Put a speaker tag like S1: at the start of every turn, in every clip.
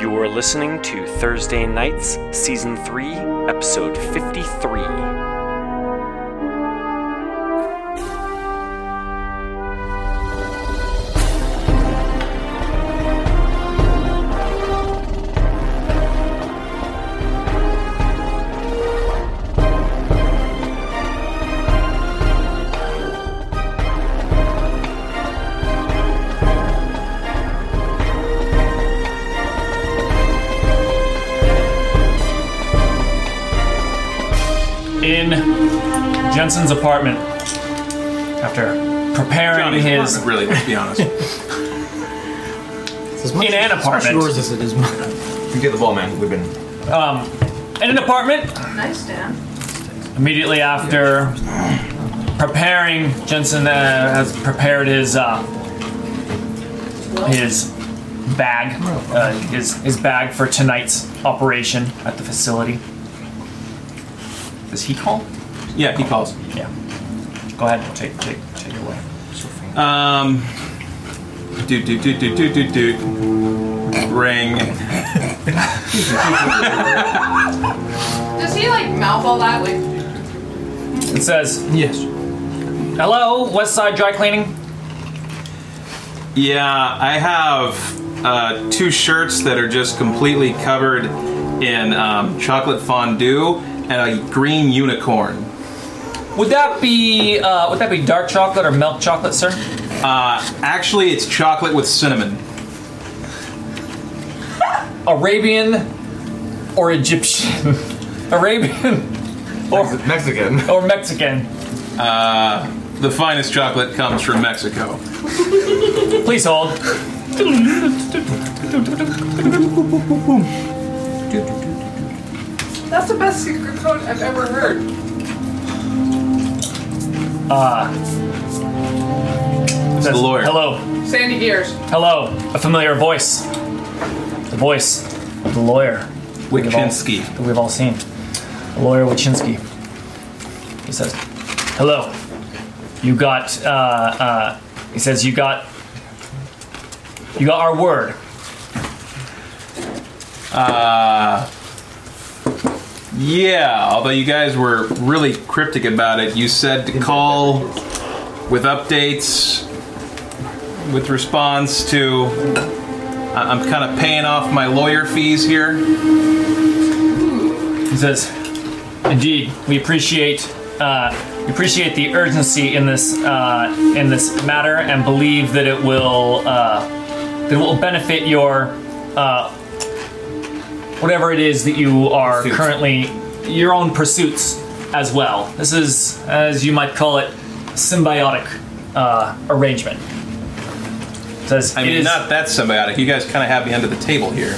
S1: You're listening to Thursday Nights, Season 3, Episode 53.
S2: in Jensen's apartment after preparing his
S3: really, let's be honest.
S4: As much,
S2: In an
S4: As
S2: apartment.
S4: much yours as it is mine.
S3: you get the ball, man. We've been.
S2: in an apartment
S5: Nice, Dan.
S2: immediately after preparing Jensen uh, has prepared his uh, his bag uh, his his bag for tonight's operation at the facility. Does he call?
S3: Yeah, he calls.
S2: Yeah. Go ahead. Take take take it away.
S3: Um. Doot, doot, doot, doot, doot, doot, doot. Ring.
S5: Does he like mouth all that? Like,
S2: It says,
S4: Yes.
S2: "Hello, West Side Dry Cleaning."
S3: Yeah, I have uh, two shirts that are just completely covered in um, chocolate fondue and a green unicorn.
S2: Would that be uh, would that be dark chocolate or milk chocolate, sir?
S3: Actually, it's chocolate with cinnamon.
S2: Arabian or Egyptian? Arabian or,
S6: Mexican.
S2: or Mexican?
S3: Uh, The finest chocolate comes from Mexico.
S2: Please hold.
S5: that's the best secret code I've ever heard.
S3: It's the lawyer.
S2: Hello,
S5: Sandy ears.
S2: hello. A familiar voice. The voice of the lawyer we've all-
S3: Wichinski.
S2: that we've all seen. The lawyer Wachinski. He says, "Hello. You got." Uh, uh, he says, "You got. You got our word."
S3: Yeah, although you guys were really cryptic about it, you said to call with updates, with response to. I- I'm kind of paying off my lawyer fees here.
S2: He says, "Indeed, we appreciate uh, we appreciate the urgency in this uh, in this matter, and believe that it will uh, that it will benefit your uh, whatever it is that you are
S3: Pursuits.
S2: currently your own pursuits as well. This is, as you might call it, symbiotic uh, arrangement." He Says,
S3: I
S2: "It
S3: mean,
S2: is-
S3: not that symbiotic. You guys kind of have me under the table here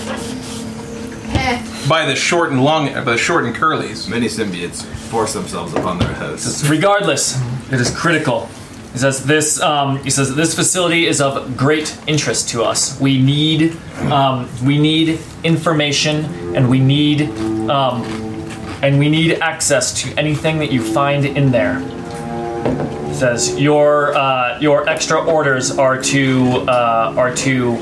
S5: Heh.
S3: by the short and long, by the short and curlies.
S6: Many symbiotes force themselves upon their hosts.
S2: Regardless, it is critical. He says this. Um, he says this facility is of great interest to us. We need, um, we need information, and we need, um, and we need access to anything that you find in there. He says your uh, your extra orders are to uh, are to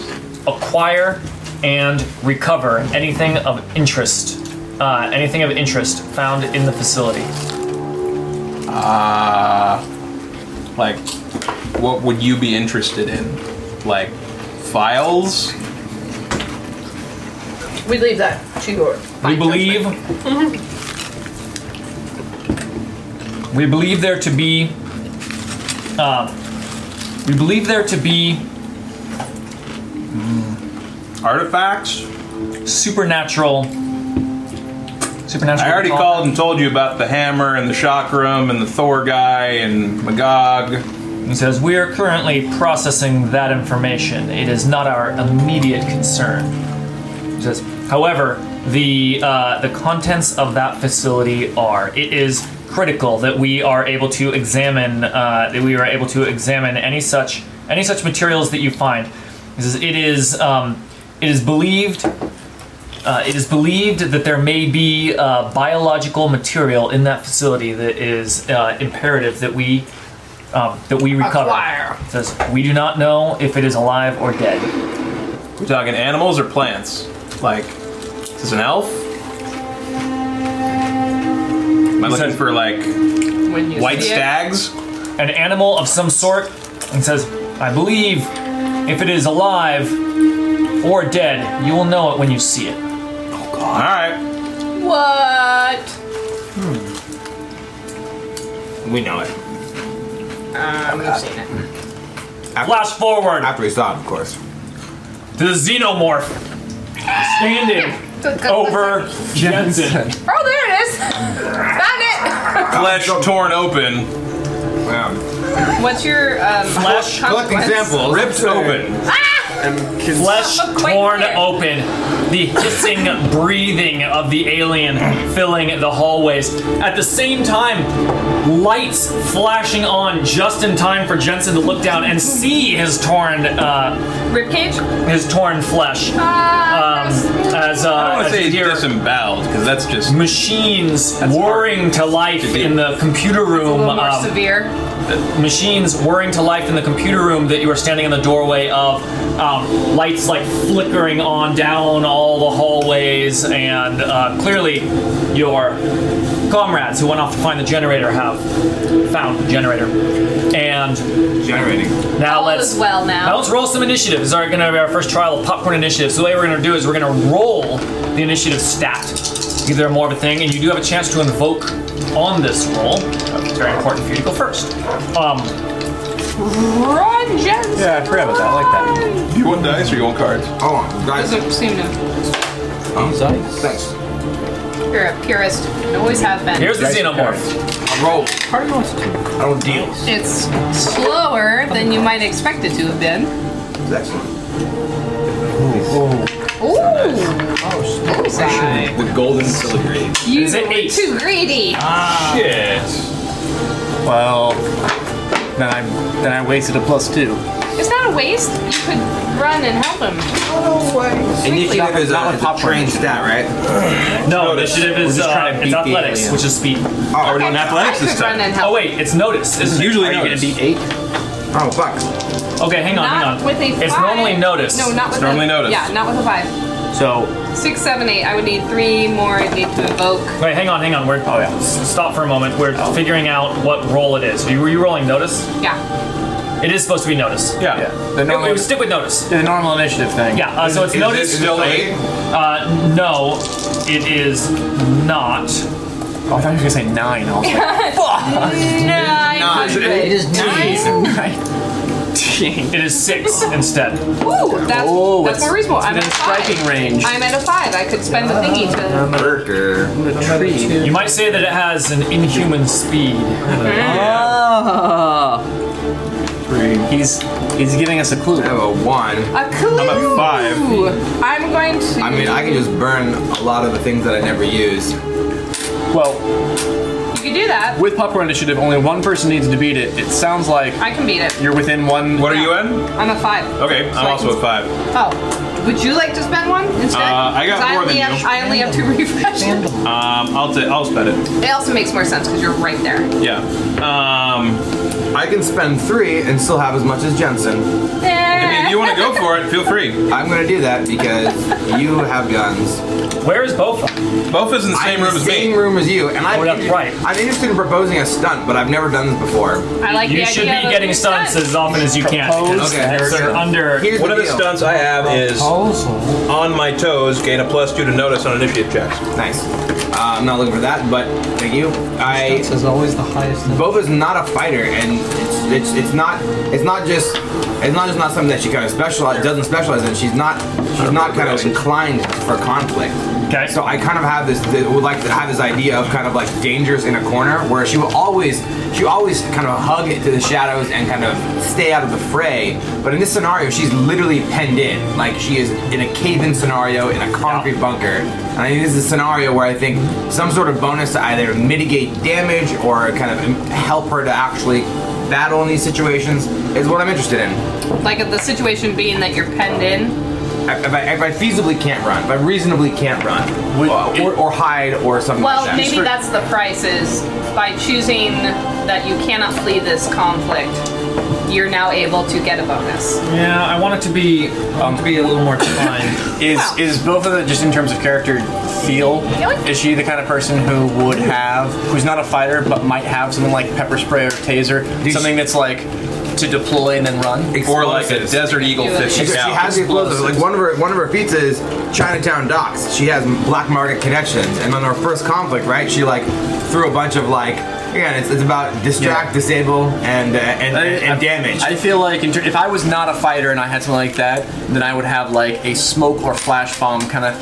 S2: acquire and recover anything of interest, uh, anything of interest found in the facility.
S3: Uh, like, what would you be interested in? Like, files?
S5: We leave that to your.
S2: We believe. we believe there to be. Uh, we believe there to be
S3: Artifacts?
S2: supernatural. Supernatural.
S3: I already called and told you about the hammer and the chakram and the Thor guy and Magog.
S2: He says we are currently processing that information. It is not our immediate concern. He says, however, the uh, the contents of that facility are. It is critical that we are able to examine uh, that we are able to examine any such any such materials that you find. He says it is um, it is believed. Uh, it is believed that there may be uh, biological material in that facility that is uh, imperative that we um, that we recover.
S5: Acquire.
S2: It Says we do not know if it is alive or dead.
S3: We talking animals or plants? Like, is this an elf? Am I looking
S2: said-
S3: for like
S7: When you
S3: white
S7: see it-
S3: stags?
S2: an animal of some sort and says, I believe if it is alive or dead, you will know it when you see it.
S6: Oh,
S3: All right,
S7: What?
S3: we know it.
S7: Um, we've seen it.
S2: Flash forward
S6: After we saw it, of course.
S2: to the xenomorph standing over Jensen.
S7: Oh, there it is. Found
S3: Flesh torn open,
S6: Wow.
S7: it. What's your um,
S2: Flesh-
S6: Collect
S7: consequence?
S6: examples.
S3: ripped open.
S7: Ah!
S2: Flesh
S7: Look quite
S2: torn
S7: clear.
S2: open, the hissing breathing of the alien filling the hallways. At the same time, lights flashing on just in time for Jensen to look down and see his torn uh,
S7: Ribcage.
S2: his torn flesh.
S7: Ah,
S2: um,
S7: gross.
S2: as
S3: I
S2: uh,
S3: want
S2: as
S3: to say
S2: you
S3: it's
S2: hear
S3: disemboweled because that's just
S2: machines
S3: That's
S2: whirring
S3: hard.
S2: to life
S3: Could be.
S2: in the computer
S7: a
S2: room.
S7: little more
S2: um,
S7: severe.
S2: machines whirring to life in the computer room that you are standing in the doorway of. Um, lights like flickering on down all the hallways, and uh, clearly your comrades who went off to find the generator have found the generator. And
S6: Generating.
S2: now
S7: All
S2: let's
S7: is well now.
S2: let's roll some initiatives. These are going to be our first trial of popcorn initiative. So the way we're going to do is we're going to roll the initiative stat. Either more of a thing, and you do have a chance to invoke on this roll. It's very important for you to go first. Um,
S7: Run, Jensen.
S8: Yeah, I forgot about that. I like that.
S3: you want dice or you want cards?
S6: Oh, guys.
S7: Doesn't seem to.
S6: Thanks.
S7: You're a purist. You always have been.
S2: here's the xenomorph.
S6: Roll.
S8: Party wants to.
S6: I don't deal.
S7: it's slower than you might expect it to have been.
S6: Excellent.
S7: Ooh. Oh, nice.
S6: The golden filigree.
S7: You
S2: Is it
S7: were
S2: eight?
S7: too greedy.
S3: Shit.
S8: Well, then I then I wasted a plus two.
S7: It's not a waste. You could run and help him.
S6: Initiative is
S8: Not
S6: a,
S8: with
S6: is a
S8: popcorn.
S6: trained stat, right?
S2: No, initiative is
S8: just trying
S2: uh,
S8: to
S2: it's
S8: beat the
S2: athletics,
S8: alien.
S2: which is speed.
S6: Oh, we're
S7: Okay,
S6: doing athletics
S7: I
S6: this
S7: could Run
S6: time.
S7: and help.
S2: Oh wait, it's notice, isn't it?
S3: Usually
S8: Are you gonna
S3: notice.
S8: be eight?
S6: Oh, fuck.
S2: Okay, hang on, hang
S7: Not
S2: on.
S7: with a five.
S2: it's normally notice.
S7: No, not with a,
S3: normally notice.
S7: Yeah, not with a five.
S8: So
S7: Six, seven, eight. I would need three more. I'd need to evoke.
S2: Wait, hang on, hang on. We're oh yeah. Stop for a moment. We're figuring out what roll it is. Were you, were you rolling notice?
S7: Yeah.
S2: It is supposed to be notice.
S3: Yeah.
S8: yeah, the
S2: No,
S8: normal,
S2: stick with notice.
S8: the normal initiative thing.
S2: Yeah, uh, so it's
S6: Is
S2: notice.
S6: it still eight?
S2: Uh, no, it is not.
S8: Oh, I thought you were gonna say nine. I was like,
S7: Nine
S8: it
S7: hundred.
S8: is nine.
S2: It is six instead.
S7: Ooh, that's,
S8: Oh,
S7: that's
S8: it's-
S7: more reasonable.
S8: it's
S7: I'm at a
S8: within striking
S7: five.
S8: range.
S7: I'm at a five. I could spend the thingy to.
S6: Berker.
S8: The tree.
S2: You might say that it has an inhuman speed.
S8: Oh. He's he's giving us a clue.
S6: I have a one.
S7: A clue.
S3: I'm at five.
S7: I'm going to.
S6: I mean, I can just burn a lot of the things that I never use.
S8: Well,
S7: You can do that.
S8: with popcorn initiative, only one person needs to beat it. It sounds like
S7: I can beat it.
S8: you're within one.
S3: What are you in?
S7: I'm a five.
S3: Okay, I'm also at five.
S7: Oh, would you like to spend one instead?
S3: Uh, I got
S7: 'Cause
S3: more
S7: only
S3: than
S7: have,
S3: you.
S7: I only have two refreshes.
S3: Um, I'll t- I'll spend it.
S7: It also makes more sense because you're right there.
S3: Yeah. Um,
S6: I can spend three and still have as much as Jensen.
S3: I mean, if you want to go for it, feel free.
S6: I'm gonna do that because you have guns.
S2: Where is Bofa?
S3: Both is in the same
S6: I'm
S3: room as
S6: same
S3: me.
S6: room as you, and I'm,
S2: Oh, that's right.
S6: I'm interested in proposing a stunt, but I've never done this before.
S7: I like
S2: you
S7: the
S2: should
S7: idea
S2: be
S7: of
S2: getting
S7: a
S2: stunts
S7: stunt.
S2: as often as you can.
S8: Propose.
S6: Okay,
S2: because
S6: here
S2: They're
S6: it goes.
S2: under.
S6: Here's
S3: One
S6: the
S3: of the
S6: deal.
S3: stunts I have is
S8: Also,
S3: on my toes, gain a plus two to notice on initiative checks.
S6: Nice. Uh, I'm not looking for that, but thank you. I
S8: is always the highest.
S6: Bova's not a fighter, and it's, it's it's not it's not just it's not just not something that she kind of specialize doesn't specialize in. She's not she's not kind of inclined for conflict.
S2: Okay.
S6: So I kind of have this th- would like to have this idea of kind of like dangers in a corner where she will always she always kind of hug it to the shadows and kind of stay out of the fray. But in this scenario, she's literally penned in, like she is in a cave-in scenario in a concrete bunker. And I think this is a scenario where I think some sort of bonus to either mitigate damage or kind of im- help her to actually battle in these situations is what I'm interested in.
S7: Like the situation being that you're penned in.
S6: If if I, if I feasibly can't run, if I reasonably can't run, uh, or, or hide or something
S7: Well,
S6: like that.
S7: maybe that's the price is by choosing that you cannot flee this conflict. you're now able to get a bonus.
S2: Yeah, I want it to be I want it to be a little more defined.
S8: Is is both of the just in terms of character feel?
S7: Really?
S8: Is she the kind of person who would have who's not a fighter but might have something like pepper spray or taser, something that's like to deploy and then run?
S3: Or like a
S6: Explosives.
S3: Desert Eagle
S7: Yeah.
S6: She,
S3: 50
S6: she has the explosives. Like one of her one of her feats is Chinatown docks. She has black market connections, and on our first conflict, right? She like threw a bunch of like. Again, it's, it's about distract, disable, and uh, and,
S8: I-
S6: and,
S8: I-
S6: damage.
S8: I feel like in ter- if I was not a fighter and I had something like that, then I would have like a smoke or flash bomb kind of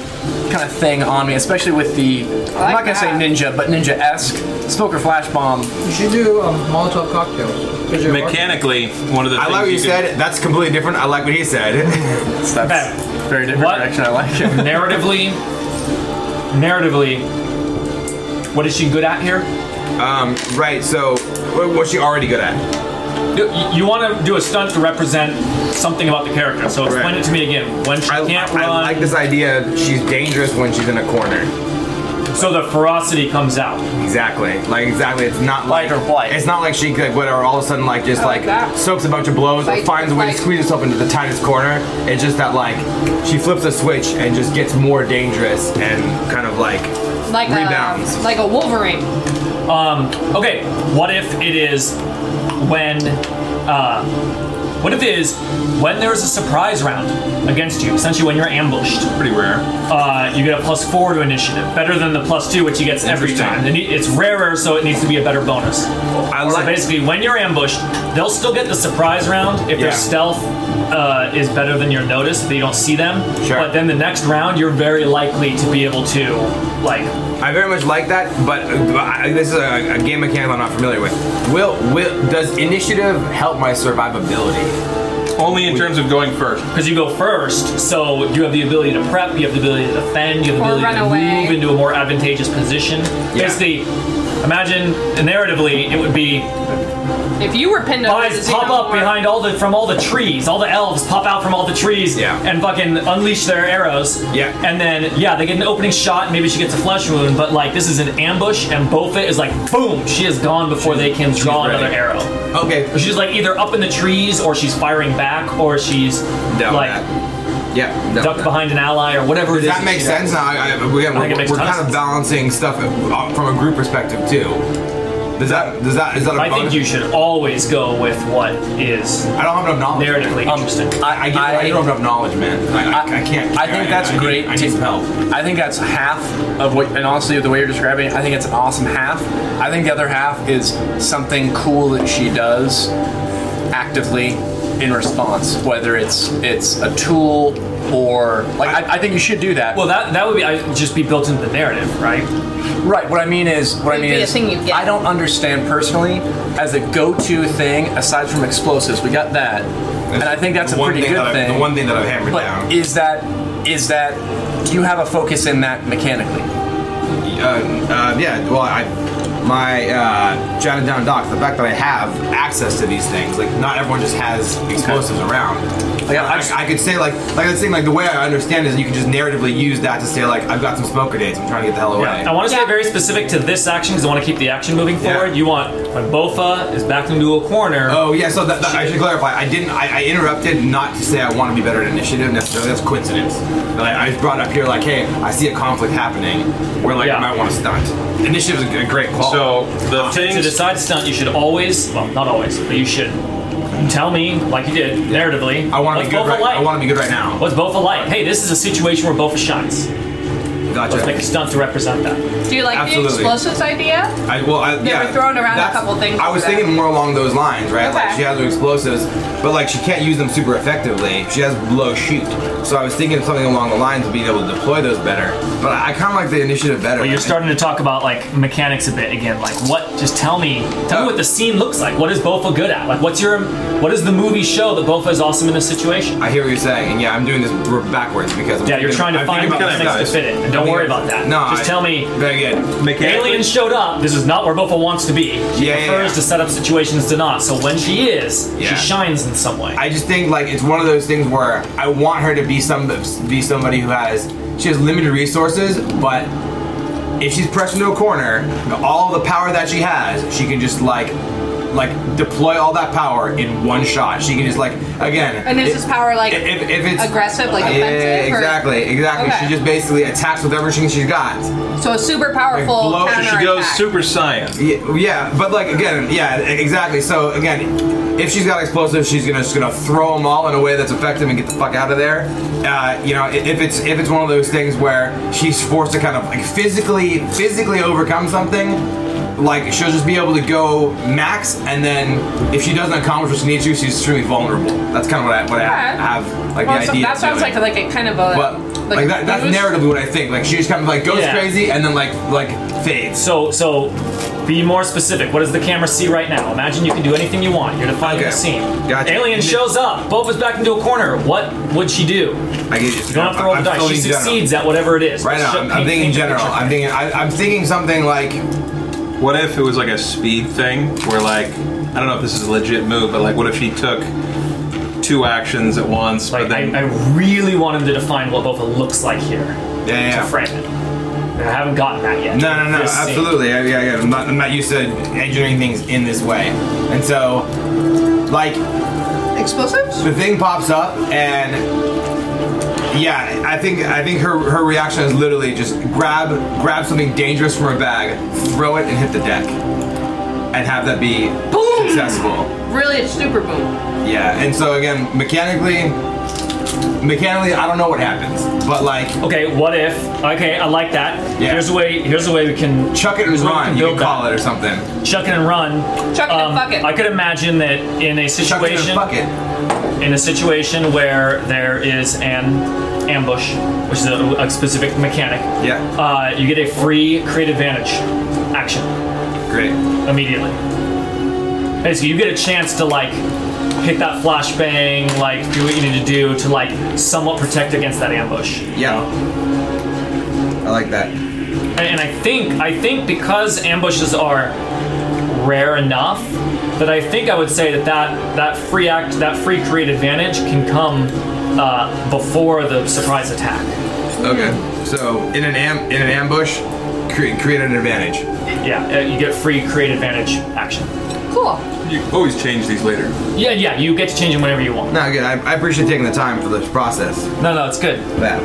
S8: kind of thing on me, especially with the I'm not gonna say
S7: that.
S8: ninja, but ninja esque smoke or flash bomb.
S9: You should do um, Molotov cocktails. 'Cause you're-
S3: Mechanically, one of the
S6: I
S3: things
S6: like what you
S3: can-
S6: said. That's completely different. I like what he said.
S8: That's, that's very different
S2: What?
S8: direction. I like it.
S2: narratively, narratively, what is she good at here?
S6: um, right. So, what, what's she already good at?
S2: You, want to do a stunt to represent something about the character. So explain
S6: Right.
S2: it to me again. When she
S6: I,
S2: can't
S6: I, I
S2: run,
S6: like this idea. She's dangerous when she's in a corner.
S2: so the ferocity comes out.
S6: Exactly. Like exactly. It's not like
S8: Like her flight.
S6: It's not like she like whatever. All of a sudden, like just
S7: like
S6: like,
S7: that.
S6: soaks a bunch of blows,
S7: Fight
S6: finds a way to
S7: flight.
S6: squeeze herself into the tightest corner. It's just that like she flips a switch and just gets more dangerous and kind of like
S7: Like
S6: Rebounds.
S7: a like a Wolverine.
S2: Okay, what if it is when, uh, what if it is when there is a surprise round against you, essentially when you're ambushed,
S3: Pretty rare.
S2: uh, you get a plus four to initiative, better than the plus two which he gets every
S3: Interesting.
S2: time. And it- It's rarer, so it needs to be a better bonus.
S6: I
S2: So
S6: like.
S2: basically, when you're ambushed, they'll still get the surprise round if
S6: Yeah.
S2: their stealth uh, is better than your notice, if you don't see them.
S6: Sure.
S2: But then the next round, you're very likely to be able to, like,
S6: I very much like that, but uh, I, this is a, a game mechanic I'm not familiar with. Will will does initiative help my survivability?
S3: Only in terms of going first.
S2: because you go first, so you have the ability to prep, you have the ability to defend, you have the
S7: Or
S2: ability
S7: run
S2: to
S7: away.
S2: move into a more advantageous position.
S6: Yeah.
S2: Basically, imagine narratively, it would be
S7: If you were pinned over,
S2: Eyes
S7: the
S2: pop
S7: Xenomorph-
S2: up behind all the from all the trees. All the elves pop out from all the trees
S6: Yeah.
S2: and fucking unleash their arrows.
S6: Yeah.
S2: And then yeah, they get an opening shot. Maybe she gets a flesh wound, but like this is an ambush, and Bofit is like boom, she is gone before they can draw
S6: ready.
S2: another arrow.
S6: Okay,
S2: She's like either up in the trees, or she's firing back, or she's
S6: down
S2: like
S6: that. Yeah, down
S2: ducked
S6: that.
S2: behind an ally, or whatever it is.
S6: Does that make
S2: she
S6: sense?
S2: does.
S6: Now, I, I, again,
S2: think it
S6: we're,
S2: makes
S6: we're
S2: ton of
S6: kind of
S2: sense.
S6: balancing stuff uh, from a group perspective too. Does that does that is that a
S2: I think
S6: bonus?
S2: you should always go with what is
S6: I don't have enough knowledge.
S2: narratively
S8: Um,
S2: interesting.
S6: I, I, get, I, don't have enough knowledge, man. I, I, I can't.
S8: I think that's
S6: I need-
S8: great.
S6: I need
S8: to-
S6: some help.
S8: I think that's half of what, and honestly, the way you're describing it, I think it's an awesome half. I think the other half is something cool that she does actively in response, whether it's it's a tool or like I, I think you should do that.
S2: Well, that that would be I, just be built into the narrative, right?
S8: Right. What I mean is, what I
S7: It'd
S8: mean
S7: be a
S8: is,
S7: thing you'd get.
S8: I don't understand personally as a go-to thing aside from explosives. We got that, and I think that's
S6: The
S8: a
S6: one
S8: pretty
S6: thing
S8: good
S6: that I-
S8: thing.
S6: The one thing that I've hammered
S8: but
S6: down.
S8: is that is that do you have a focus in that mechanically?
S6: uh, uh, yeah, well, I, my uh, jotted down docs, the fact that I have access to these things, like not everyone just has explosives around. Like,
S8: Yeah,
S6: I,
S8: I've-
S6: I could say like like I was saying like the way I understand it is you can just narratively use that to say like I've got some smoke grenades, I'm trying to get the hell away.
S2: I want to stay very specific to this action because I want to keep the action moving
S6: Yeah.
S2: forward. You want when Bofa is backed into a corner.
S6: Oh yeah, so that, that- I should clarify. I didn't. I, I interrupted not to say I want to be better at initiative necessarily. That's coincidence. But I, I was brought up here like, hey, I see a conflict happening where like
S2: Yeah.
S6: I might want to stunt. Initiative is a great quality.
S3: So the
S2: to, to
S3: things
S2: decide stunt, you should always, well, not always, but you should tell me like you did narratively.
S6: I want to
S2: what's
S6: be good.
S2: Bofa
S6: Right,
S2: like?
S6: I want to be good right now.
S2: What's Bofa like? Hey, this is a situation where Bofa shines. Let's make a
S6: Gotcha.
S2: stunt to represent that.
S7: Do you like
S6: Absolutely.
S7: the explosives idea?
S6: I, well, I,
S7: They
S6: yeah,
S7: were throwing around a
S6: that's-
S7: couple things
S6: I was
S7: like that.
S6: thinking more along those lines, right? Like
S7: Okay.
S6: she has her explosives, but like she can't use them super effectively. She has low shoot. So I was thinking something along the lines of being able to deploy those better. But I, I kind of like the initiative better.
S2: But you're starting to talk about like mechanics a bit again. Like what? Just tell me, tell
S6: Oh.
S2: me what the scene looks like. What is Bofa good at? Like what's your, what does the movie show that Bofa is awesome in this situation?
S6: I hear what you're saying, and yeah, I'm doing this r- backwards because I'm
S2: Yeah, you're trying to
S6: I'm
S2: find
S6: thinking
S2: what
S6: about
S2: things to
S6: this.
S2: fit it. And don't
S6: I'm
S2: worry
S6: thinking-
S2: about that.
S6: No,
S2: Just
S6: I-
S2: tell me-
S6: Very good.
S3: mechanically
S2: Aliens showed up. This is not where Bofa wants to be. She
S6: Yeah, yeah,
S2: prefers
S6: yeah.
S2: to set up situations to not. So when she is,
S6: Yeah.
S2: she shines in some way.
S6: I just think like it's one of those things where I want her to be some be somebody who has she has limited resources, but if she's pressed into a corner, all the power that she has, she can just like like deploy all that power in one shot. She can just like again.
S7: And is
S6: it-
S7: this power, like,
S6: if, if it's
S7: aggressive, like, offensive,
S6: Yeah,
S7: or-
S6: exactly, exactly.
S7: Okay.
S6: She just basically attacks with everything she's got.
S7: So a super powerful
S6: Like, blow-
S7: counter
S3: She goes super science.
S6: Yeah, yeah, but like again, yeah, exactly. So again, if she's got explosives, she's gonna just gonna throw them all in a way that's effective and get the fuck out of there. Uh, you know, i- if it's if it's one of those things where she's forced to kind of like physically physically overcome something, like she'll just be able to go max, and then if she doesn't accomplish what she needs to, she's extremely vulnerable. That's kind of what I what I
S7: Okay.
S6: have like
S7: Well,
S6: the
S7: so
S6: idea.
S7: that
S6: of
S7: sounds
S6: doing.
S7: like like a kind of a
S6: But like, that, that's
S7: boost.
S6: narratively what I think. Like she just kind of like goes
S2: Yeah.
S6: crazy and then like like fades.
S2: So, so be more specific. What does the camera see right now? Imagine you can do anything you want. You're defining
S6: Okay.
S2: the scene.
S6: Gotcha.
S2: Alien shows up. Bofa's backed into a corner. What would she do?
S6: I get you.
S2: You don't have to roll
S6: I'm
S2: the dice.
S6: still
S2: She
S6: in general.
S2: succeeds at whatever it is.
S6: Right
S2: Just
S6: now, I'm,
S2: paint-
S6: I'm thinking
S2: paint the
S6: general.
S2: picture.
S6: I'm thinking. I, I'm thinking something like.
S3: What if it was like a speed thing where like I don't know if this is a legit move, but like what if she took two actions at once,
S2: Like,
S3: but then
S2: I, I really want him to define what Bofa looks like here
S6: Yeah, yeah.
S2: to
S6: yeah.
S2: frame it. And I haven't gotten that yet.
S6: No, no, no.
S2: This scene.
S6: Absolutely. I, yeah, yeah. I'm not, I'm not used to engineering things in this way, and so, like,
S7: explosives.
S6: the thing pops up, and yeah, I think I think her her reaction is literally just grab grab something dangerous from her bag, throw it, and hit the deck, and have that be
S7: Boom!
S6: successful.
S7: Really, it's super boom.
S6: Yeah, and so again, mechanically, mechanically, I don't know what happens, but like
S2: Okay, what if? Okay, I like that.
S6: Yeah.
S2: Here's a way. Here's a way we can
S6: chuck it and
S2: we can
S6: run, you
S2: build
S6: can call
S2: that.
S6: it or something.
S2: Chuck it and run. Um,
S7: Chuck it and fuck it.
S2: I could imagine that in a
S6: Chuck it in
S2: situation,
S6: a bucket.
S2: in a situation where there is an ambush, which is a, a specific mechanic,
S6: Yeah,
S2: uh, you get a free create advantage action
S6: great.
S2: immediately. Basically, you get a chance to like hit that flashbang, like do what you need to do to like somewhat protect against that ambush.
S6: Yeah, I like that.
S2: And, and I think I think because ambushes are rare enough that I think I would say that that, that free act that free create advantage can come uh, before the surprise attack.
S6: Okay, so in an am- in an ambush, create create an advantage.
S2: Yeah, uh, you get free create advantage action.
S7: Cool.
S3: you always change these later.
S2: Yeah, yeah, you get to change them whenever you want.
S6: No, good. I, I appreciate taking the time for this process.
S2: No, no, it's good.
S6: That.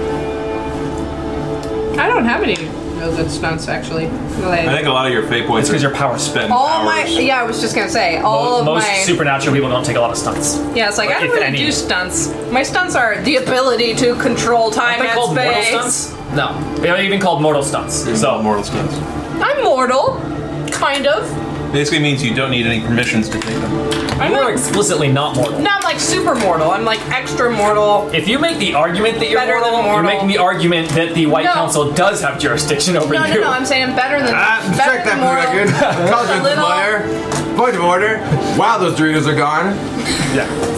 S7: I don't have any real good stunts actually. Like,
S3: I think a lot of your fate points
S2: It's 'cause
S3: are
S2: your power
S3: spent.
S7: all Oh my
S3: hours.
S7: yeah, I was just gonna say all of
S2: Most
S7: my
S2: supernatural people don't take a lot of stunts.
S7: yeah. It's like I
S2: if
S7: don't really
S2: any.
S7: do stunts. My stunts are the ability to control time
S2: Are they
S7: and
S2: called mortal
S7: space.
S2: stunts? No, they're even called mortal stunts.
S3: so
S2: So
S3: mortal skills.
S7: I'm mortal, kind of.
S3: Basically means you don't need any permissions to take them.
S7: I'm
S2: you're
S7: like,
S2: explicitly not mortal.
S7: no, I'm like super mortal. I'm like extra mortal.
S2: If you make the argument that you're
S7: Better than
S2: mortal,
S7: mortal.
S2: you're making the argument that the White
S7: No.
S2: Council does have jurisdiction over
S7: No,
S2: you.
S7: no, no. I'm saying I'm better than
S6: Ah,
S7: better
S6: check
S7: than
S6: that for
S7: mortal.
S6: the record. Intelligence
S7: little-
S6: player. Point of order. Wow, those Doritos are gone.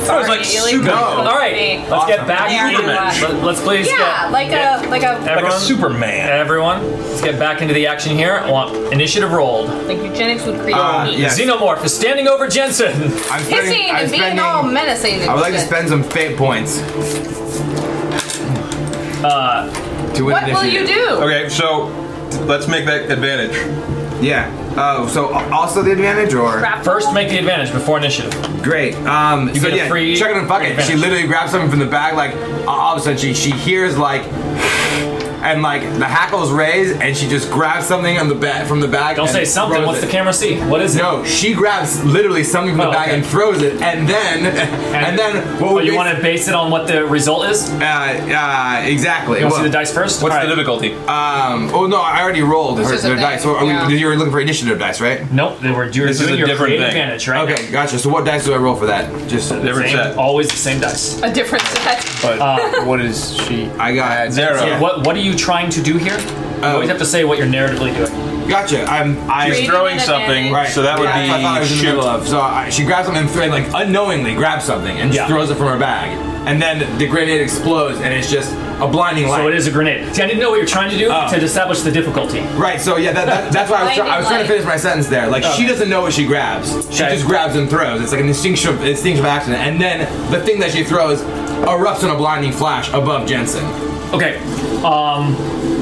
S2: I was like,
S7: Sorry, Ely,
S2: super.
S6: No.
S2: All right, let's get
S6: Awesome.
S2: back
S7: Yeah,
S2: into
S7: yeah.
S2: it. Let- Let's please
S7: Yeah,
S2: get
S7: like a like a
S2: everyone,
S3: Like a Superman.
S2: everyone. Let's get back into the action here. I want initiative rolled.
S7: like eugenics would create
S6: Uh,
S7: me.
S6: yeah. Yes.
S2: Xenomorph is standing over Jensen.
S6: I'm spending-
S7: Hissing
S6: I'm
S7: and being
S6: spending-
S7: all menacing. And
S6: I would like to
S7: shit.
S6: spend some fate points. Uh,
S2: Uh,
S6: to win
S7: What will you do?
S3: Okay, so let's make that advantage.
S6: Yeah. Oh, so also the advantage, or
S7: Crap.
S2: First, make the advantage before initiative.
S6: great. Um, so
S2: get a
S6: yeah,
S2: free-
S6: check it and fuck
S2: free
S6: it. She
S2: advantage.
S6: literally grabs something from the bag. Like all of a sudden, she she hears like. And like the hackles raise, and she just grabs something on the ba- from the bag.
S2: Don't
S6: and
S2: say something.
S6: throws
S2: What's
S6: it.
S2: the camera see? What is it?
S6: No, she grabs literally something from the
S2: Oh,
S6: bag
S2: okay.
S6: and throws it, and then and, then what
S2: Well,
S6: would
S2: you
S6: basi-
S2: want to base it on what the result is? You
S6: Uh, uh, exactly.
S2: want to
S6: Well,
S2: see the dice first?
S3: What's
S2: All
S3: the
S2: right.
S3: difficulty?
S6: Um. Oh no, I already rolled
S7: This
S6: her,
S7: is a
S6: their
S7: thing,
S6: dice. So are
S7: yeah.
S6: we, you were looking for initiative dice, right?
S2: Nope, they were, you were
S3: This is
S2: doing
S3: a
S2: your
S3: different
S2: create
S3: thing.
S2: advantage, right?
S6: Okay, gotcha. So what dice do I roll for that? Just
S3: Different
S2: Same-
S3: set.
S2: always the same dice.
S7: A different set.
S4: But what is she?
S6: I got
S3: Zero.
S6: Yeah. Oh,
S2: What What are you trying to do here? you
S3: Oh.
S2: always have to say what you're narratively doing.
S6: Gotcha. I'm. I.
S3: She's
S7: Creating
S3: throwing
S7: an
S3: something,
S7: advantage.
S6: Right.
S3: so that would
S6: Yeah, that's what I thought I
S3: be
S6: was in the
S3: shoot.
S6: middle of. So I, she grabs something and thro- and like unknowingly grabs something and
S2: Yeah.
S6: throws it from her bag, and then the grenade explodes and it's just a blinding light.
S2: So it is a grenade. See, I didn't know what you're trying to do
S6: Oh.
S2: to establish the difficulty.
S6: Right. So yeah, that, that, that's why I was, try- I was trying to
S7: Blinding light.
S6: finish my sentence there. Like she doesn't know what she grabs. She
S2: Okay.
S6: just grabs and throws. It's like an instinctual instinctive accident, and then the thing that she throws erupts in a blinding flash above Jensen.
S2: Okay.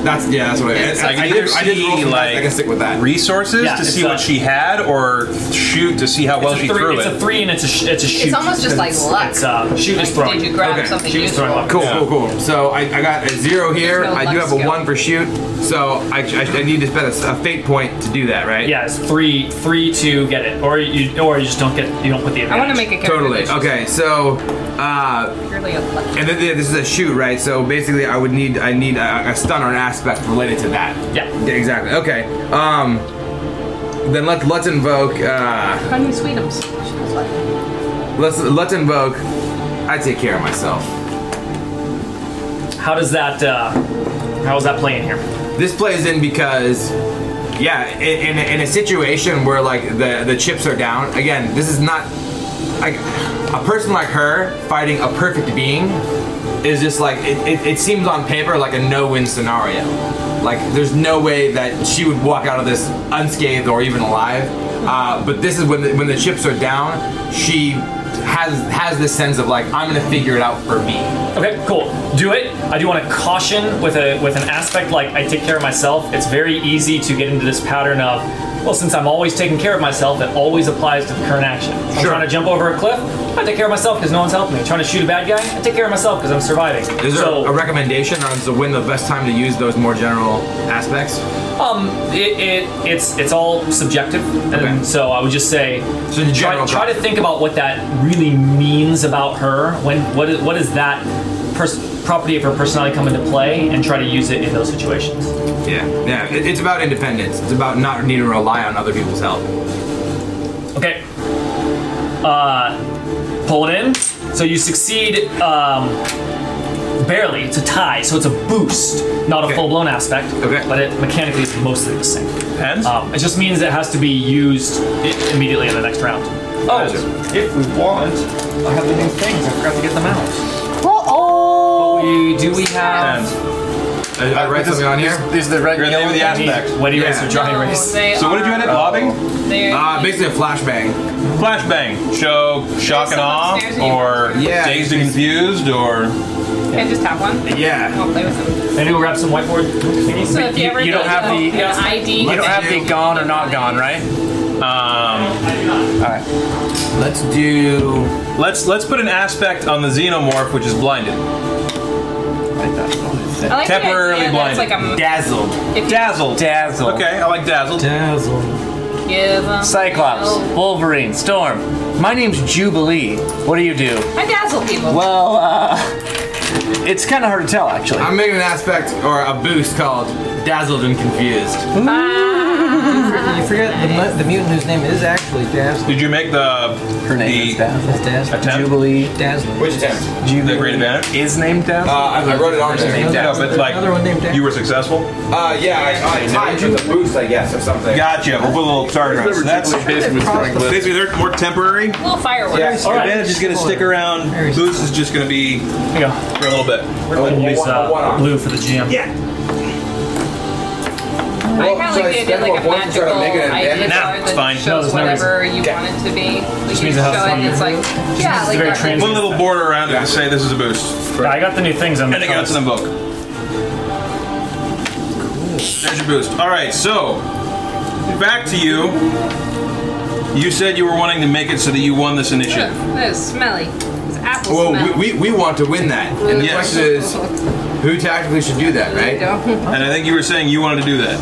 S6: That's yeah, that's what it is.
S3: I
S6: I,
S3: can
S6: did-
S3: either
S6: I did roll
S3: see
S6: some dice,
S3: like
S6: I can stick with that.
S3: resources
S2: Yeah,
S3: to
S2: it's
S3: see
S2: a-
S3: what she had, or shoot to see how well
S2: it's a
S3: Oh, she
S2: three,
S3: threw
S2: it's
S3: it.
S2: a three and it's a sh- it's a shoot.
S10: It's almost just like
S2: It's-
S10: luck.
S2: It's uh, shoot
S10: Like,
S2: is throwing.
S10: Did you grab
S6: Okay,
S10: something
S2: shoot is
S10: useful?
S2: throwing weapons.
S6: Cool, cool, cool. So I, I got a zero here.
S10: There's no
S6: I do
S10: luck
S6: have a
S10: skill.
S6: one for shoot. So I, I, I need to spend a, s- a fate point to do that, right?
S2: Yeah, it's three, three to get it, or you, or you just don't get, you don't put the. Advantage.
S7: I want to make a character.
S6: Totally.
S7: that's
S6: Okay. So, uh,
S10: Purely a luck.
S6: and th- this is a shoot, right? So basically, I would need I need a, a stun or an aspect related to that.
S2: Yeah.
S6: Exactly. Okay. Um, then let's let's invoke. Uh,
S7: Honey Sweetums.
S6: Let's let's invoke. I take care of myself.
S2: How does that? Uh, how is that playing here?
S6: This plays in because, yeah, in, in, a, in a situation where like the the chips are down. Again, this is not like a person like her fighting a perfect being is just like it, it, it seems on paper like a no-win scenario. Like there's no way that she would walk out of this unscathed or even alive. Uh, but this is when the, when the chips are down. She has has this sense of like I'm gonna figure it out for me.
S2: Okay, cool. Do it. I do want to caution with a with an aspect like I take care of myself. It's very easy to get into this pattern of, well, since I'm always taking care of myself, it always applies to the current action. I'm
S6: Sure.
S2: trying to jump over a cliff. I take care of myself because no one's helping me. Trying to shoot a bad guy. I take care of myself because I'm surviving.
S6: Is there
S2: so
S6: a recommendation on to when the best time to use those more general aspects?
S2: um, it, it it's it's all subjective, and
S6: Okay.
S2: so I would just say
S6: So in
S2: try,
S6: general,
S2: try to think about what that really means about her. When what is, what is that pers- property of her personality come into play, and try to use it in those situations.
S6: yeah, yeah. It, it's about independence. It's about not needing to rely on other people's help. Uh,
S2: Okay. Uh, pull it in. So you succeed um, barely. It's a tie, so it's a boost, not a
S6: Okay.
S2: full blown aspect.
S6: Okay.
S2: But it mechanically is mostly the same.
S3: Depends.
S2: Um, it just means it has to be used i- immediately in the next round. Oh, if we want, I have the new things. I forgot to get them out.
S10: Oh!
S2: We, do we have?
S3: Depends.
S6: I, I write something on here.
S4: Is the red
S3: You're the
S4: yellow
S3: name of the
S4: thing?
S3: aspect.
S2: Wet
S6: Yeah.
S2: erase or dry erase?
S3: So what did you end up lobbing?
S6: Uh, basically a flashbang.
S3: Flashbang. Show shock and
S10: someone
S3: awe,
S10: stares at you.
S3: or
S6: Yeah.
S3: dazed and confused, or
S7: Can I just have one?
S6: Yeah.
S7: I'll play with them.
S2: Maybe we'll grab some whiteboard thingies.
S10: So if you, ever
S4: you don't
S10: get
S4: have
S10: a-
S4: the-
S10: an
S4: yeah.
S10: ID,
S4: You don't have the gone or not gone, right?
S3: um,
S6: Let's do.
S3: let's let's put an aspect on the xenomorph, which is blinded.
S7: I like the
S3: Temporarily
S7: idea that it's
S3: blinded.
S7: Like a,
S6: Dazzled.
S7: if you
S3: Dazzled.
S4: Dazzle.
S3: Okay, I like dazzled.
S6: Dazzled.
S10: give 'em
S4: Cyclops,
S10: hell.
S4: Wolverine, Storm. My name's Jubilee. What do you do?
S10: I dazzle people.
S4: Well, uh, it's kind of hard to tell, actually.
S6: I'm making an aspect or a boost called Dazzled and Confused.
S9: You forget the, mu- the mutant whose name is actually Dazzler.
S3: Did you make the
S4: Her name is
S3: the,
S4: Dazzle.
S9: It's Dazzler.
S3: Attempt?
S4: Jubilee.
S9: Dazzler.
S6: Which attempt?
S4: Jubilee.
S3: the great advantage?
S4: Is named
S6: Uh,
S4: Dazzle.
S6: I, I wrote it on there.
S3: No, but
S9: Another one named
S3: like
S9: Dazzle.
S3: you were successful.
S6: Uh, yeah, I, I tied you with a boost, I guess, or something.
S3: Gotcha. We'll put a little target on. it. So that's basically they're more temporary.
S10: Little fireworks.
S6: Yes.
S2: All right.
S3: Advantage is going to stick around. Boost is just going to be
S2: Here you go.
S3: for a little bit.
S2: We're going to
S6: one-
S2: use uh,
S6: one on.
S2: blue for the GM.
S10: I kind of like the idea like a magical idea
S3: Nah,
S10: card
S3: it's
S10: that
S3: fine.
S2: No,
S10: shows
S2: there's no
S10: whatever you want it to be. Like you
S2: means it
S10: show
S2: has
S10: it
S2: fun.
S10: and it's like, yeah,
S2: is
S10: like uh,
S2: very
S10: that.
S2: trans-
S3: One little border around it to say this is a boost.
S2: Yeah, I got the new things on the
S3: And it got
S2: cards.
S3: to them book. There's your boost. All right, so back to you. You said you were wanting to make it so that you won this initiative.
S10: Ugh, that is smelly. It's apple smell.
S6: Well, we, we, we want to win that. And the
S3: Yes.
S6: question is, who tactically should do that, right?
S10: Don't.
S3: And I think you were saying you wanted to do that.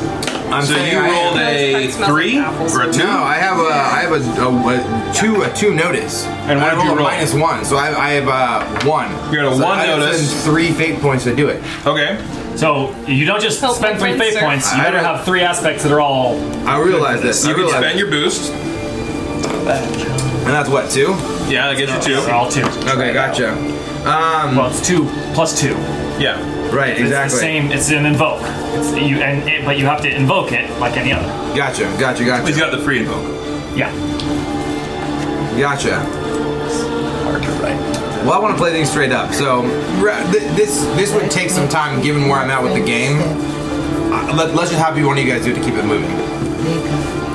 S6: I'm
S3: So
S6: saying
S3: you
S6: I am-
S3: rolled a
S10: Smells like
S3: three
S10: apples.
S3: or a two?
S6: No, I have a I have a, a, a two a two notice.
S3: And what
S6: I
S3: did you
S6: a
S3: roll?
S6: Minus one, so I, I have uh, one.
S3: You're at a
S6: So
S3: one
S6: I have to
S3: notice.
S6: spend Three fate points to do it.
S3: Okay.
S2: So you don't just
S10: Help
S2: spend
S10: my
S2: three
S10: friends,
S2: fate
S10: sir.
S2: points. You
S6: I
S2: better
S6: don't-
S2: have three aspects that are all.
S6: I realize this.
S3: You
S6: I
S3: can
S6: realize
S3: spend
S6: it.
S3: your boost.
S6: and that's what two.
S3: Yeah, that gets you
S2: They're
S3: two. Mm-hmm.
S2: all two.
S6: Okay, gotcha.
S2: Well, it's two plus two.
S3: Yeah.
S6: Right,
S2: It's the
S6: exactly.
S2: same. It's an invoke. It's you and it, but you have to invoke it like any other.
S6: Gotcha, gotcha,
S3: He's
S6: gotcha,
S3: got the free invoke.
S2: Yeah.
S6: gotcha.
S4: Hard to write.
S6: Well, I want to play things straight up. So ra- th- this this would take some time given where I'm at with the game. Uh, let, let's just have you one of you guys do it to keep it moving.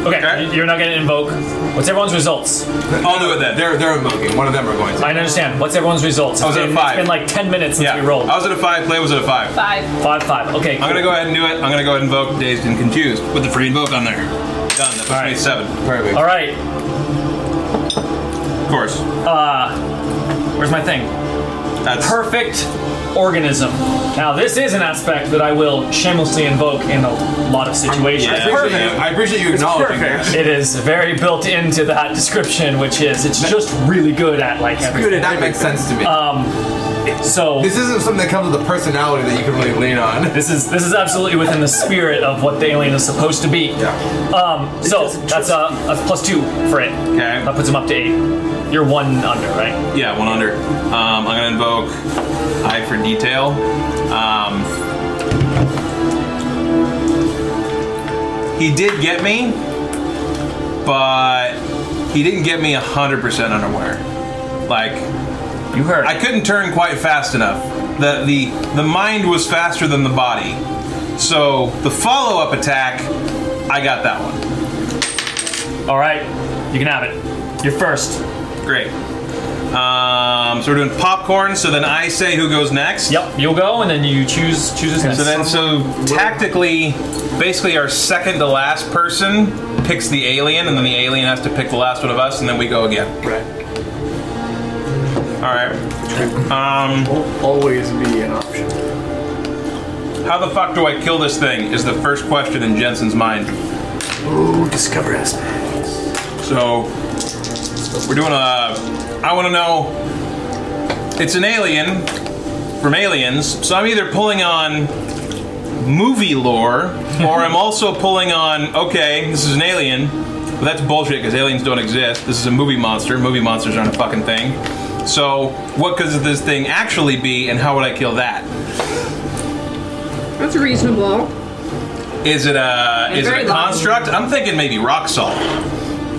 S2: Okay,
S3: Okay.
S2: y- you're not going to invoke. What's everyone's results?
S3: I'll do it then.
S6: They're they're invoking. One of them are going to.
S2: I understand. What's everyone's results?
S3: I was at a
S2: It's been-
S3: five.
S2: It's been like 10 minutes since
S3: Yeah,
S2: we rolled.
S3: I was at a five. Play was at a five.
S10: Five.
S2: Five, five. Okay.
S3: I'm gonna go ahead and do it. I'm gonna go ahead and invoke Dazed and Confused with the free invoke on there. Done. That puts me
S2: Alright.
S3: at seven.
S6: Perfect.
S2: All right.
S3: Of course.
S2: Where's my thing?
S3: That's
S2: Perfect organism. Now this is an aspect that I will shamelessly invoke in a lot of situations.
S3: Yeah.
S6: I appreciate you, I appreciate you acknowledging
S2: Perfect.
S6: that.
S2: It is very built into that description, which is it's just really good Um, at like everything.
S6: That makes sense to me.
S2: So
S6: this isn't something that comes with a personality that you can really lean on.
S2: this is this is absolutely within the spirit of what the alien is supposed to be.
S6: Yeah.
S2: Um, so that's a, a plus two for it.
S3: okay.
S2: That puts him up to eight. You're one under, right?
S3: Yeah, one under. Um, I'm gonna invoke Eye for Detail. Um, he did get me, but he didn't get me hundred percent unaware. Like
S2: You heard.
S3: I couldn't turn quite fast enough. The the the mind was faster than the body. So the follow up attack, I got that one.
S2: All right, you can have it. You're first.
S3: Great. Um, so we're doing popcorn. So then I say who goes next.
S2: Yep, you'll go, and then you choose chooses next.
S3: So then, so tactically, basically, our second to last person picks the alien, and then the alien has to pick the last one of us, and then we go again. Right. All right. Um,
S11: Always be an option.
S3: how the fuck do I kill this thing? Is the first question in Jensen's mind.
S11: Oh, discover aspect.
S3: So we're doing a. I want to know. It's an alien from Aliens, so I'm either pulling on movie lore, or I'm also pulling on okay, this is an alien. But that's bullshit because aliens don't exist. This is a movie monster. Movie monsters aren't a fucking thing. So what could this thing actually be, and how would I kill that?
S7: That's reasonable.
S3: Is it a is
S7: very
S3: it a
S7: long.
S3: construct? I'm thinking maybe rock salt,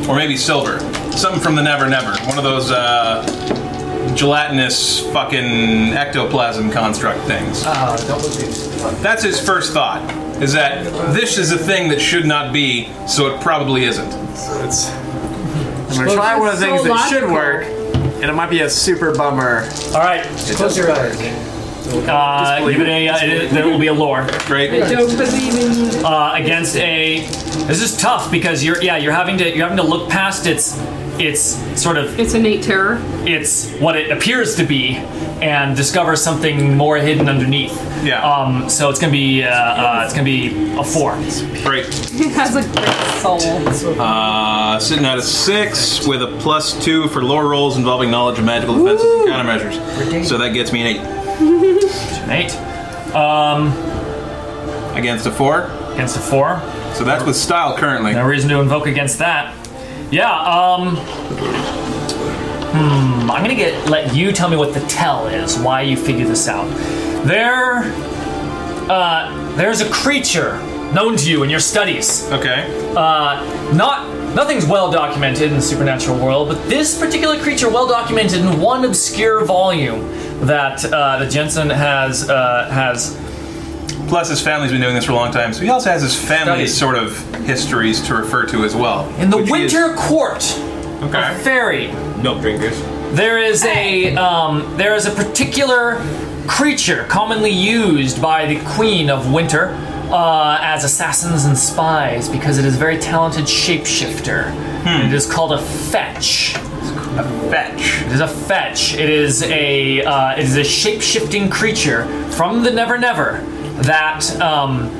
S3: or maybe silver, something from the Never Never, one of those uh, gelatinous fucking ectoplasm construct things.
S9: Uh, don't lose.
S3: That's his first thought. Is that this is a thing that should not be, so it probably isn't.
S11: It's. I'm gonna try one of the things
S7: so
S11: that should
S7: logical.
S11: work, and it might be a super bummer.
S2: All right,
S9: Close your eyes.
S2: uh, give it a. Uh, it, there will be a lore
S3: Great.
S7: I don't believe in
S2: uh, against a. This is tough because you're yeah you're having to you're having to look past its its sort of
S7: It's innate terror.
S2: it's what it appears to be and discover something more hidden underneath.
S3: Yeah.
S2: Um. So it's gonna be uh, uh it's gonna be a four.
S3: Great.
S7: It has a great soul.
S3: Uh, sitting at a six with a plus two for lore rolls involving knowledge of magical defenses and countermeasures. So that gets me an eight
S2: An eight. Um.
S3: against a four.
S2: Against a four.
S3: So that's with style currently.
S2: No reason to invoke against that. Yeah, um. Hmm, I'm gonna get let you tell me what the tell is, why you figure this out. There uh there's a creature known to you in your studies.
S3: Okay.
S2: Uh not nothing's well documented in the supernatural world, but this particular creature well documented in one obscure volume that uh that Jensen has uh has
S3: Plus, his family's been doing this for a long time, so he also has his family's
S2: Studied.
S3: sort of histories to refer to as well.
S2: in the
S3: which he is-
S2: winter court
S3: okay.
S2: fairy
S6: Milk drinkers.
S2: There is a um, there is a particular creature commonly used by the Queen of Winter uh, as assassins and spies because it is a very talented shapeshifter. It is called a fetch.
S3: Fetch.
S2: It is a fetch. It is a uh, it is a shapeshifting creature from the Never Never that. Um,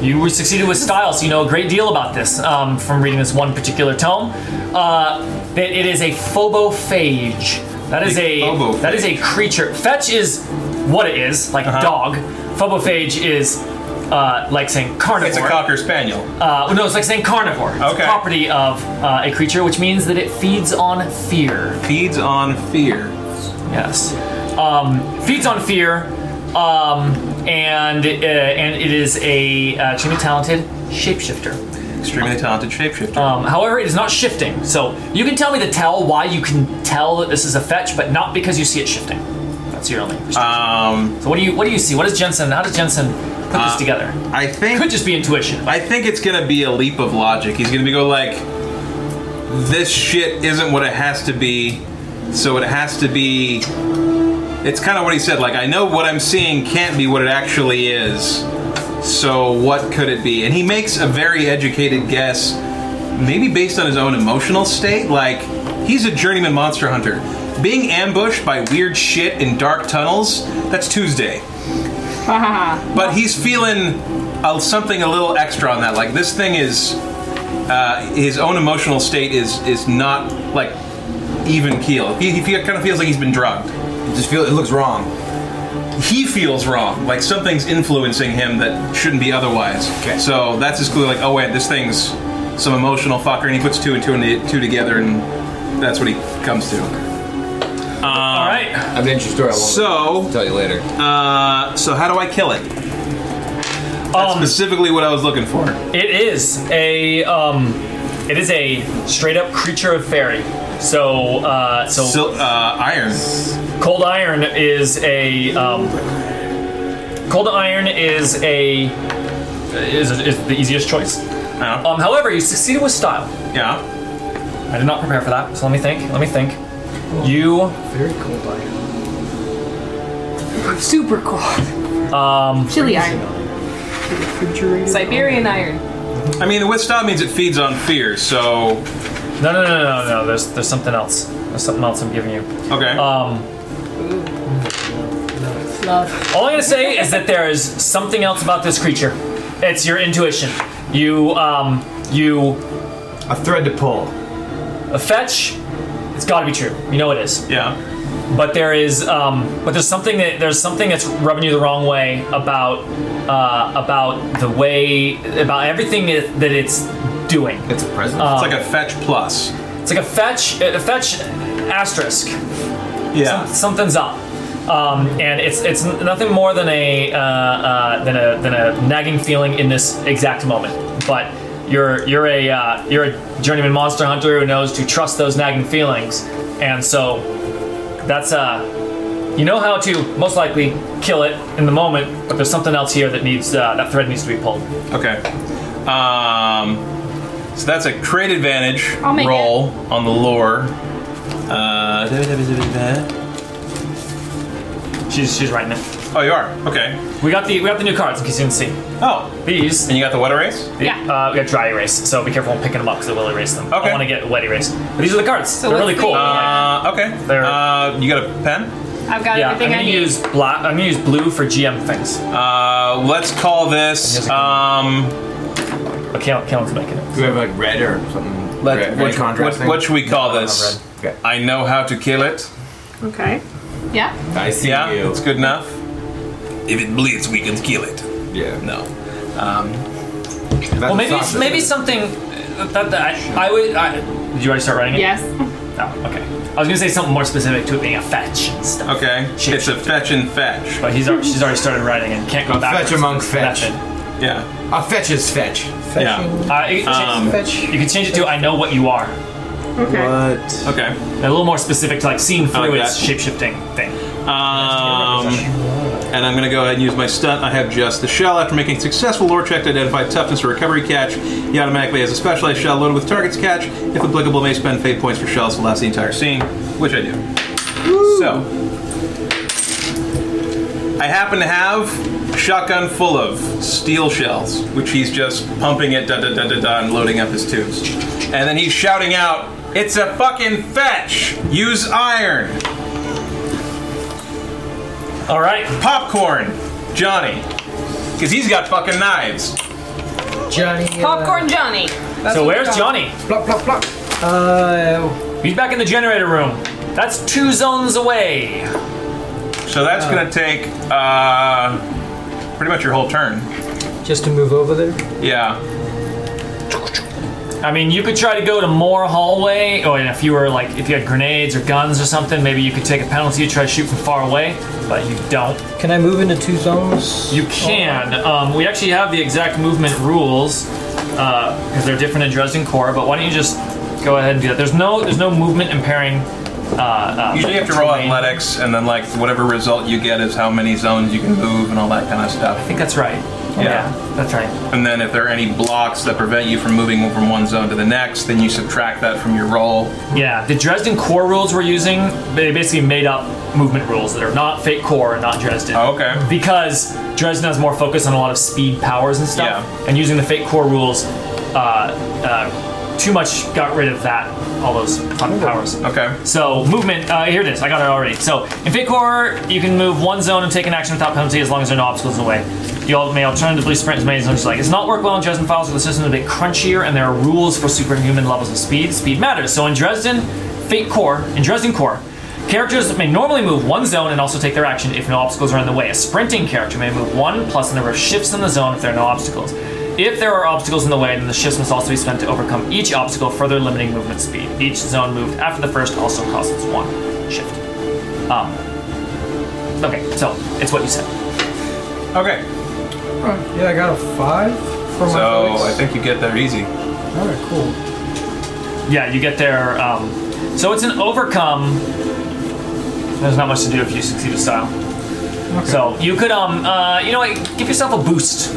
S2: you were succeeded with style, so you know a great deal about this um, from reading this one particular tome. Uh, that it is a phobophage. That is a
S3: A phobophage. Uh-huh.
S2: that is a creature. Fetch is what it is, like a dog. Phobophage is uh, like saying carnivore.
S3: It's a cocker spaniel.
S2: Uh, no, it's like saying carnivore. It's a
S3: Okay.
S2: property of uh, a creature, which means that it feeds on fear.
S3: Feeds on fear.
S2: Yes. Um, feeds on fear, um, and uh, and it is a uh, extremely talented shapeshifter.
S3: Extremely talented shapeshifter.
S2: Um, however, it is not shifting, so you can tell me to tell why you can tell that this is a fetch, but not because you see it shifting. That's your only. restriction.
S3: Um, Uh,
S2: so what do you what do you see? What is Jensen? How does Jensen put this together?
S3: I think Um,
S2: Could just be intuition.
S3: I think it's gonna be a leap of logic. He's gonna be go like, this shit isn't what it has to be, so it has to be. It's kind of what he said. Like, I know what I'm seeing can't be what it actually is, so what could it be? And he makes a very educated guess, maybe based on his own emotional state. Like, he's a journeyman monster hunter. Being ambushed by weird shit in dark tunnels, that's Tuesday. But he's feeling uh, something a little extra on that. Like this thing is, uh, his own emotional state is is not like even keel. He, he feel, kind of feels like he's been drugged.
S6: It just feel it looks wrong.
S3: He feels wrong. Like something's influencing him that shouldn't be otherwise.
S6: Okay.
S3: So that's his clue. Like oh wait, this thing's some emotional fucker, and he puts two and two and two together, and that's what he comes to.
S2: All right.
S6: I have an interesting story. I won't
S3: So,
S6: tell you later.
S3: uh, so how do I kill it? That's
S2: Um,
S3: specifically what I was looking for.
S2: It is a um, it is a straight up creature of fairy. So uh, so
S3: Sil- uh, iron.
S2: cold iron is a um, cold iron is a is, is the easiest choice.
S3: Uh,
S2: Um, however, you succeeded with style.
S3: yeah.
S2: I did not prepare for that, so let me think. Let me think. You
S9: Very cold iron.
S10: Super cold.
S2: um,
S10: Chili iron.
S9: Refrigerated.
S10: Siberian iron.
S3: I mean, the withstaw means it feeds on fear, so
S2: no no no no no no. There's there's something else. There's something else I'm giving you.
S3: okay.
S6: Uh,
S2: Um,
S10: Love.
S2: All I'm gonna say is that there is something else about this creature. It's your intuition. You um you
S6: A thread to pull.
S2: a fetch. It's got to be true. You know it is.
S3: yeah.
S2: But there is um but there's something that there's something that's rubbing you the wrong way about uh about the way about everything that that it's doing.
S6: It's a present.
S2: Uh,
S3: It's like a fetch plus.
S2: It's like a fetch a fetch asterisk.
S3: Yeah.
S2: something's up. Um, and it's it's nothing more than a, uh, uh, than a than a nagging feeling in this exact moment. But you're you're a uh, you're a journeyman monster hunter who knows to trust those nagging feelings, and so that's uh you know how to most likely kill it in the moment. But there's something else here that needs uh, that thread needs to be pulled.
S3: Okay. Um, so that's a great advantage
S10: I'll make
S3: roll on the lore. Uh,
S2: She's she's writing it.
S3: oh, you are okay.
S2: We got the we got the new cards in case you didn't see
S3: Oh,
S2: these.
S3: and you got the what erase?
S10: Yeah.
S2: Uh, we got dry erase, so be careful when picking them up because it will erase them.
S3: Okay.
S2: I want to get wet erase. But these are the cards. They're really
S10: what's
S2: cool.
S10: the-
S3: Uh, okay.
S2: There.
S3: Uh, you got a pen?
S10: I've got
S2: yeah, I'm
S10: everything
S2: gonna
S10: I need.
S2: use black. I'm gonna use blue for GM things.
S3: Uh, let's call this. Um,
S2: But Kalen, Kalen's making it.
S6: Do we have like red or something?
S3: let-
S6: red,
S3: what,
S6: red contrast
S3: what,
S6: thing?
S3: what should we call this?
S6: red. Okay.
S3: I know how to kill it.
S10: Okay. Yeah.
S6: I see
S3: Yeah,
S6: you.
S3: it's good enough. If it bleeds, we can kill it.
S6: Yeah.
S3: No.
S2: Well, maybe maybe something uh, that, that I, I would. I, did you already start writing it?
S10: Yes.
S2: No. Okay. I was gonna say something more specific to it being a fetch and stuff.
S3: Okay.
S2: Shit,
S3: it's a fetch and fetch.
S2: But he's al- she's already started writing and can't go
S6: A
S2: back.
S6: fetch among fetch.
S3: Yeah.
S6: A fetch is fetch.
S3: Yeah.
S2: Uh, you, can change,
S3: Um,
S9: Fetch.
S2: you can change it to I know what you are.
S10: Okay.
S11: What?
S3: Okay.
S2: A little more specific to like seeing
S3: I
S2: through
S3: like
S2: its
S3: that.
S2: shapeshifting thing.
S3: Um, and I'm going to go ahead and use my stunt. I have just the shell. After making a successful lore check to identify toughness or recovery catch, he automatically has a specialized shell loaded with target's catch. If applicable, may spend fate points for shells to last the entire scene, which I do. So, I happen to have a shotgun full of steel shells, which he's just pumping it, da da da da da, and loading up his tubes. And then he's shouting out, "It's a fucking fetch! Use iron!"
S2: All right.
S3: popcorn, Johnny, because he's got fucking knives.
S9: Johnny. uh,
S10: Popcorn Johnny.
S2: so where's Johnny?
S9: Plop, plop, plop. Uh,
S2: He's back in the generator room. That's two zones away.
S3: So that's
S8: Oh.
S3: gonna take uh, pretty much your whole turn.
S9: just to move over there.
S3: Yeah.
S2: I mean, you could try to go to more hallway, or and if you were like, if you had grenades or guns or something, maybe you could take a penalty to try to shoot from far away, but you don't.
S9: Can I move into two zones?
S2: You can. Um, we actually have the exact movement rules uh, because they're different in Dresden Core, but why don't you just go ahead and do that? There's no, there's no movement impairing uh, uh,
S3: Usually you have to roll athletics, and then like whatever result you get is how many zones you can move and all that kind
S2: I
S3: of stuff.
S2: think that's right.
S3: Yeah.
S2: that's right.
S3: And then if there are any blocks that prevent you from moving from one zone to the next, then you subtract that from your roll.
S2: Yeah, the Dresden core rules we're using, they basically made up movement rules that are not fake core and not Dresden.
S3: Oh, okay.
S2: Because Dresden has more focus on a lot of speed powers and stuff,
S3: Yeah.
S2: and using the fake core rules, uh, uh, too much got rid of that, all those fun powers.
S3: Okay.
S2: So movement, uh, here it is. I got it already. So in Fate Core, you can move one zone and take an action without penalty as long as there are no obstacles in the way. You all may alternatively sprint as many zones as you like. It's not work well in Dresden Files, where the system is a bit crunchier, and there are rules for superhuman levels of speed. Speed matters. So in Dresden, Fate Core, in Dresden Core, characters may normally move one zone and also take their action if no obstacles are in the way. A sprinting character may move one plus the number of shifts in the zone if there are no obstacles. If there are obstacles in the way, then the shifts must also be spent to overcome each obstacle, further limiting movement speed. Each zone moved after the first also costs one shift. Um, okay, so it's what you said.
S3: Okay.
S9: Yeah, I got a five for my
S3: So
S9: athletics.
S3: I think you get there easy.
S9: All right, cool.
S2: Yeah, you get there. Um, so it's an overcome. There's not much to do if you succeed a style. So you could, um, uh, you know, what, give yourself a boost.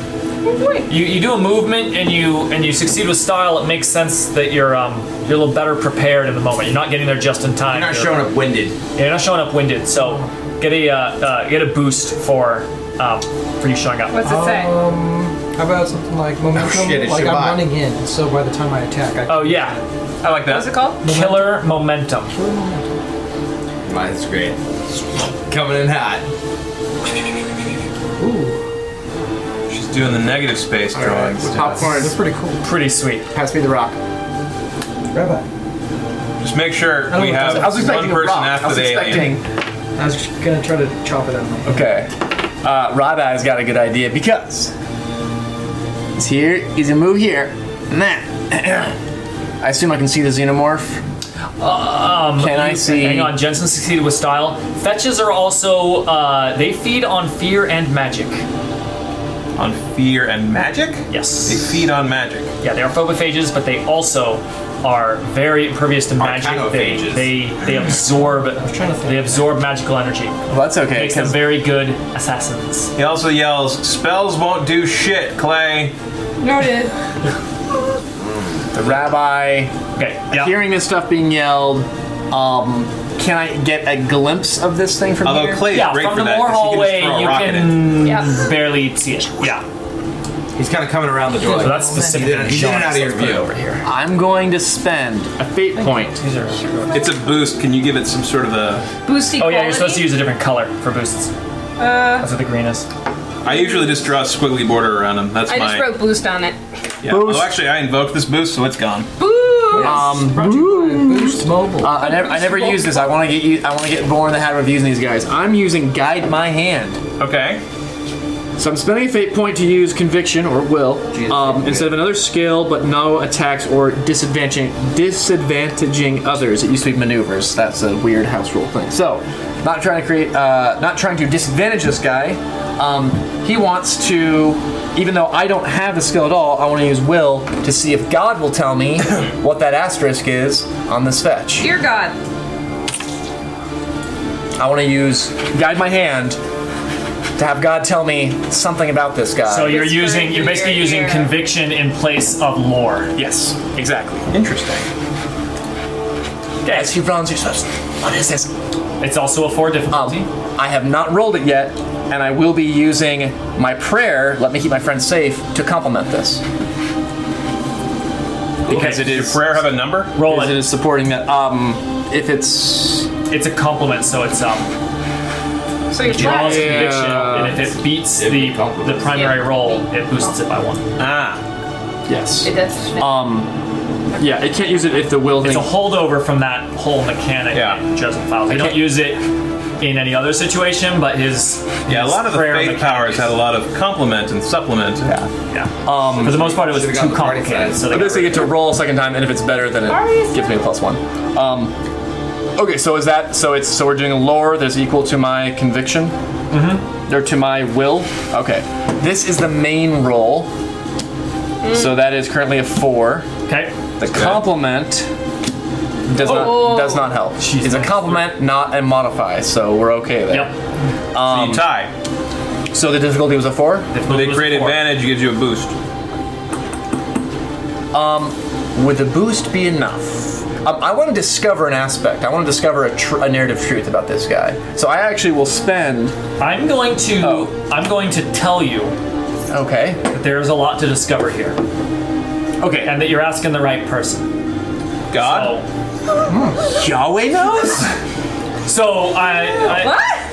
S2: You, you do a movement and you and you succeed with style. It makes sense that you're um, you're a little better prepared in the moment. You're not getting there just in time.
S6: You're not showing up winded.
S2: Yeah, you're not showing up winded. So get a uh, uh, get a boost for um, for you showing up.
S12: What's it say?
S9: Um, how about something like momentum?
S6: Oh, shit, it's
S9: like
S6: your
S9: I'm
S6: bot.
S9: running in, so by the time I attack, I
S2: Oh yeah,
S3: I like
S12: What's
S3: that.
S12: it called?
S2: killer momentum.
S6: Mine's great. Coming in hot.
S3: She's doing the negative space drawings.
S8: Popcorn.
S9: That's pretty cool.
S2: Pretty sweet.
S8: Pass me the rock.
S9: Rabbi.
S3: Just make sure
S9: don't
S3: we
S9: know,
S3: have
S8: I was
S3: one
S8: expecting a
S3: person
S8: rock. I
S3: after
S8: was
S3: the alien.
S8: expecting.
S9: I was just gonna try to chop it out.
S8: Okay. Uh, Rabi's got a good idea because it's here. He's gonna move here. And that. I assume I can see the xenomorph.
S2: Um,
S8: Can I
S2: you-
S8: see-
S2: Hang on, Jensen succeeded with style. Fetches are also uh, they feed on fear and magic.
S3: On fear and magic? They
S2: Yes.
S3: feed on magic.
S2: Yeah, they are phobophages, but they also are very impervious to magic. They,
S6: Arcanophages.
S2: they they absorb
S9: trying to think.
S2: they absorb magical energy.
S8: Well, that's okay.
S2: Makes them
S8: 'cause-
S2: very good assassins.
S3: He also yells, "Spells won't do shit, Clay."
S12: Noted.
S8: the rabbi
S2: Okay. Yeah.
S8: hearing this stuff being yelled um can i get a glimpse of this thing from
S3: Although
S8: here
S3: Clay is
S2: yeah,
S3: great
S2: from
S3: for
S2: the
S3: that.
S2: war
S3: 'cause
S2: hallway,
S3: he can just throw a
S2: you
S3: rock at it.
S7: Mm.
S2: can
S12: Yeah.
S2: barely see it. Yeah.
S6: He's kind of coming around the door.
S2: So
S6: Like,
S2: that's
S6: he
S2: specific.
S6: did it, he did it out of your view. Over here.
S8: i'm going to spend a fate point
S3: It's a boost. Can you give it some sort of a?
S12: Boosty.
S2: Oh yeah, you're supposed to use a different color for boosts.
S12: Uh,
S2: That's what the green is.
S3: I usually just draw a squiggly border around him. That's
S7: I
S3: my.
S7: just wrote boost on it.
S3: yeah. Although
S8: Boost.
S3: actually, I invoked this boost, so it's gone.
S7: Boo!
S8: um
S9: Boost mobile.
S8: uh, I never, I never use this. I want to get you. I want to get more in the habit of using these guys. I'm using guide my hand,
S3: Okay.
S8: so I'm spending a fate point to use conviction or will um, instead of another skill, but no attacks or disadvantaging disadvantaging others. It used to be maneuvers. That's a weird house rule thing. So, not trying to create, uh, not trying to disadvantage this guy. Um, he wants to, even though I don't have the skill at all, I want to use will to see if God will tell me what that asterisk is on this fetch.
S7: Dear God.
S8: I want to use guide my hand to have God tell me something about Uh, this guy.
S2: So you're
S7: Whisper
S2: using
S7: in
S2: you're basically
S7: your
S2: using
S7: ear.
S2: conviction in place of lore.
S8: yes, exactly.
S3: Interesting.
S2: Okay.
S8: As he runs, you're supposed to- What is this?
S2: It's also a four
S8: Um,
S2: difficulty.
S8: I have not rolled it yet, and I will be using my prayer. Let me keep my friends safe to complement this
S3: Because
S2: Okay.
S3: it is. Does your prayer have a number?
S2: Roll
S8: because it
S2: it.
S8: is supporting that. Um, if it's
S2: It's a compliment, so it's um
S7: So you're
S2: draws
S7: trash.
S2: conviction, and if it beats
S6: It'd be
S2: the
S6: compliment.
S2: the primary
S7: Yeah.
S2: roll, it boosts it by one.
S3: Ah.
S8: yes,
S7: It does.
S8: um, yeah, it can't use it if the will
S2: It's a
S8: thing.
S2: holdover from that whole mechanic
S3: Yeah.
S2: in Judgment Files. We don't
S8: can't-
S2: use it in any other situation, but his
S3: Yeah. A lot of the
S2: prayer
S3: faith
S2: mechanic
S3: powers
S2: is-
S3: had a lot of complement and supplement. Yeah.
S2: yeah.
S8: um,
S2: For the most part, it was
S6: Should've
S2: too
S6: gotten the party
S2: complicated.
S6: size.
S2: So they
S8: I
S2: got
S8: basically
S2: rid
S8: get to roll a second time, and if it's better, then it gives me a plus one. Um, okay, so is that so? It's so we're doing a lore that's equal to my conviction, mm-hmm. or to my will. Okay, this is the main roll. So that is currently a four.
S2: of it. okay.
S8: The complement Does
S13: Oh.
S8: not does not help. It's a compliment, not a modify, so we're okay there. Yep. Um, so
S3: tie.
S8: So the difficulty was a four.
S3: They create advantage, gives you a boost.
S8: Um, would the boost be enough? Um, I want to discover an aspect. I want to discover a, tr- a narrative truth about this guy. So I actually will spend.
S2: I'm going to. I'm going to tell you.
S8: Okay.
S2: That there's a lot to discover here.
S8: Okay.
S2: And that you're asking the right person.
S3: God.
S8: Yahweh knows.
S2: So I. I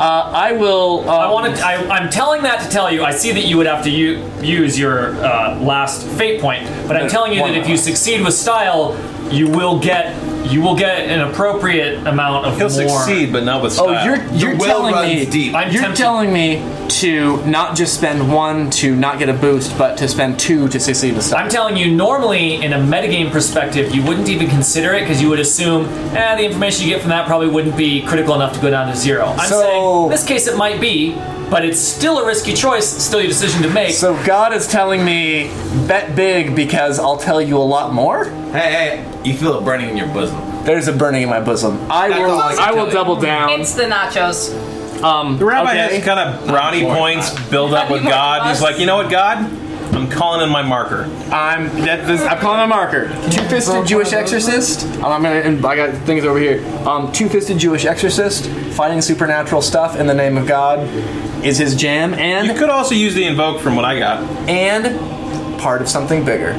S8: Uh, I will. Um,
S2: I want to. I, I'm telling that to tell you. I see that you would have to u- use your uh, last fate point, but I'm
S8: No,
S2: telling you
S8: one
S2: that if you succeed with style, you will get you will get an appropriate amount of.
S3: He'll
S2: more.
S3: succeed, but not with style.
S8: Oh, you're you're telling me
S2: I'm
S8: you're
S2: tempted-
S8: telling me to not just spend one to not get a boost, but to spend two to succeed with stuff.
S2: I'm telling you, normally in a metagame perspective, you wouldn't even consider it because you would assume, eh, the information you get from that probably wouldn't be critical enough to go down to zero. I'm saying, in this case, it might be, but it's still a risky choice, still your decision to make.
S8: So God is telling me bet big because I'll tell you a lot more.
S6: Hey, hey, you feel it burning in your bosom.
S8: There's a burning in my bosom. I
S6: That's
S8: will.
S6: all I can
S8: I, will
S6: tell you.
S8: double down.
S7: It's the nachos.
S8: Um,
S3: The rabbi
S8: okay.
S3: has kind of brownie
S8: More.
S3: points build up with
S7: More
S3: God. He's
S7: plus.
S3: like, you know what, God? I'm calling in my marker.
S8: I'm that, this, I'm calling my marker. Two-fisted Jewish exorcist. Um, I'm gonna. And I got things over here. Um, two-fisted Jewish exorcist fighting supernatural stuff in the name of God is his jam,
S3: You
S8: and
S3: could also use the invoke from what I got.
S8: and part of something bigger.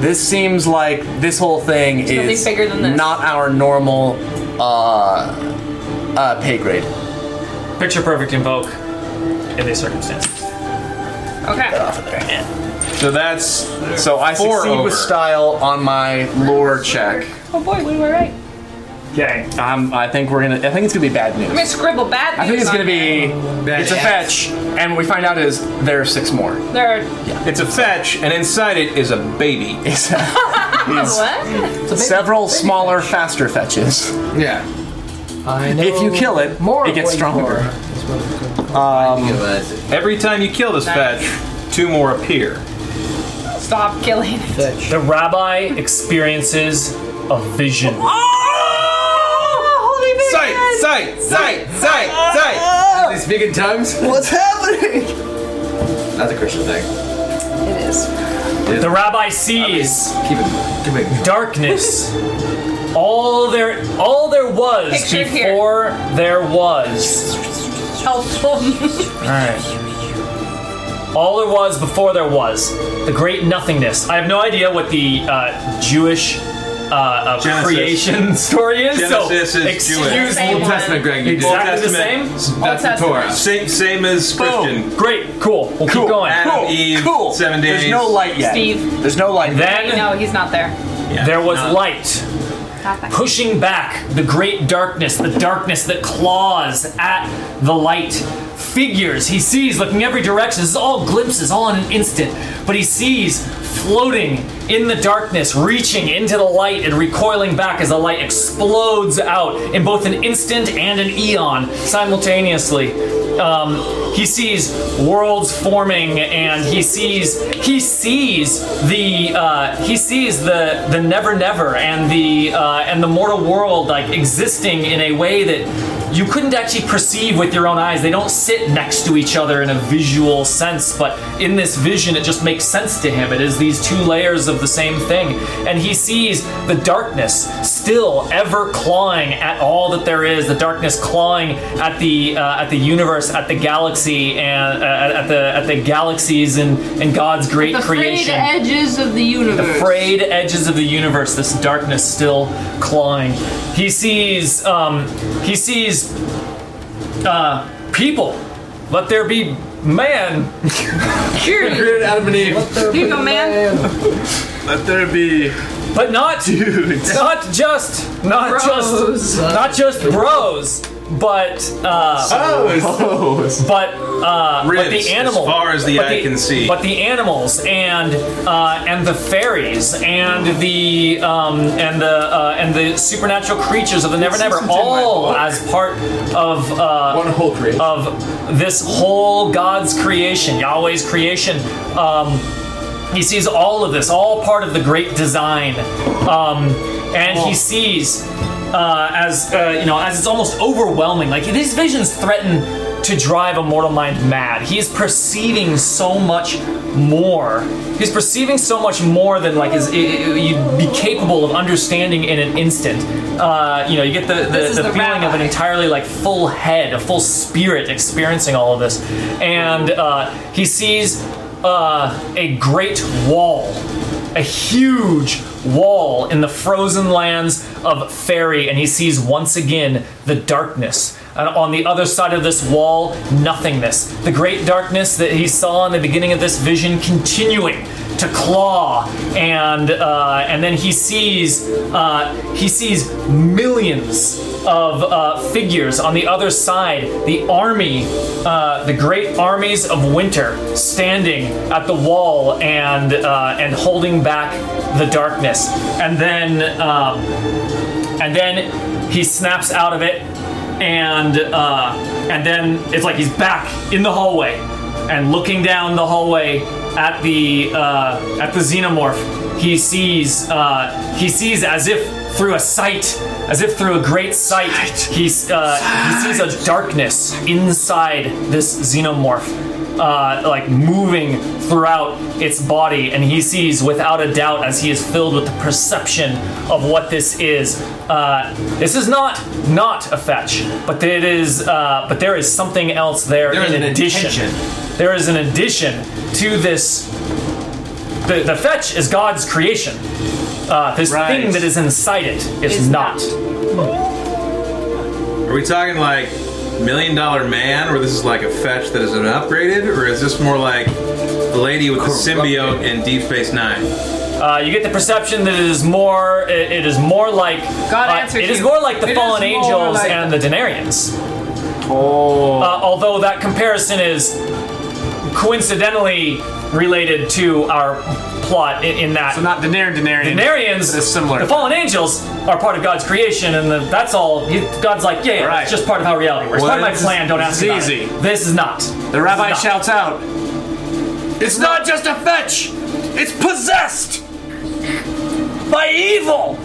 S8: This seems like this whole thing
S7: nothing
S8: is
S7: bigger than this.
S8: not our normal uh, uh, pay grade.
S2: Picture perfect invoke in these circumstances.
S7: Okay.
S8: Off of there.
S3: So that's
S8: So I
S3: Four
S8: succeed with
S3: over.
S8: style on my lore check.
S7: Oh boy, we were right.
S2: Okay.
S8: Um, I think we're gonna. I think it's gonna be bad news.
S7: I'm gonna scribble bad.
S8: I think
S7: news
S8: it's
S7: on
S8: gonna be. It's a fetch, and what we find out is there are six more.
S7: there. They're-
S3: it's a fetch, and inside it is a baby.
S8: It's,
S7: Oh, what?
S8: several smaller, faster fetches.
S6: Yeah.
S9: I know
S8: If you kill it,
S9: more
S8: it gets
S9: of what you
S8: stronger.
S9: are, is what it's called.
S8: Um,
S3: Every time you kill this fetch, two more appear.
S7: Stop killing.
S2: The rabbi experiences a vision.
S3: Sight, sight, sight, sight, sight.
S6: They speak in tongues?
S8: Oh. What's happening?
S6: That's a Christian thing.
S7: It is.
S2: The rabbi sees
S6: Keep it. Keep it.
S2: darkness. all there, all there was
S7: Pictured here.
S2: before there was.
S7: Helpful.
S2: Alright. All there was before there was the great nothingness. I have no idea what the uh, Jewish uh, uh,
S3: Genesis.
S2: creation story is.
S3: Genesis
S2: so
S3: is
S2: excuse
S3: Jewish.
S7: Same
S6: Old
S7: one.
S6: Testament, Greg. You did.
S2: exactly
S3: Old
S2: the
S3: Testament.
S2: same.
S6: That's
S7: Old
S6: the Torah.
S3: Same, same as Christian.
S2: Boom. Great. Cool. We'll
S8: Cool.
S2: keep going.
S3: Adam, Eve,
S8: cool.
S3: seven days.
S8: There's no light yet.
S7: Steve.
S8: There's no light. yet.
S2: Then
S7: no, he's not there.
S3: Yeah,
S2: there was
S3: not-
S2: light.
S7: Stop that.
S2: pushing back the great darkness, the darkness that claws at the light. Figures he sees looking every direction. This is all glimpses, all in an instant. But he sees floating in the darkness, reaching into the light and recoiling back as the light explodes out in both an instant and an eon simultaneously. Um, he sees worlds forming, and he sees he sees the uh, he sees the the never never and the uh, and the mortal world like existing in a way that you couldn't actually perceive with your own eyes. They don't sit next to each other in a visual sense, but in this vision, it just makes sense to him. It is these two layers of the same thing, and he sees the darkness still ever clawing at all that there is. The darkness clawing at the uh, at the universe, at the galaxy, and uh, at at the at the galaxies and and God's great
S13: The frayed
S2: creation
S13: edges of the universe.
S2: the frayed edges of the universe, this darkness still clawing. He sees, um, he sees, uh, people. Let there be man.
S7: Curious. Here you go, man.
S3: Let there be.
S2: but not not just not just not just bros, but uh, but uh, but
S3: Ribs,
S2: the animal
S3: as far as the
S2: but
S3: eye can see.
S2: but the animals and uh, and the fairies and the um, and the uh, and the supernatural creatures of the Never Never all as part of uh,
S9: One whole creation.
S2: of this whole God's creation, Yahweh's creation. Um, he sees all of this, all part of the great design. Um, and he sees uh, as uh, you know as it's almost overwhelming. Like these visions threaten to drive a mortal mind mad. He is perceiving so much more. He's perceiving so much more than like is i- i- you'd be capable of understanding in an instant. Uh, you know, you get the
S7: This is
S2: the, the,
S7: the
S2: feeling of an entirely like full head, a full spirit experiencing all of this, and uh, he sees uh, a great wall, a huge wall in the frozen lands of Fairy, and he sees once again the darkness. And on the other side of this wall, nothingness. The great darkness that he saw in the beginning of this vision continuing to claw, and uh, and then he sees uh, he sees millions of uh, figures on the other side. The army, uh, the great armies of winter, standing at the wall and uh, and holding back the darkness. And then um, and then he snaps out of it, and uh, and then it's like he's back in the hallway and looking down the hallway at the uh, at the xenomorph. He sees uh, he sees as if through a sight, as if through a great sight, he's uh, he sees a darkness inside this xenomorph. Uh, like moving throughout its body, and he sees without a doubt as he is filled with the perception of what this is. Uh, this is not not a fetch, but it is. Uh, but there is something else there,
S6: There is
S2: in
S6: an
S2: addition.
S6: intention.
S2: There is an addition to this. The, the fetch is God's creation. Uh, this
S3: Right.
S2: thing that is inside it is,
S7: Is
S2: not.
S3: Are we talking like Million Dollar Man, where this is like a fetch that has been upgraded, or is this more like the lady with the symbiote in Deep Space Nine?
S2: Uh, you get the perception that it is more. It, it is more like
S7: God
S2: uh,
S7: answers
S2: It is
S7: you.
S2: more like the
S7: It is
S2: fallen
S7: more
S2: angels
S7: like-
S2: and the Denarians. Oh. Uh, although that comparison is coincidentally related to our plot in, in that
S4: So not Daener Daenerys.
S2: Denarians,
S4: But it's similar.
S2: The fallen angels are part of God's creation, and the, that's all. He, God's like, yeah, yeah,
S4: Right.
S2: it's just part of how reality works.
S4: Well,
S2: part of my
S4: this is-
S2: plan. Don't
S4: this
S2: ask
S4: is
S2: about
S4: easy.
S2: it. This is not.
S4: The rabbi
S2: This is not.
S4: shouts out, It's not just a fetch! It's possessed!
S2: by evil.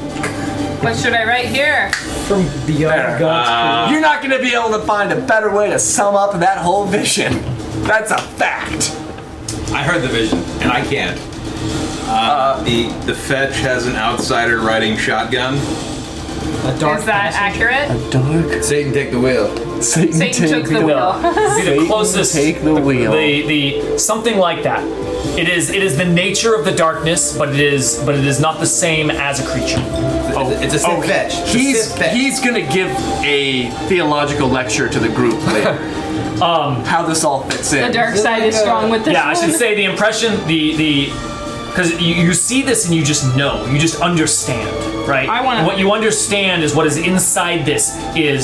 S7: What should I write here?
S9: From beyond God's
S4: You're not gonna be able to find a better way to sum up that whole vision. That's a fact.
S6: I heard the vision, and I can't.
S3: Uh, The the fetch has an outsider riding shotgun.
S9: creation. A dark
S7: Is that accurate?
S11: Dark
S6: Satan, take the wheel.
S11: Satan,
S7: Satan took the wheel.
S2: Be the
S11: Satan,
S2: closest.
S11: take the wheel.
S2: The the something like that. It is it is the nature of the darkness, but it is but it is not the same as a creature.
S6: It's a sick fetch. It's a
S4: He's
S6: sick fetch.
S4: he's gonna give a theological lecture to the group later. um how this all fits in.
S7: The dark side is strong with this
S2: Yeah, I should
S7: one.
S2: say the impression the the because you, you see this and you just know, you just understand, right?
S7: I wanna-
S2: What you understand is what is inside this is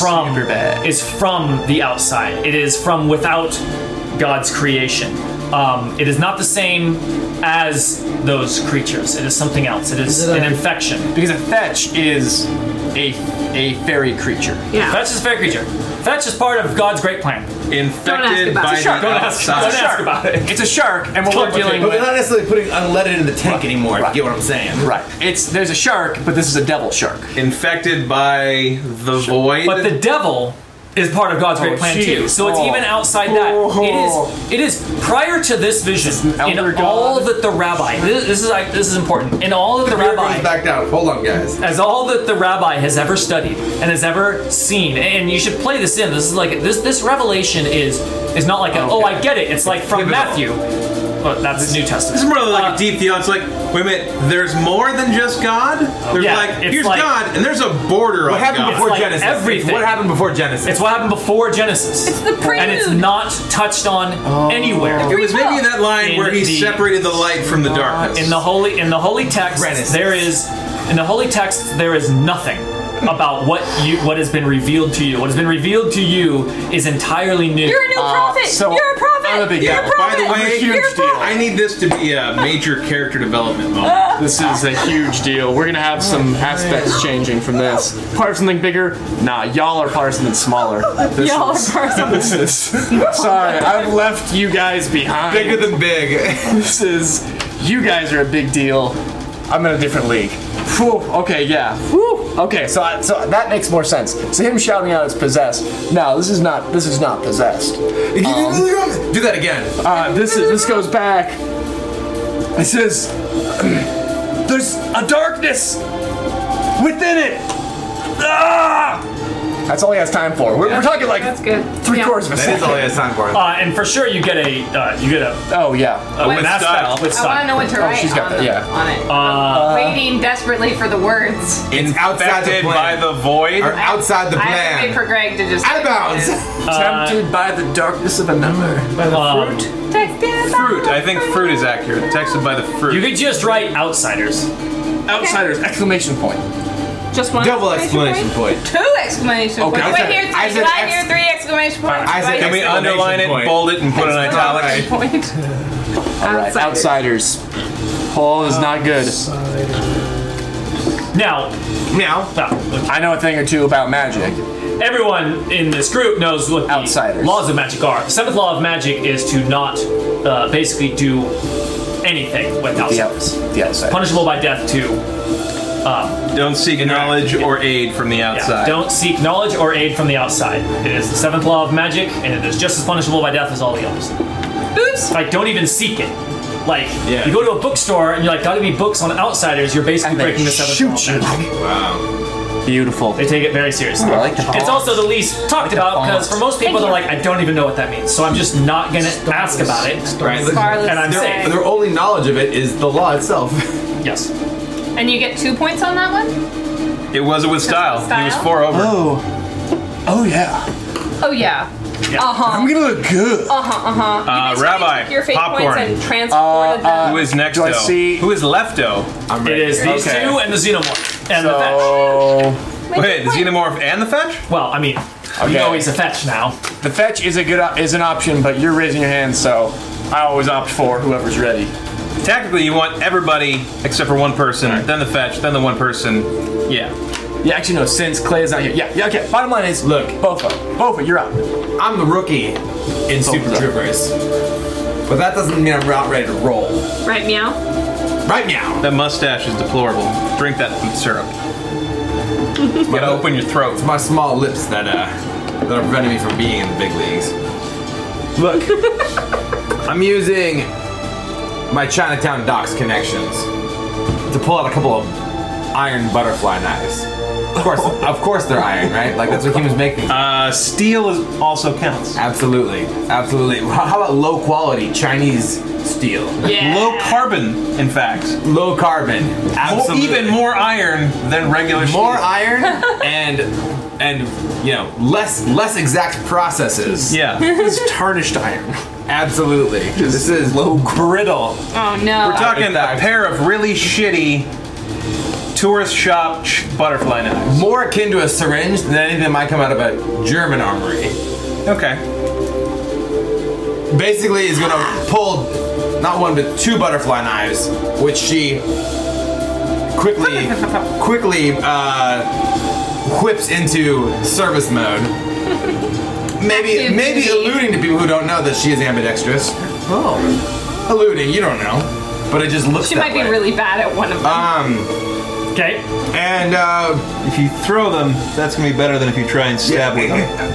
S2: from
S4: Super bad.
S2: is from the outside. It is from without God's creation. Um, it is not the same as those creatures. It is something else. It is,
S9: Is it
S2: an
S9: a-
S2: infection.
S4: Because a fetch is a a fairy creature.
S7: Yeah.
S2: Fetch is a fair creature. Fetch is part of God's great plan.
S3: Infected
S7: about
S3: by
S7: it.
S3: the
S2: Don't ask, don't
S3: outside.
S2: ask about it.
S4: It's a shark, and what we're dealing
S6: But they're
S4: with
S6: not necessarily putting unleaded in the tank anymore. If you get what I'm saying?
S4: Right. It's there's a shark, but this is a devil shark.
S3: Infected by the void.
S2: But the devil is part of
S4: Oh,
S2: God's great plan
S4: gee.
S2: too. So it's
S4: Oh.
S2: even outside that. It is. It is prior to this vision
S4: an
S2: in
S4: elder god.
S2: all that the rabbi. This, this is like this is important. In all that the
S6: Here it
S2: rabbi
S6: goes back down. Hold on, guys.
S2: as all that the rabbi has ever studied and has ever seen. And you should play this in. This is like this. This revelation is is not like a, oh I get it. It's like from
S6: pivotal.
S2: Matthew. But that's New
S3: This
S2: Testament.
S3: is more like
S2: Uh,
S3: a deep theology. It's like, wait a minute, there's more than just God? There's
S2: Yeah,
S3: like,
S2: it's
S3: here's
S2: like-
S3: God, and there's a border
S6: What
S3: of
S6: happened
S3: God.
S6: before
S2: like
S6: Genesis?
S2: everything.
S6: What happened before Genesis?
S2: It's what happened before Genesis. It's
S7: the
S2: And it's
S7: prelude.
S2: not touched on anywhere.
S3: it was maybe that line
S2: In
S3: where he
S2: the-
S3: separated the light from the darkness.
S2: In the holy in the holy text,
S6: Renaissance.
S2: there is in the holy text there is nothing about what you what has been revealed to you. What has been revealed to you is entirely new.
S7: You're a
S8: Uh,
S7: new prophet.
S4: so-
S7: You're a prophet.
S4: I'm a big
S7: You're
S4: deal.
S7: a
S3: By
S7: prophet.
S3: the way,
S7: You're a prophet.
S3: I need this to be a major character development moment.
S11: This is a huge deal. We're gonna have some aspects changing from this. Part of something bigger? Nah, y'all are part of something smaller. This
S7: Y'all are
S11: is-
S7: part of
S11: This is. Sorry, I've left you guys behind.
S6: bigger than big.
S11: This is. You guys are a big deal.
S8: I'm in a different league. Whew, okay, yeah. Whew, okay, so I, so that makes more sense. So him shouting out is possessed. No, this is not. This is not possessed.
S6: Do that again.
S8: Uh, this is. This goes back. This is.
S14: There's a darkness within it. Ah!
S8: That's all he has time for. We're, we're talking like three quarters of a second.
S2: Uh, and for sure, you get a uh, you get a
S8: oh yeah
S2: a
S8: With
S2: mask
S8: style.
S10: I
S2: with style.
S10: want to know what
S3: Oh,
S10: to write on, the- on it.
S2: Uh,
S10: Waiting desperately for the words.
S3: It's outside by the void.
S6: Or outside
S10: I have to wait for Greg to just. Out of bounds.
S3: Tempted
S8: by the darkness of a number.
S3: By the
S9: Um,
S2: Um,
S3: fruit. Fruit. I think fruit is accurate. Texted by the fruit. You
S2: could just write outsiders.
S3: Outsiders! Exclamation point.
S7: Just one.
S3: Double
S7: exclamation
S3: point.
S10: Two exclamation
S3: Okay,
S10: points. Do I
S3: I said-
S10: hear three?
S3: I said
S10: Do I
S3: ex-
S10: hear three exclamation points? Do I hear
S3: Can we
S10: three
S3: underline it,
S8: point.
S3: bold it, and put it in italics?
S10: Point.
S8: All right, outsiders. Paul is not good.
S2: Now,
S8: now, I know a thing or two about magic.
S2: Everyone in this group knows what the laws of magic are. The seventh law of magic is to not uh, basically do anything with outsiders.
S8: Yes.
S2: Punishable by death too. Uh,
S3: Don't seek knowledge or aid from the
S2: yeah,
S3: outside.
S2: Don't seek knowledge or aid from the outside. It is the seventh law of magic, and it is just as punishable by death as all the others.
S10: Oops.
S2: Like, don't even seek it. Like, you go to a bookstore and you're like, gotta be books on outsiders, you're basically breaking the seventh law of magic.
S8: Wow. Beautiful. They
S2: take it very seriously.
S8: I like the
S2: It's also the least talked about because for most people, they're like, I don't even know what that means, so I'm just not gonna ask about it.
S6: Right. look-
S10: Scarlet's
S6: and I'm
S10: Eye.
S6: saying their only knowledge of it is the law itself.
S2: Yes.
S10: And you get two points on that one?
S3: It wasn't with style. He was
S10: Style?
S3: four over.
S8: Oh. Oh yeah.
S10: Oh, yeah. Uh huh.
S8: I'm gonna look good.
S7: Oh,
S10: Uh huh, uh huh.
S3: Uh, Rabbi,
S10: Your fake
S3: popcorn.
S10: points and transported them.
S3: Who is next?
S8: do I
S3: though?
S8: see-
S3: Who is lefto? I'm
S2: It is these two and the xenomorph and the
S8: fetch.
S3: Wait, the xenomorph and the fetch?
S2: Well, I mean,
S8: Okay.
S2: you know he's a fetch now.
S8: The fetch is a good op- is an option, but you're raising your hand, so I always opt for whoever's ready.
S3: Tactically, you want everybody except for one person, then the fetch, then the one person. Yeah.
S8: Yeah, actually no. Since Clay is not here, yeah, yeah. Okay. Bottom line is, look, Bofa, Bofa, you're up.
S6: I'm the rookie in Super Troopers, but that doesn't mean I'm not ready to roll.
S10: Right, meow?
S6: Right now.
S3: That mustache is deplorable. Drink that syrup.
S6: you
S3: gotta open your throat.
S6: It's my small lips that uh, that are preventing me from being in the big leagues. Look, I'm using my Chinatown docks connections to pull out a couple of iron butterfly knives. Of course, of course they're iron, right? Like that's what humans make these.
S3: Uh, steel is also counts.
S6: Absolutely, absolutely. How how about low quality Chinese steel?
S3: Yeah. Low carbon, in fact.
S6: Low carbon. Absolutely.
S3: even more iron than regular
S6: More
S3: steel.
S6: iron and and you know less less exact processes.
S3: Yeah.
S8: This is tarnished iron.
S6: Absolutely. this is low brittle.
S10: Oh, no.
S3: We're talking a pair of really shitty tourist shop sh- butterfly knives.
S6: More akin to a syringe than anything that might come out of a German armory.
S3: Okay.
S6: Basically, is gonna pull not one but two butterfly knives, which she quickly quickly uh, whips into service mode. Maybe maybe alluding to people who don't know that she is ambidextrous. Oh, alluding, you don't know, but it just looks.
S10: She
S6: that
S10: might be
S6: way.
S10: really bad at one of them.
S6: Um.
S2: Okay.
S6: And uh,
S3: if you throw them, that's gonna be better than if you try and stab with them.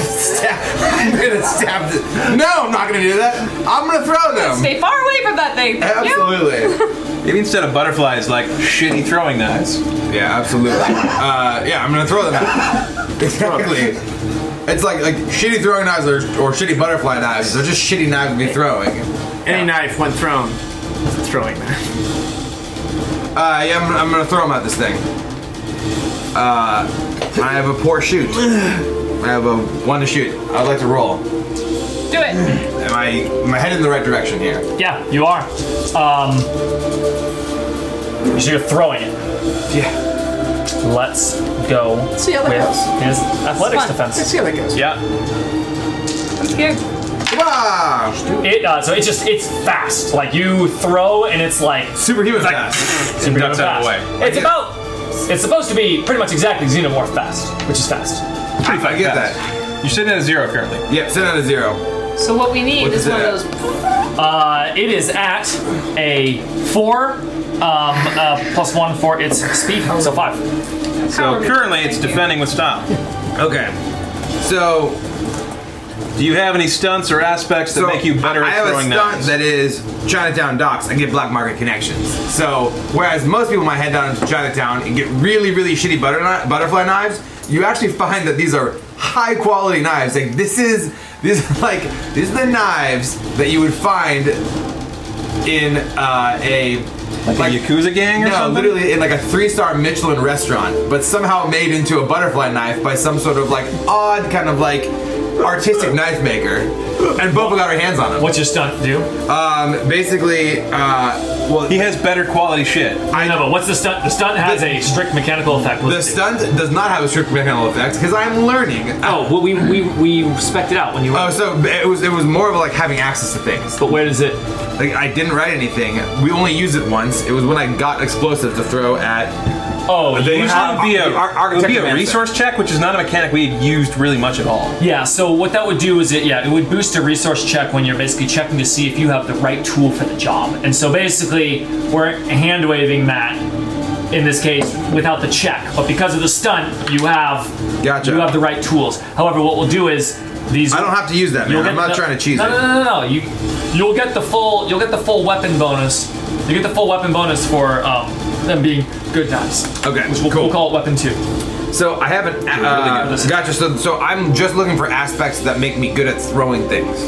S6: stab. I'm gonna stab. This. No, I'm not gonna do that. I'm gonna throw them.
S10: Stay far away from that thing. Thank you.
S3: Maybe instead of butterflies, like shitty throwing knives.
S6: Yeah, absolutely. Uh, yeah, I'm gonna throw them out. Exactly. It's like like shitty throwing knives or, or shitty butterfly knives. They're just shitty knives to be throwing.
S8: Any knife when thrown, is a throwing knife.
S6: Uh, yeah, I'm, I'm gonna throw them at this thing. Uh, I have a poor shoot. I have a one to shoot. I'd like to roll.
S10: Do it.
S6: Am I am I headed in the right direction here?
S2: Yeah, you are. Um, so you're throwing it.
S6: Yeah.
S2: Let's go
S6: see how that
S2: with
S6: goes.
S2: his athletics
S6: It's fun.
S2: defense.
S6: Let's see how that goes.
S3: Yeah.
S10: I'm scared.
S2: It uh, so it's just it's fast. Like you throw and it's like
S6: superhuman
S2: like,
S6: fast.
S2: Superhuman
S3: Ducks out
S2: fast.
S3: of the way.
S2: It's about it's supposed to be pretty much exactly xenomorph fast, which is fast.
S3: Pretty I
S6: get
S3: that. You're sitting at a zero currently.
S6: Yep, sitting at a zero.
S7: So what we need is one of those.
S2: Uh, it is at a four um, uh, plus one for its speed, so five.
S3: So currently it's defending with style.
S6: Okay. So.
S3: Do you have any stunts or aspects that
S6: So,
S3: make you better
S6: I
S3: at
S6: have a
S3: throwing
S6: stunt
S3: knives?
S6: that is Chinatown docks and get black market connections. So whereas most people might head down to Chinatown and get really really shitty butter kni- butterfly knives, you actually find that these are high quality knives. Like this is this is like these are the knives that you would find in uh, a like, a
S3: yakuza gang
S6: or no, something. literally in like a three-star Michelin restaurant, but somehow made into a butterfly knife by some sort of like odd kind of like artistic knife maker. And Boba got her hands on him.
S2: What's your stunt do?
S6: Um, basically, uh, well, he
S3: has better quality shit.
S2: I know, but what's the stunt? The stunt has a strict mechanical effect.
S6: The stunt does not have a strict mechanical effect because I'm learning.
S2: Oh, well, we we we spec'd it out when you. Were
S6: oh, so it was it was more of like having access to things.
S2: But where does it?
S6: Like I didn't write anything. We only used it once. It was when I got explosives to throw at.
S2: Oh,
S3: They usually
S6: have
S3: would be a,
S6: ar-
S3: it would be
S6: architecture
S3: a
S6: master.
S3: resource check, which is not a mechanic we had used really much at all.
S2: Yeah, so what that would do is it yeah, it would boost a resource check when you're basically checking to see if you have the right tool for the job. And so basically we're hand waving that in this case without the check. But because of the stunt, you have gotcha. you have the right tools. However, what we'll do is these
S6: I don't have to use that, man.
S2: you'll
S6: I'm not
S2: the-
S6: trying to cheese
S2: no,
S6: it.
S2: No, no, no, no. You you'll get the full you'll get the full weapon bonus. You get the full weapon bonus for um, them being good knives.
S6: Okay,
S2: Which we'll, we'll call it weapon two.
S6: So I have an. Uh, gotcha. So, so I'm just looking for aspects that make me good at throwing things.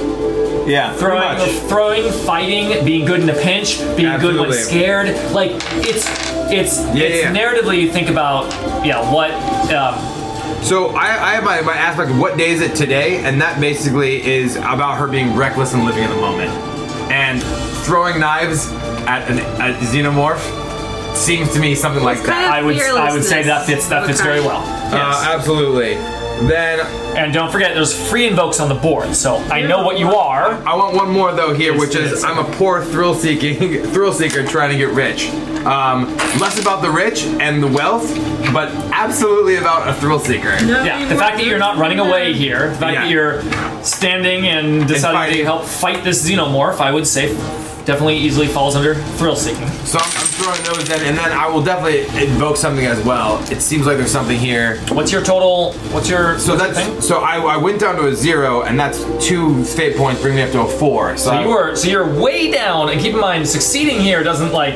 S3: Yeah,
S2: throwing, throwing, fighting, being good in a pinch, being good when
S6: Absolutely.
S2: scared. Like it's it's
S6: Yeah,
S2: it's
S6: yeah, yeah.
S2: narratively think about yeah what um,
S6: So I, I have my, my aspect of what day is it today, and that basically is about her being reckless and living in the moment. And throwing knives at an at xenomorph seems to me something like that.
S2: I would I would say that fits that fits very well.
S6: Uh, absolutely. Then
S2: and don't forget there's free invokes on the board, so I know what you are.
S6: I want one more though here, which is I'm a poor thrill seeking thrill seeker trying to get rich. Um, less about the rich and the wealth, but absolutely about a thrill seeker.
S2: Yeah, the fact that you're not running away here, the fact that you're standing and deciding to help fight this xenomorph, I would say definitely easily falls under thrill seeking.
S6: So I'm, I'm throwing those in, and then I will definitely invoke something as well. It seems like there's something here.
S2: What's your total? What's your
S6: so that's so I, I went down to a zero, and that's two fate points, bringing me up to a four.
S2: So
S6: So, I-
S2: you were so you're way down, and keep in mind, succeeding here doesn't like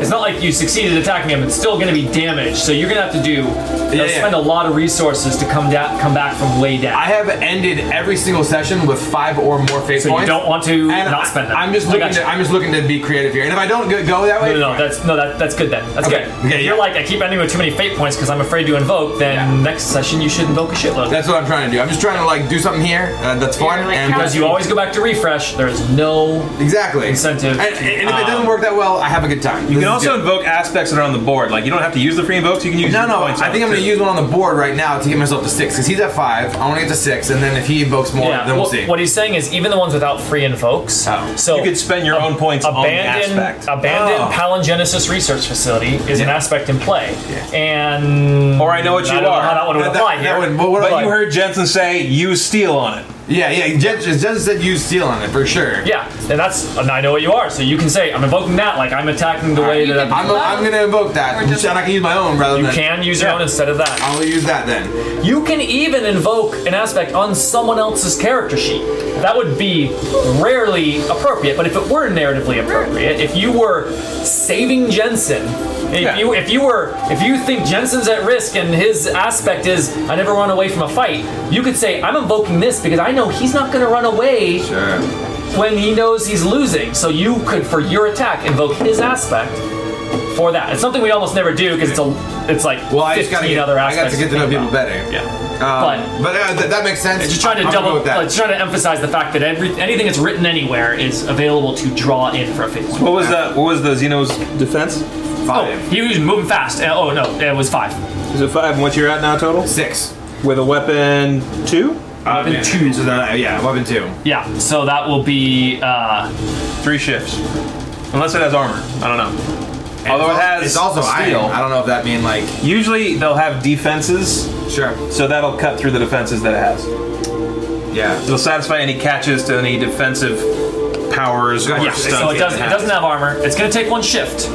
S2: it's not like you succeeded attacking him. It's still going to be damaged, so you're going to have to do you know,
S6: Yeah, yeah.
S2: spend a lot of resources to come down, come back from way down.
S6: I have ended every single session with five or more fate
S2: So you
S6: points.
S2: don't want to
S6: and
S2: not
S6: I-
S2: spend them.
S6: I'm just
S2: I
S6: looking.
S2: gotcha.
S6: To, I'm just looking to be creative here, and if I don't go, go that
S2: No,
S6: way,
S2: no, no, that's no, that, that's good then. That's
S6: Okay,
S2: good.
S6: okay,
S2: If you're like, I keep ending with too many fate points because I'm afraid to invoke. Then next session you should invoke a shitload.
S6: That's what I'm trying to do. I'm just trying to like do something here uh, that's fun, and
S2: because you always go back to refresh. There is no
S6: exactly
S2: incentive. um,
S6: And, and if it doesn't work that well, I have a good time.
S3: You can
S6: This is
S3: also
S6: good.
S3: invoke aspects that are on the board. Like you don't have to use the free invokes. You can use
S6: No,
S3: your
S6: no.
S3: points
S6: I
S3: on
S6: think
S3: it,
S6: I'm going
S3: too.
S6: to use one on the board right now to get myself to six because he's at five. I want to get to six, and then if he invokes more,
S2: Yeah,
S6: then we'll
S2: what,
S6: see.
S2: what he's saying is even the ones without free invokes. So
S3: Oh. You could spend your own points on the
S2: abandoned,
S3: aspect.
S2: abandoned
S3: Oh.
S2: palingenesis research facility is an aspect in play. And
S3: Or I know what you
S2: I don't
S3: are.
S2: Know how that would
S3: That-
S2: apply
S3: that-
S2: here.
S3: that would-
S6: what
S3: but
S6: about-
S3: you heard Jensen say use steel on it.
S6: Yeah, yeah. Jensen said use steel on it for sure.
S2: yeah, and that's and I know what you are. So you can say I'm invoking that. Like I'm attacking the way that
S6: I'm, I'm going to invoke that, and I can use my own rather
S2: You
S6: than.
S2: can use your own instead of that.
S6: I'll use that then.
S2: You can even invoke an aspect on someone else's character sheet. That would be rarely appropriate, but if it were narratively appropriate, if you were saving Jensen, if you if you were if you think Jensen's at risk and his aspect is I never run away from a fight, you could say I'm invoking this because I know he's not going to run away
S6: Um,
S2: when he knows he's losing. So you could for your attack invoke his aspect for that. It's something we almost never do because it's a it's like
S6: Well, I
S2: 15
S6: just got to get.
S2: other
S6: I
S2: aspects.
S6: got to get to know
S2: think
S6: people
S2: about.
S6: better.
S2: Yeah.
S6: Um, but uh, th- that makes sense.
S2: It's just trying to
S6: I'm gonna
S2: double,
S6: go with that.
S2: like, just trying to emphasize the fact that every anything that's written anywhere is available to draw in for a fate.
S3: What was that? What was the Xeno's defense?
S2: Five. Oh, he was moving fast. Uh, oh no, it was five.
S3: Is it five? And what's your at now total?
S6: Six.
S3: With a weapon two.
S2: Weapon
S3: Uh,
S2: yeah. two.
S6: So then, Uh, yeah, weapon two.
S2: Yeah, so that will be uh,
S3: three shifts, unless it has armor. I don't know. Although it
S6: it's al-
S3: has
S6: it's also
S3: steel.
S6: iron. I don't know if that mean like.
S3: Usually they'll have defenses.
S6: Sure.
S3: So that'll cut through the defenses that it has. Yeah. It'll satisfy any catches to any defensive powers or
S2: Yeah,
S3: stuff.
S2: so it doesn't, it doesn't have armor. It's gonna take one shift.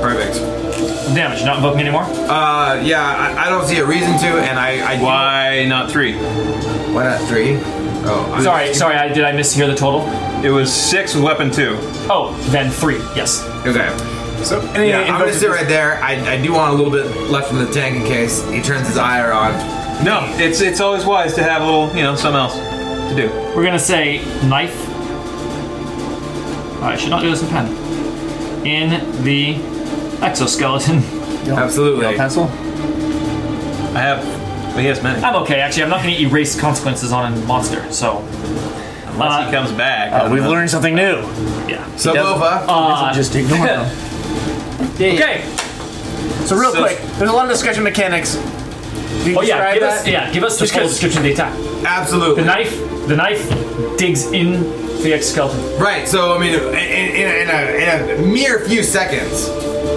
S6: Perfect.
S2: Damage, not invoke me anymore?
S6: Uh, yeah, I, I don't see a reason to, and I. I
S3: Why not three?
S6: Why not three? Oh, I'm-
S2: sorry, sorry. I, did I mishear the total?
S3: It was six with weapon two.
S2: Oh, then three. Yes.
S6: Okay.
S3: So
S6: yeah, I'm gonna sit right there. I, I do want a little bit left in the tank in case he turns his ire on.
S3: No, it's it's always wise to have a little, you know, something else to do.
S2: We're gonna say knife. I should not do this in pen. In the exoskeleton.
S6: Absolutely.
S2: pencil.
S3: I have. But he has many.
S2: I'm okay. Actually, I'm not gonna erase consequences on a monster. So.
S3: Unless he comes back.
S8: uh,
S3: I don't know.
S2: something new. Yeah.
S3: So,
S2: He doesn't-
S3: Bova,
S2: Uh,
S8: just ignore them.
S2: Okay.
S8: So real
S2: So-
S8: quick, there's a lot of discussion mechanics. Can you
S2: Oh yeah,
S8: describe
S2: give
S8: that?
S2: us yeah, give us the
S8: Just
S2: full
S8: 'cause-
S2: description of the attack.
S6: Absolutely.
S2: The knife, the knife digs in the exoskeleton.
S6: Right. So I mean, in, in, in, a, in a mere few seconds,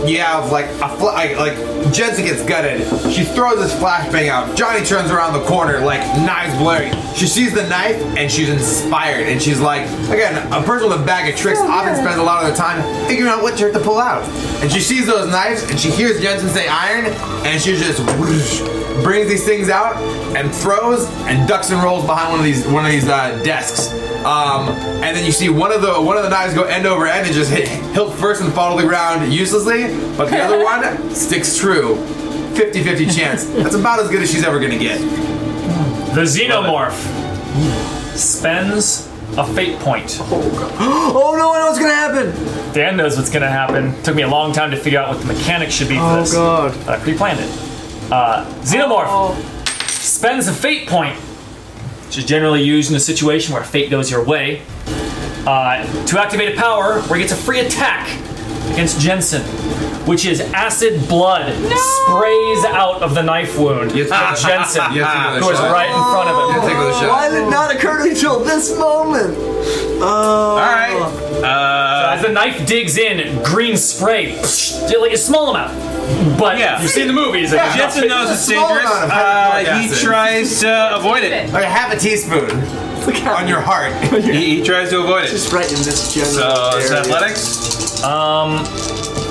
S6: you have like a fl- like, like Jensen gets gutted. She throws this flashbang out. Johnny turns around the corner, like knives blaring. She sees the knife and she's inspired, and she's like, again, a person with a bag of tricks often spends a lot of their time figuring out what trick to pull out. And she sees those knives, and she hears Jensen say iron, and she just whoosh, brings these things out and throws and ducks and rolls behind one of these one of these uh, desks. Um, and then you see one of the one of the knives go end over end and just hit hilt first and fall to the ground uselessly, but the other one sticks true. 50-50 chance. That's about as good as she's ever gonna get.
S2: The xenomorph spends a fate point. Oh,
S9: no, I know what's gonna happen.
S2: Dan knows what's gonna happen. Took me a long time to figure out what the mechanics should be for
S8: Oh,
S2: this.
S8: God.
S2: But I pre-planned it. Uh, xenomorph
S9: Oh.
S2: spends a fate point, which is generally used in a situation where fate goes your way, uh, to activate a power where it gets a free attack against Jensen, which is acid blood sprays out of the knife wound at Jensen,
S6: You have to give it a
S2: who is
S6: shot.
S2: right in front of him.
S9: Why did it not occur to me till this moment? Oh.
S3: Alright.
S2: so as Uh, the knife digs in, green spray, psh, like a small amount. But
S3: Yeah.
S2: you've seen the movies.
S3: Yeah. Jensen knows it's dangerous. Uh, he tries to Uh, avoid it.
S6: Like half a teaspoon on your heart.
S3: he, he tries to avoid it.
S9: Just right in this general
S3: So it's
S9: area.
S3: athletics.
S2: Um,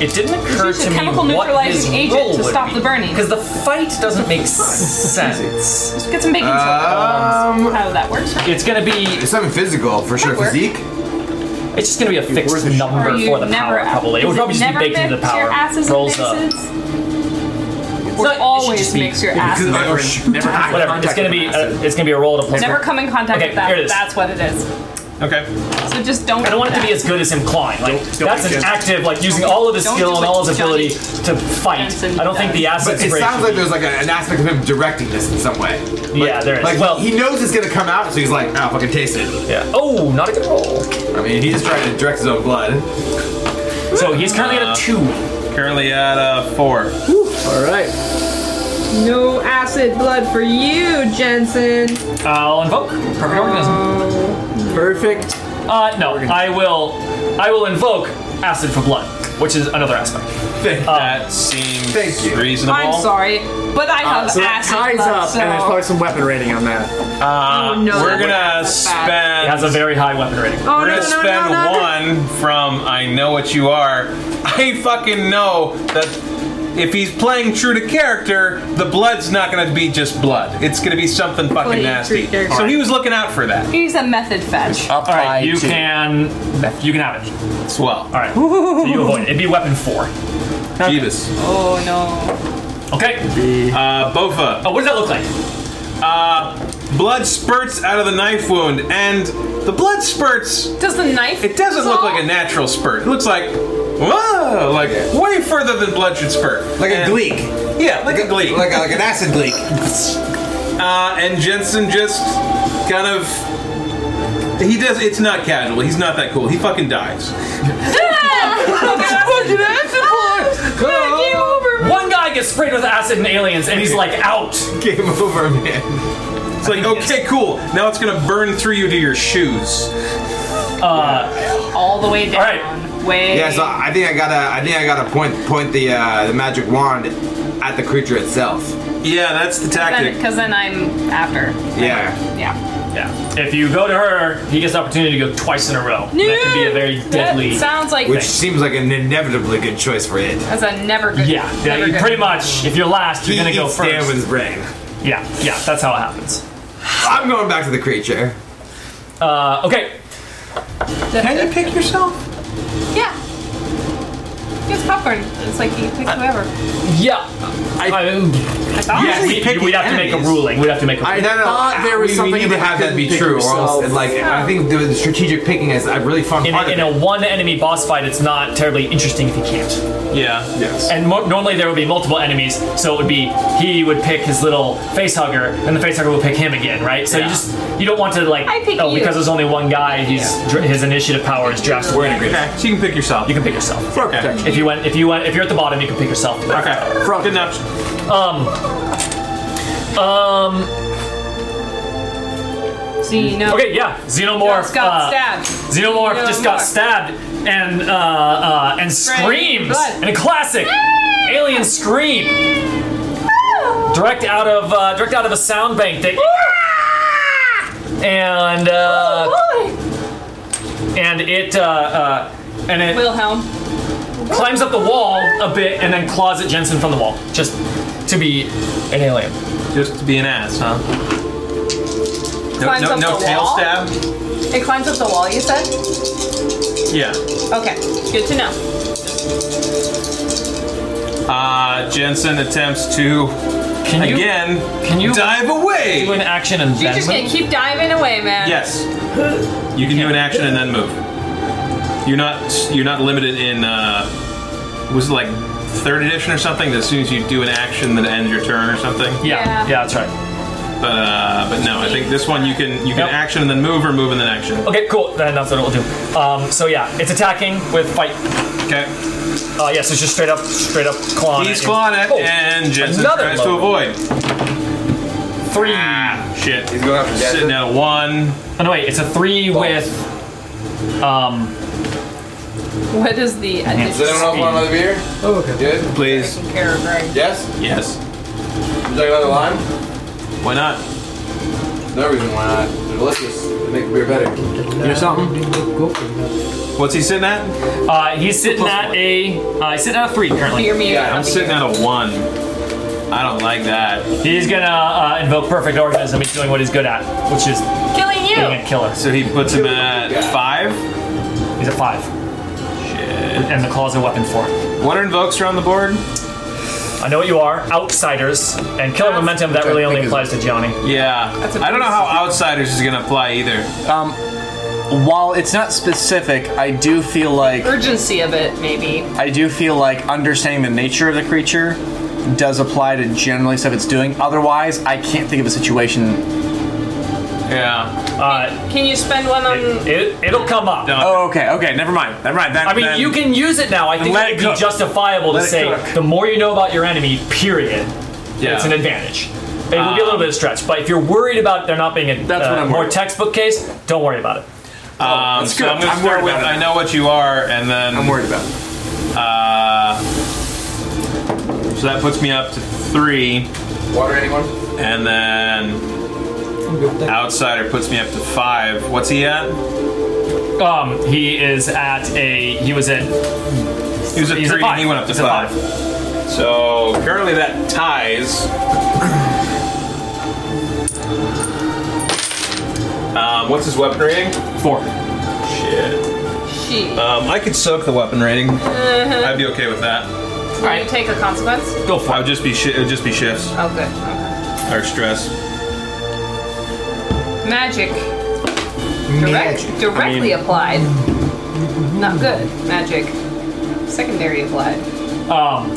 S2: it didn't occur
S7: Use a
S2: to me
S7: chemical
S2: what his
S7: neutralizing agent
S2: role
S7: to
S2: would
S7: stop
S2: be.
S7: the burning.
S2: Because the fight doesn't make sense.
S7: Let's get some baking soda.
S6: Um,
S7: How that works, right?
S2: It's gonna be
S6: something physical for sure.
S7: work.
S6: Physique.
S2: It's just gonna be a fixed number
S7: Are you
S2: for the
S7: never
S2: power, probably. It would
S7: does
S2: probably just be
S7: never
S2: baked into the
S7: mix Your
S2: power.
S7: asses
S2: Rolls
S7: and
S2: up.
S7: faces? Or always mix your asses.
S6: Oh,
S2: Never, never, whatever. It's gonna be. uh it's gonna be a roll to plus.
S7: Never come in contact
S2: Okay,
S7: with
S2: here it
S7: that.
S2: is.
S7: That's what it is.
S3: Okay.
S7: So just don't.
S2: I don't want it to be as good as him clawing. Like that's an
S7: don't-
S2: active, like using all of his
S7: don't
S2: skill
S7: do
S2: and
S7: what
S2: all his ability to fight. I don't think the acid
S6: But it
S2: spray.
S6: sounds
S2: should
S6: like there's like a- an aspect of him directing this in some way.
S2: be- yeah, there is.
S6: Like
S2: well,
S6: he knows it's gonna come out, so he's like, "Ah, fucking taste it."
S2: Yeah. Oh, not a good roll.
S6: I mean, he's just trying to direct his own blood.
S2: So he's currently
S6: Uh,
S2: at a two.
S3: Currently at a four.
S7: Oh.
S8: All right.
S7: No acid blood for you, Jensen.
S2: I'll invoke perfect organism. Perfect. Uh, no, I will. I will invoke acid for blood, which is another aspect.
S3: that seems reasonable.
S7: I'm sorry, but
S2: Uh,
S7: I have
S8: so that
S7: acid
S8: ties
S7: blood.
S8: up,
S7: so
S8: and there's probably some weapon rating on that.
S3: Uh,
S7: Oh, no.
S3: We're gonna
S7: That's bad.
S3: spend.
S2: It has a very high weapon rating.
S7: Oh,
S3: we're
S7: no,
S3: gonna
S7: no, no,
S3: spend
S7: no, no.
S3: one from I know what you are. I fucking know that if he's playing true to character, the blood's not gonna be just blood. It's gonna be something fucking
S7: Playing
S3: nasty.
S7: true character.
S3: So he was looking out for that.
S7: he's a method fetch.
S2: All right, you can. You can have it.
S3: Swell. All
S2: right. So you avoid it. It'd be weapon four.
S3: Jeebus.
S7: Oh no.
S2: Okay.
S3: Uh, Bofa.
S2: Oh, what does that look like?
S3: Uh, blood spurts out of the knife wound, and the blood spurts.
S7: Does the knife?
S3: It doesn't look like a natural spurt. It looks like, whoa, like way further than blood should spurt.
S6: Like a gleek.
S3: Yeah, like, a gleek.
S6: Like, a- like an acid gleek.
S3: Uh, and Jensen just kind of. He does. It's not casual. He's not that cool. He fucking dies.
S14: Fucking acid
S7: Oh,
S14: blood!
S7: Game over!
S2: One guy gets sprayed with acid and aliens, and he's like out.
S6: Game over, man.
S3: It's like, okay, cool. Now it's gonna burn through you to your shoes.
S2: Uh,
S7: All the way down. Way.
S6: Yeah, so I think I gotta, I think I gotta point point the uh, the magic wand at the creature itself.
S3: Yeah, that's the
S7: Because then, I'm after.
S6: Yeah.
S7: Yeah.
S2: Yeah. If you go to her, he gets the opportunity to go twice in a row. That could be a very deadly.
S10: sounds like-
S6: Which seems like an inevitably good choice for it.
S10: That's a never good.
S2: Yeah, yeah.
S10: never
S2: You
S10: good.
S2: pretty much, if you're last, you're
S6: He
S2: gonna go
S6: eats
S2: first.
S6: Dan with his brain.
S2: Yeah, yeah. That's how it happens.
S6: I'm going back to the creature.
S2: Uh, okay.
S7: Can you pick yourself? Yeah. It's popcorn. It's like you
S2: Uh,
S7: pick whoever.
S2: Yeah. I,
S7: thought
S2: yeah,
S7: we
S2: we,
S7: picked
S2: we'd have to make a ruling. We'd have to make a ruling.
S6: I no, no, we, we need to have that be true, or else, and, like, I think the strategic picking is a really fun
S2: in,
S6: part
S2: a,
S6: of
S2: in
S6: it.
S2: a one enemy boss fight, it's not terribly interesting if you can't.
S3: Yeah.
S6: Yes.
S2: And mo- normally there would be multiple enemies, so it would be he would pick his little face hugger, and the face hugger would pick him again, right? So you just you don't want to like oh
S10: you.
S2: because there's only one guy, he's dr- his initiative power is drastically.
S3: We're in agreement. Okay, so you can pick yourself.
S2: You can pick yourself.
S3: Okay. protection.
S2: If you went, if you went, if you're at the bottom, you can pick yourself.
S3: Okay. Good enough.
S2: Um. Um.
S7: Xeno.
S2: Okay, yeah. Xenomorph
S7: Just got
S2: uh,
S7: stabbed.
S2: Xenomorph just got
S7: Xenomorph.
S2: stabbed and uh, uh, and
S7: Strange
S2: screams
S7: blood.
S2: in a classic alien scream, direct out of uh, direct out of a sound bank that. And uh, and it uh, uh, and it
S7: Wilhelm
S2: climbs up the wall a bit and then claws at Jensen from the wall, just to be an alien.
S3: Just to be an ass, huh? No,
S7: Climbs
S3: no,
S7: up
S3: no
S7: the
S3: tail
S7: wall?
S3: stab.
S7: It climbs up the wall, you said?
S3: Yeah.
S7: Okay. Good to know.
S3: Uh, Jensen attempts to
S2: Can you-
S3: again
S2: can you
S3: dive away.
S2: Do an action and
S10: She's just gonna keep diving away, man.
S3: Yes. You can do an action and then move. You're not you're not limited in uh, was it like third edition or something? That as soon as you do an action, that ends your turn or something.
S2: Yeah. Yeah, that's right.
S3: But uh, but no, I think this one you can you can action and then move or move and then action.
S2: Okay, cool. Then that's what it will do. Um, so yeah, it's attacking with fight.
S3: Okay.
S2: Uh, yes, it's just straight up, straight up clawing.
S3: He's
S2: at you.
S3: clawing
S8: uh,
S3: it,
S2: Oh,
S3: and Jensen
S2: another
S3: tries to
S2: low.
S3: avoid.
S2: Three.
S3: Shit.
S6: He's going after
S3: Sitting at a one.
S2: Oh no, wait, it's a three with. Um.
S7: What is the
S6: Does anyone else want another beer? Oh, okay. Good.
S3: Please.
S6: Yes?
S3: Yes.
S6: Would you like another lime?
S3: Why not?
S6: No reason why not. They're delicious. They make beer better. You
S3: know something? What's he sitting at?
S2: Uh, he's sitting at a. Uh, he's sitting at a three currently.
S3: Yeah, I'm sitting at a one. I don't like that.
S2: He's gonna uh, invoke perfect organism. He's doing what he's good at, which is
S10: Killing
S2: being
S10: you.
S2: a killer.
S3: So he puts him at five.
S2: He's at five. And the claws are weapon four.
S3: What are invokes are on the board?
S2: I know what you are. Outsiders and killer momentum. That really only applies to Johnny.
S3: Yeah.
S8: That's a
S3: I don't know how
S8: basic-
S3: outsiders is gonna apply either.
S8: Um, while it's not specific, I do feel like
S10: Urgency of it, maybe.
S8: I do feel like understanding the nature of the creature does apply to generally stuff it's doing. Otherwise, I can't think of a situation.
S3: Yeah.
S2: Uh,
S10: Can you spend one on?
S2: it it'll come up.
S8: Oh, okay, okay, never mind, never mind. That,
S2: I mean,
S8: then-
S2: you can use it now. I think
S8: Let
S2: it
S8: it
S2: would be
S8: cook.
S2: justifiable to
S8: Let it
S2: say
S8: cook.
S2: the more you know about your enemy, period.
S3: Yeah.
S2: It's an advantage. It would be a little bit of a stretch, but if you're worried about there not being a
S8: That's
S2: uh,
S8: what I'm
S2: more
S8: worried.
S2: textbook case, don't worry about it.
S3: Um,
S8: that's
S3: so
S8: good.
S3: I'm gonna
S8: I'm
S3: start
S8: worried
S3: with
S8: about it.
S3: I know what you are, and then I'm
S6: worried about. It.
S3: Uh, so that puts me up to three,
S6: Water anyone?
S3: and then outsider puts me up to five. What's he at?
S2: Um, he is at a he was at
S3: He was at
S2: He's at
S3: three,
S2: five.
S3: and he went up to
S2: He's at
S3: five. So currently that ties. Um, what's his weapon rating?
S2: Four.
S3: Shit.
S10: She.
S3: Um, I could soak the weapon rating.
S6: Mm-hmm.
S3: I'd be okay with that.
S10: Can you take a consequence?
S3: Go for it. I would just be shi it would just be shifts
S10: Oh, good. Okay.
S3: or stress.
S10: Magic. Direct, directly applied. Not good. Magic. Secondary applied.
S2: Um,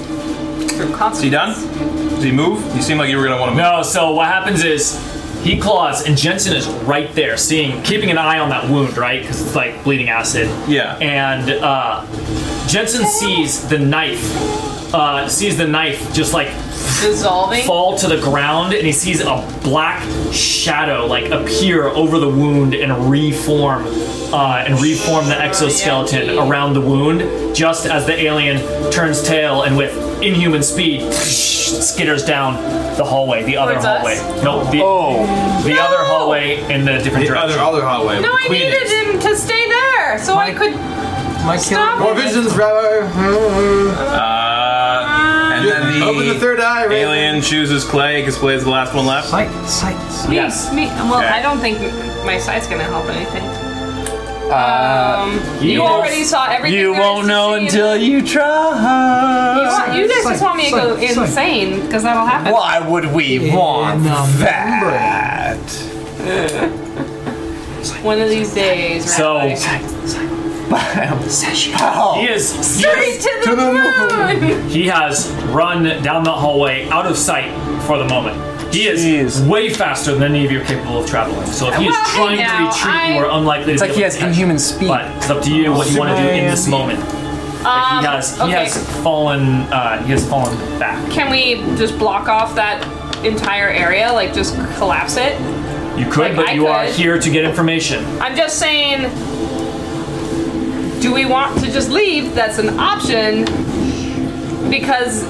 S10: Through
S3: Is he
S10: consequence.
S3: done? Does he move? You seem like you were gonna want to move.
S2: no. So what happens is he claws, and Jensen is right there, seeing, keeping an eye on that wound, right? Because it's like bleeding acid.
S3: Yeah.
S2: and uh, Jensen sees the knife, uh, sees the knife just like
S7: dissolving.
S2: fall to the ground and he sees a black shadow like appear over the wound and reform uh, and reform the exoskeleton around the wound just as the alien turns tail and with inhuman speed skitters down the hallway the other
S7: Towards us?
S2: hallway no the, the other hallway in the different
S6: The
S2: direction
S6: other- other hallway.
S7: No, I needed him to stay there so I could.
S6: My
S7: Stop
S6: More
S7: it.
S6: visions, Rabbi.
S3: Uh, and then the
S6: Open the third eye, Raven.
S3: alien chooses Clay because Clay's the last one left. Sight, sight,
S7: Me, me. Well,
S3: Okay.
S7: I don't think my sight's gonna help anything.
S3: Um,
S7: you already saw everything
S11: You
S7: there
S11: won't know until you
S7: You,
S11: try.
S7: want, you guys just want me to go insane because that'll happen.
S8: Why would we want that?
S7: One of these days.
S2: So-
S7: Rabbi.
S2: He is
S7: Straight to the, moon.
S2: He has run down the hallway out of sight for the moment. He is way faster than any of you are capable of traveling. So if he is
S7: Well, hey
S2: trying
S7: now,
S2: to retreat,
S7: I-
S2: you are unlikely
S8: It's
S2: to
S8: like
S2: be
S8: he
S2: able
S8: has
S2: to catch
S8: inhuman
S2: him.
S8: speed.
S2: But it's up to you what you want to do in this moment.
S7: Um,
S2: he has he
S7: okay.
S2: has fallen uh, he has fallen back.
S7: Can we just block off that entire area? Like, just collapse it?
S2: You could,
S7: Like,
S2: but
S7: I
S2: you are
S7: could.
S2: here to get information.
S7: I'm just saying, do we want to just leave? That's an option. Because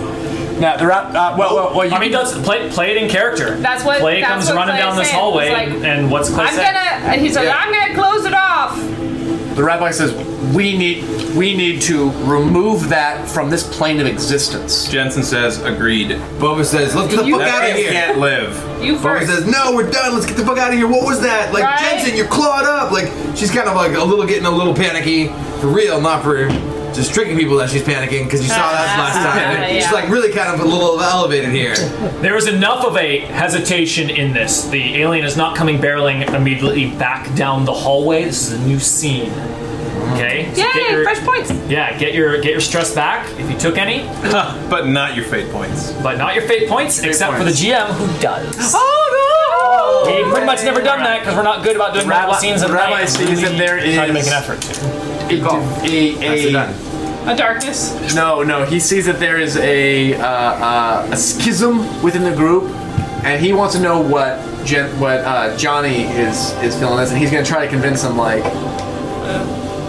S8: Now they're out. Uh, well, well, well, you
S2: I mean, does play play it in character.
S7: That's what-
S2: Clay
S7: that's
S2: comes
S7: what
S2: running
S7: Clay
S2: down this
S7: said.
S2: hallway,
S7: It's like,
S2: and, and what's Clay
S7: I'm
S2: saying?
S7: gonna, and he's like,
S8: Yeah.
S7: I'm gonna close it off.
S8: The rabbi says we need we need to remove that from this plane of existence.
S3: Jensen says, agreed.
S6: Boba says, let's get the fuck out of here.
S3: can't live.
S7: You
S6: Boba
S7: first.
S6: says, no, we're done. Let's get the fuck out of here. What was that? Like,
S7: Right?
S6: Jensen, you're clawed up. Like, she's kind of like a little getting a little panicky. For real, not for just tricking people that she's panicking because you saw that last time.
S7: Uh, Yeah.
S6: She's like really kind of a little elevated here.
S2: There is enough of a hesitation in this. The alien is not coming barreling immediately back down the hallway. This is a new scene. Okay. So
S7: Yay,
S2: get your-
S7: fresh points.
S2: Yeah, get your get your stress back if you took any,
S3: but not your fate points.
S2: but not your fate points, except for the GM who does.
S7: Oh
S2: We've pretty much never done that because we're not good about doing
S8: Rabbi-
S2: battle scenes and
S8: Rabbi sees that there
S2: try to
S8: is-
S2: make an effort. To.
S8: A, a, a,
S7: A darkness.
S8: no, no. He sees that there is a uh, uh, a schism within the group, and he wants to know what Jen, what uh, Johnny is is feeling this, and he's gonna try to convince him like,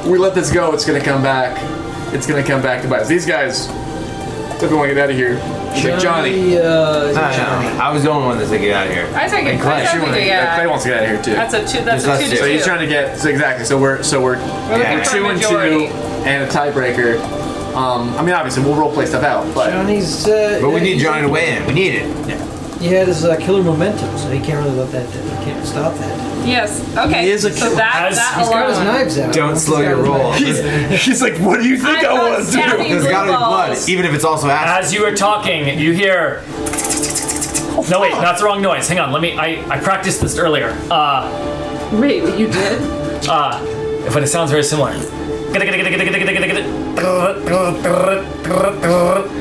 S8: we let this go, it's gonna come back, it's gonna come back to bite us. These guys, definitely want to get out of here. He's like, Johnny.
S7: uh,
S6: No, no, no. I was the only one that said get out of here.
S7: I think
S6: And
S7: it- I think
S8: wanna-
S7: it- yeah.
S8: Clay wants to get out of here too.
S7: That's a two. That's
S8: Just us
S7: a two to
S8: So
S7: two.
S8: he's trying to get so exactly. So we're so we're,
S7: We're looking
S8: we're
S7: for
S8: two
S7: a
S8: and two
S7: majority.
S8: and a tiebreaker. Um, I mean, obviously we'll roleplay stuff out, but
S9: Johnny's. Uh,
S8: But we need
S9: he's-
S8: Johnny to weigh in.
S6: We need it.
S9: He had his uh, killer momentum, so he can't really let that. He can't stop that.
S7: Yes. Okay.
S9: He is a
S7: so
S9: killer.
S7: that
S9: Has-
S7: that
S9: he's got his
S7: alone.
S9: knives out.
S6: Don't slow your roll.
S8: He's like, what do you
S7: think I I want to do?" stabbing
S6: There's
S7: blue
S6: gotta be blood,
S7: balls.
S6: even if it's also acid.
S2: As you are talking, you hear. No wait, that's the wrong noise. Hang on, let me. I I practiced this earlier. Uh,
S7: Wait, you did?
S2: Uh, but it sounds very similar.
S15: Oh,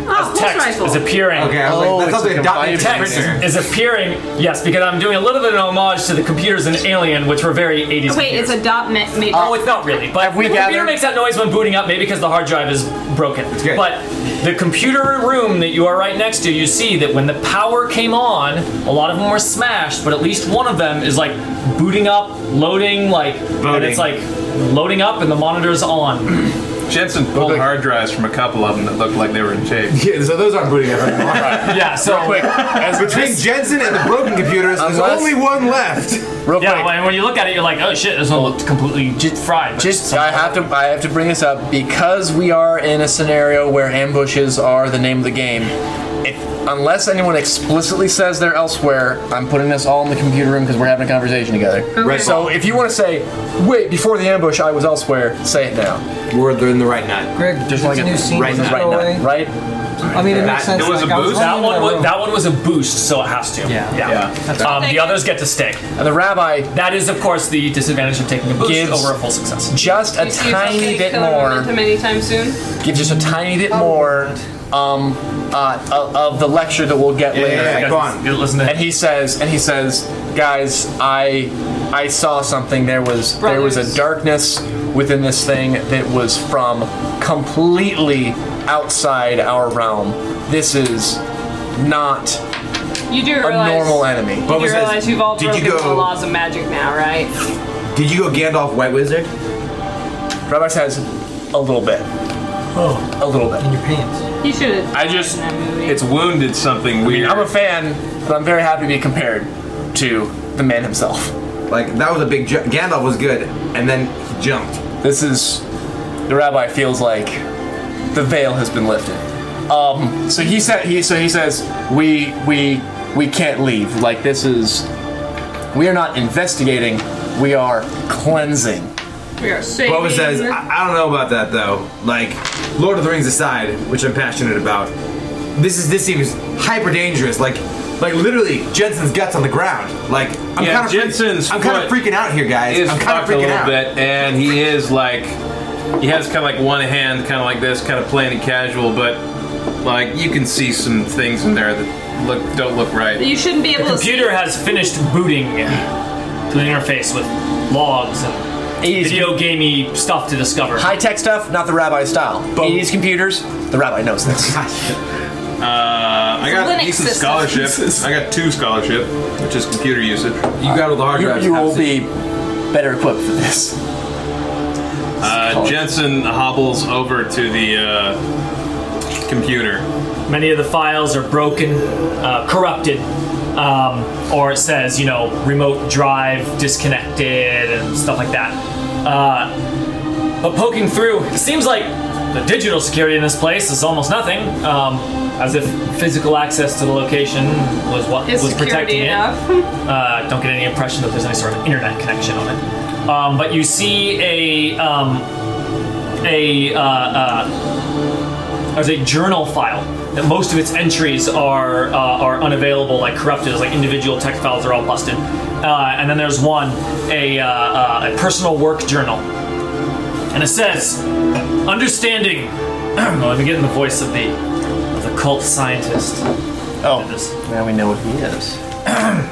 S2: As text is appearing.
S6: Okay, I was like, that sounds Oh, like a dot
S2: Text
S6: printer.
S2: is appearing, yes, because I'm doing a little bit of an homage to the computers in Alien, which were very 80s.
S7: Wait, it's a dot ma- made.
S8: Uh,
S2: Oh, it's not really. But
S8: we
S2: the computer
S8: gathered-
S2: makes that noise when booting up, maybe because the hard drive is broken.
S6: good.
S2: But the computer room that you are right next to, you see that when the power came on, a lot of them were smashed, but at least one of them is like booting up, loading, like, and
S6: Voting.
S2: it's like loading up and the monitor's on.
S3: Jensen pulled hard drives from a couple of them that looked like they were in shape.
S6: Yeah, so those aren't booting up anymore.
S2: yeah, so quick.
S8: As
S6: Between Jensen and the broken computers, there's
S8: Unless-
S6: only one left.
S8: real
S2: Yeah, when, when you look at it, you're like, oh shit, this one looked completely j- fried. but
S8: Just
S2: some-
S8: I have to I have to bring this up uh, because we are in a scenario where ambushes are the name of the game. If, unless anyone explicitly says they're elsewhere, I'm putting this all in the computer room because we're having a conversation together.
S6: Right.
S8: So if you want to say, wait, before the ambush, I was elsewhere, say it now.
S6: We're in the right nut.
S9: Greg,
S8: Just
S9: just
S8: like
S9: like
S8: a-
S9: new scene
S6: right
S9: doesn't
S6: now.
S9: go
S8: Right
S9: away.
S8: now, right?
S9: I mean, it
S6: That-
S9: makes sense.
S6: it was
S9: like,
S6: a
S9: I
S6: boost.
S2: That
S9: running
S2: one,
S9: in
S2: was,
S9: room.
S2: that one was a boost, so it has to.
S8: Yeah.
S2: yeah. Um, the others get to stay.
S8: And the rabbi
S2: That is, of course, the disadvantage of taking a boost
S8: Gives-
S2: over a full success.
S8: just a
S7: Excuse us, can
S8: tiny
S7: you
S8: bit
S7: kill
S8: more.
S7: momentum anytime soon.
S8: Give just a tiny bit more um, uh, of- of the lecture that we'll get later.
S6: yeah, yeah, go on.
S2: You listen
S8: and
S2: to
S8: he says and he says guys i i saw something there was there was a
S7: Brothers.
S8: darkness within this thing that was from completely outside our realm this is not
S15: You do
S8: a
S15: realize
S8: normal enemy.
S15: You
S8: What
S15: do
S8: was that?
S15: realize you've all
S8: Did you
S15: broken
S8: go-
S15: the laws of magic now, right?
S8: Did you go Gandalf White Wizard? Roberts has a little bit. Oh, a little bit. In your pants.
S15: You should have.
S8: I just, it's wounded something weird. I am a fan, but I'm very happy to be compared to the man himself.
S6: Like that was a big jump. Gandalf was good, and then he jumped.
S8: This is the rabbi feels like the veil has been lifted. Um, so he said, he so he says, we we we can't leave. Like this is, we are not investigating. We are cleansing.
S15: We are saving.
S6: Boba says, I, I don't know about that though. Like, Lord of the Rings aside, which I'm passionate about, this is this seems hyper dangerous. Like, like literally, Jensen's guts on the ground. Like, I'm
S3: yeah,
S6: kind of
S3: Jensen's.
S6: I'm kind of
S3: foot
S6: freaking out here, guys.
S3: Is
S6: I'm kind
S3: fucked
S6: of
S3: a
S6: freaking
S3: little
S6: out.
S3: bit, and he is like, he has kind of like one hand, kind of like this, kind of playing it casual, but like you can see some things in there that look don't look right.
S15: You shouldn't be able
S2: The
S15: to see.
S2: computer has finished booting to the interface with logs and video gamey stuff to discover.
S8: High tech stuff, not the rabbi style. But these computers, the rabbi knows this.
S3: Uh, I
S8: It's a
S3: got
S8: Linux
S3: decent
S8: system.
S3: scholarship. I got two scholarship, which is computer usage. You
S6: got all the hard
S8: You-
S3: drives.
S8: you will be better equipped for this.
S3: Uh, Jensen hobbles over to the uh, computer.
S2: Many of the files are broken, uh, corrupted, um, or it says, you know, remote drive disconnected and stuff like that. Uh, but poking through, it seems like the digital security in this place is almost nothing, um, as if physical access to the location was what
S15: Is
S2: was
S15: security
S2: protecting
S15: enough?
S2: it. Uh, don't get any impression that there's any sort of internet connection on it. Um, but you see a um, a uh, uh, there's a journal file that most of its entries are uh, are unavailable, like corrupted, like individual tech files are all busted. Uh, and then there's one a, uh, uh, a personal work journal, and it says, "Understanding." well, let me get in the voice of the of the cult scientist. Oh,
S8: now we know what he is.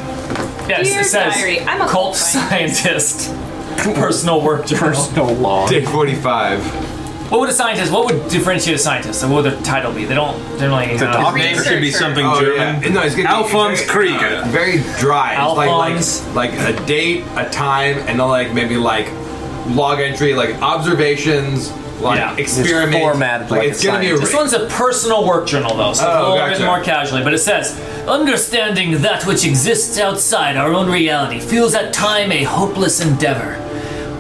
S2: Yes,
S15: Dear
S2: it says
S15: diary, I'm a
S2: cult,
S15: cult
S2: scientist. Personal work journal. Personal log.
S6: Day 45.
S2: What would a scientist? What would differentiate a scientist? And what would their title be? They don't generally.
S3: It's a doctor. His name should be something
S6: Oh,
S3: German.
S6: yeah. No, it's gonna be-
S3: Alphonse
S6: it's very,
S3: Krieger.
S6: uh, very dry. It's like, like like a date, a time, and then like maybe like log entry, like observations, like
S2: Yeah. It's
S6: experiments.
S2: formatted like
S6: it's
S2: a
S6: gonna be
S2: scientist. This one's a personal work journal though, so it's a
S6: Oh,
S2: little
S6: gotcha.
S2: bit more casually. But it says, understanding that which exists outside our own reality feels at time a hopeless endeavor.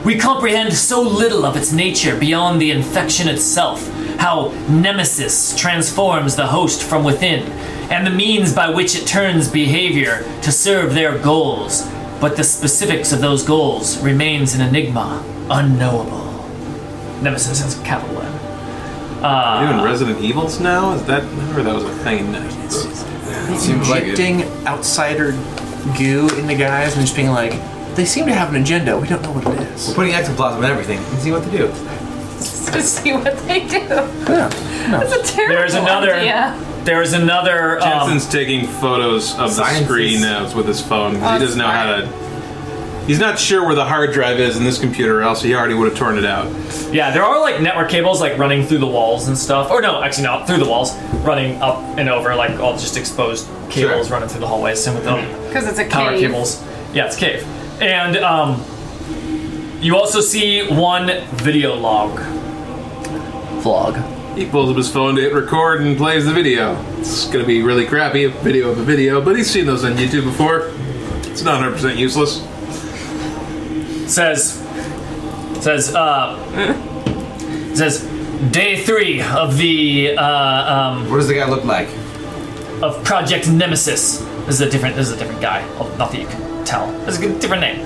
S2: We comprehend so little of its nature beyond the infection itself, how nemesis transforms the host from within, and the means by which it turns behavior to serve their goals. But the specifics of those goals remains an enigma, unknowable. Nemesis has a capital M.
S3: Are you doing
S2: Uh,
S3: Resident Evils now? Is that I remember that was a thing? Seems like it.
S8: Injecting outsider goo into guys and just being like, they seem to have an agenda. We don't know what it is. We're
S6: putting ectoplasm in everything and see what to do.
S15: to see what they do. That's a terrible
S2: There is another-
S15: idea.
S2: There is another. um,
S3: Jensen's taking photos of the
S2: Sciences.
S3: screen now with his phone.
S15: Oh,
S3: he doesn't know how to. He's not sure where the hard drive is in this computer, or else he already would have torn it out.
S2: Yeah, there are like network cables like running through the walls and stuff. Or no, actually not through the walls, running up and over like all just exposed cables running through the hallways. Same with
S7: Mm-hmm.
S2: them.
S15: Because it's a
S2: power
S15: cave.
S2: cables. Yeah, it's a cave. And um, you also see one video log.
S8: Vlog.
S3: He pulls up his phone to hit record and plays the video. It's gonna be really crappy, a video of a video, but he's seen those on YouTube before. It's not 100% useless.
S2: says says uh says day three of the uh, um,
S6: what does the guy look like
S2: of project nemesis this is a different this is a different guy Oh, not that you can tell this is a different name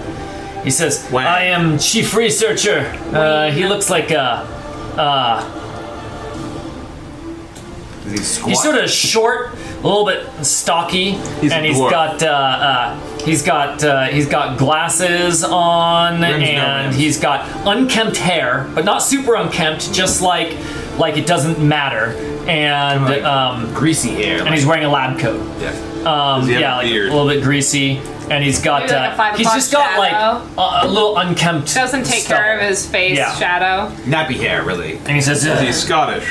S2: he says i am chief researcher uh, he looks like a uh,
S6: Is he squat?
S2: He's sort of short, a little bit stocky,
S6: He's a
S2: and he's
S6: dwarf.
S2: got uh, uh, he's got uh, he's got glasses on,
S6: Rims, no
S2: and
S6: rims.
S2: he's got unkempt hair, but not super unkempt, just like like it doesn't matter, and um,
S6: greasy hair,
S2: and he's wearing a lab coat.
S6: Yeah.
S2: Um,
S3: Does he have
S2: yeah,
S3: a
S2: like a
S3: beard?
S2: little bit greasy, and he's got
S15: Maybe like a
S2: uh,
S15: five
S2: he's
S15: o'clock
S2: just got
S15: shadow.
S2: like a, a little unkempt.
S15: Doesn't take care of his face
S2: Yeah.
S15: shadow.
S6: nappy hair, really.
S2: And he says,
S3: "He's Scottish."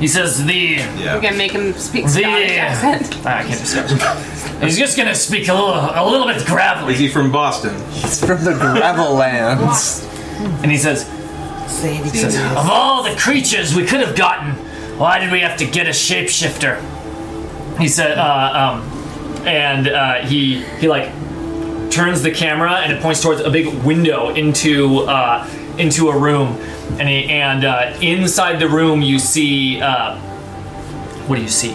S2: He says the. Ah,
S15: We're gonna make him speak Scottish accent.
S2: I can't discuss. He's just gonna speak a little, a little bit gravelly. Is he
S3: from Boston?
S2: He's from the gravel lands. and he says, he says, of all the creatures we could have gotten, why did we have to get a shapeshifter? He said, uh, um, and uh, he he like turns the camera and it points towards a big window into uh, into a room, and he, and uh, inside the room you see uh, what do you see?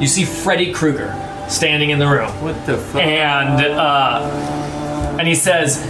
S2: You see Freddy Krueger standing in the room. What the fuck? And uh, and he says